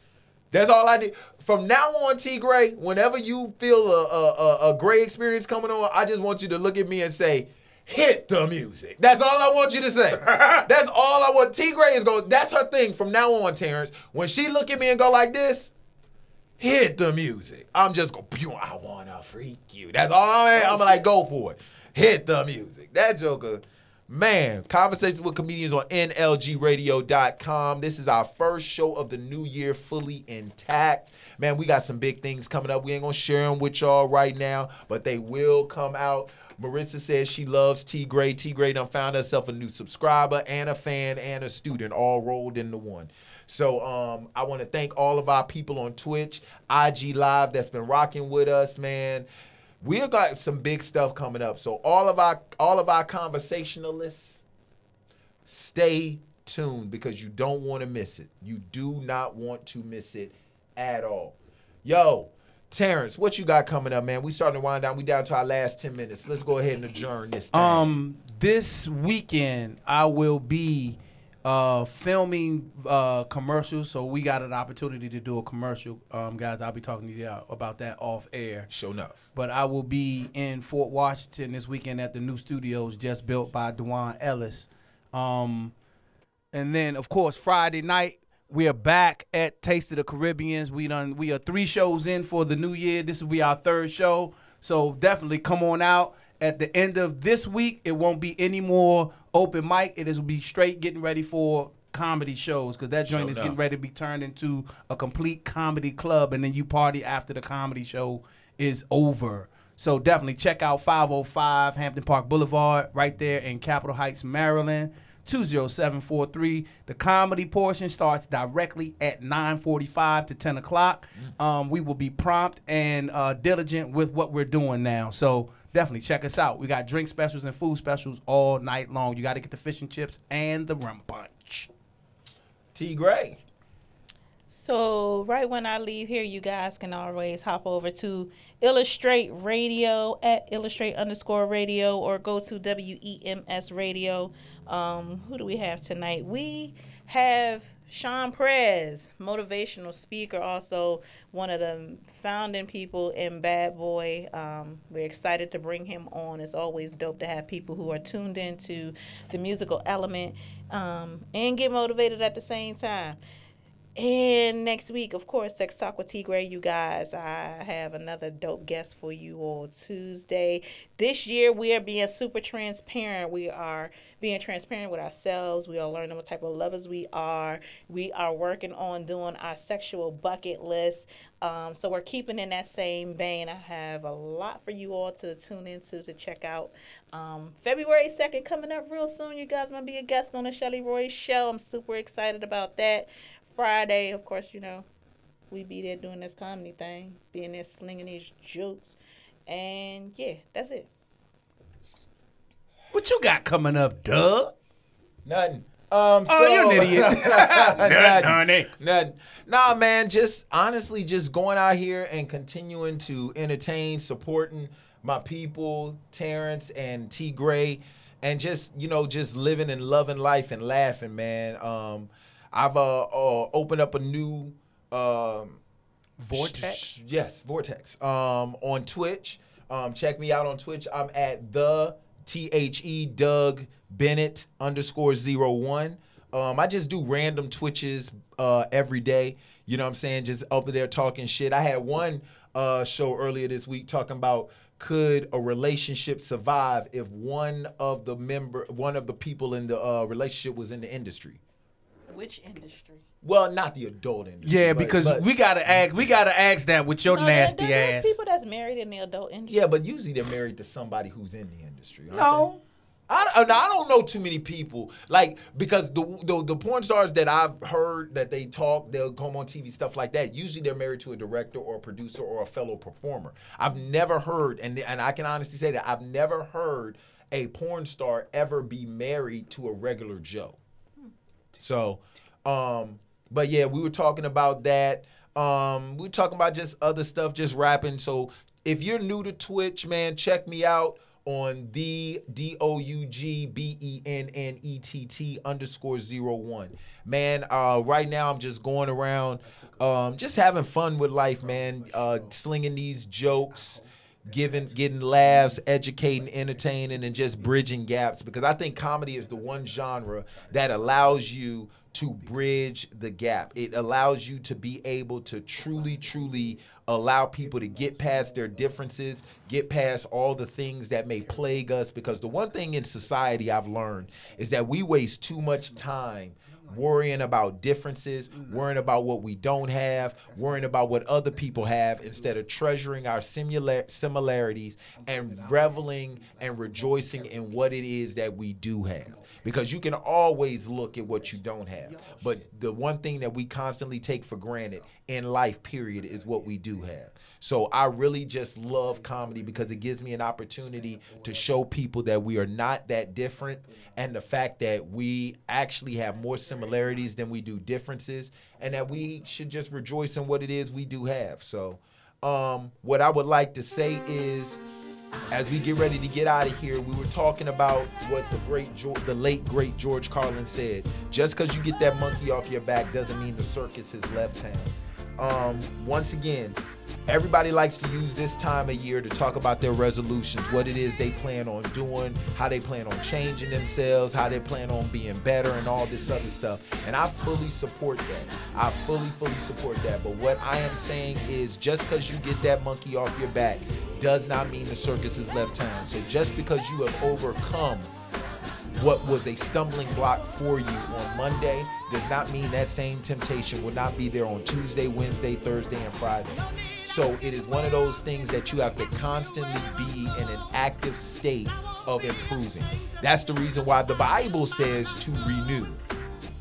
That's all I did. From now on, T Gray, whenever you feel a, a, a, a gray experience coming on, I just want you to look at me and say, hit the music. That's all I want you to say. that's all I want. T Gray is going, that's her thing from now on, Terrence. When she look at me and go like this, hit the music. I'm just going, pew, I want to freak you. That's all I am. I'm like, go for it. Hit the music. That joker, Man, Conversations with Comedians on NLGradio.com. This is our first show of the new year fully intact. Man, we got some big things coming up. We ain't going to share them with y'all right now, but they will come out. Marissa says she loves T Gray. T Gray done found herself a new subscriber and a fan and a student all rolled into one. So um, I want to thank all of our people on Twitch, IG Live that's been rocking with us, man. We got some big stuff coming up. So all of our all of our conversationalists, stay tuned because you don't want to miss it. You do not want to miss it at all. Yo, Terrence, what you got coming up, man? We starting to wind down. We down to our last ten minutes. Let's go ahead and adjourn this. Thing. Um, this weekend I will be uh, filming uh, commercials, so we got an opportunity to do a commercial, um, guys. I'll be talking to you about that off air. show enough. But I will be in Fort Washington this weekend at the new studios just built by Dewan Ellis. Um, and then of course Friday night we are back at Taste of the Caribbeans. We done we are three shows in for the new year. This will be our third show, so definitely come on out. At the end of this week, it won't be any more open mic. It is will be straight getting ready for comedy shows because that joint is getting ready to be turned into a complete comedy club, and then you party after the comedy show is over. So definitely check out 505 Hampton Park Boulevard right there in Capitol Heights, Maryland. 20743. The comedy portion starts directly at 945 to 10 o'clock. Mm. Um, we will be prompt and uh, diligent with what we're doing now. So definitely check us out. We got drink specials and food specials all night long. You got to get the fish and chips and the rum punch. T Gray. So right when I leave here, you guys can always hop over to Illustrate Radio at Illustrate underscore Radio or go to WEMS Radio. Um, who do we have tonight? We have Sean Prez, motivational speaker, also one of the founding people in Bad Boy. Um, we're excited to bring him on. It's always dope to have people who are tuned into the musical element um, and get motivated at the same time. And next week, of course, Sex Talk with T Gray, you guys. I have another dope guest for you all Tuesday. This year, we are being super transparent. We are being transparent with ourselves. We are learning what type of lovers we are. We are working on doing our sexual bucket list. Um, so we're keeping in that same vein. I have a lot for you all to tune into to check out. Um, February 2nd coming up real soon. You guys, I'm going to be a guest on the Shelly Roy show. I'm super excited about that. Friday, of course, you know, we be there doing this comedy thing, being there slinging these jokes. And yeah, that's it. What you got coming up, Doug? Nothing. Um, Oh, so- you're an idiot. Nothing. honey. Nothing. Nah, man, just honestly, just going out here and continuing to entertain, supporting my people, Terrence and T Gray, and just, you know, just living and loving life and laughing, man. Um, I've uh, uh, opened up a new um, Vortex? sh- yes, Vortex. Um, on Twitch. Um, check me out on Twitch. I'm at the T H E Doug Bennett underscore zero one. Um, I just do random Twitches uh, every day. You know what I'm saying? Just up there talking shit. I had one uh, show earlier this week talking about could a relationship survive if one of the member, one of the people in the uh, relationship was in the industry. Which industry? Well, not the adult industry. Yeah, but- because but- we gotta ask. We gotta ask that with your nasty ass. Oh, people that's married in the adult industry. Yeah, but usually they're married to somebody who's in the industry. aren't No. they? I, uh, I- I don't know too many people like because the, the the porn stars that I've heard that they talk, they'll come on TV stuff like that. Usually they're married to a director or a producer or a fellow performer. I've never heard, and and I can honestly say that I've never heard a porn star ever be married to a regular Joe. So, um, but yeah, we were talking about that. Um, we were talking about just other stuff, just rapping. So if you're new to Twitch, man, check me out on the D O U G B E N N E T T underscore zero one. Man, uh, right now I'm just going around, um, just having fun with life, man. Uh, slinging these jokes giving, getting laughs, educating, entertaining, and just bridging gaps. Because I think comedy is the one genre that allows you to bridge the gap. It allows you to be able to truly, truly allow people to get past their differences, get past all the things that may plague us. Because the one thing in society I've learned is that we waste too much time worrying about differences, worrying about what we don't have, worrying about what other people have instead of treasuring our similar similarities and reveling and rejoicing in what it is that we do have. Because you can always look at what you don't have. But the one thing that we constantly take for granted in life period is what we do have. So I really just love comedy because it gives me an opportunity to show people that we are not that different and the fact that we actually have more similarities than we do differences and that we should just rejoice in what it is we do have. So um, what I would like to say is as we get ready to get out of here, we were talking about what the great, Geor- the late great George Carlin said. Just because you get that monkey off your back doesn't mean the circus has left town. Um, once again, everybody likes to use this time of year to talk about their resolutions, what it is they plan on doing, how they plan on changing themselves, how they plan on being better, and all this other stuff. And I fully support that. I fully, fully support that. But what I am saying is, just because you get that monkey off your back does not mean the circus has left town. So just because you have overcome what was a stumbling block for you on Monday does not mean that same temptation will not be there on Tuesday, Wednesday, Thursday, and Friday. So it is one of those things that you have to constantly be in an active state of improving. That's the reason why the Bible says to renew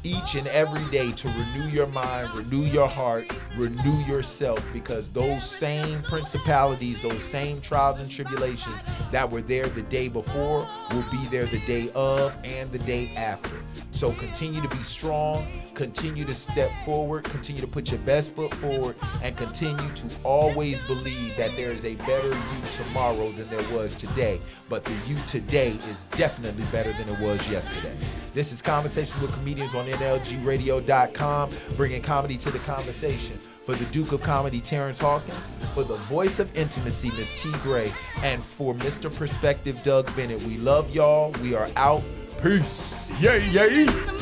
each and every day to renew your mind, renew your heart, renew yourself because those same principalities, those same trials and tribulations that were there the day before will be there the day of and the day after. So continue to be strong, continue to step forward, continue to put your best foot forward, and continue to always believe that there is a better you tomorrow than there was today. But the you today is definitely better than it was yesterday. This is Conversations with Comedians on NLGRadio.com, bringing comedy to the conversation. For the Duke of Comedy, Terrence Hawkins, for the voice of intimacy, Miss T. Gray, and for Mr. Perspective, Doug Bennett. We love y'all. We are out. Peace. Yay, yay.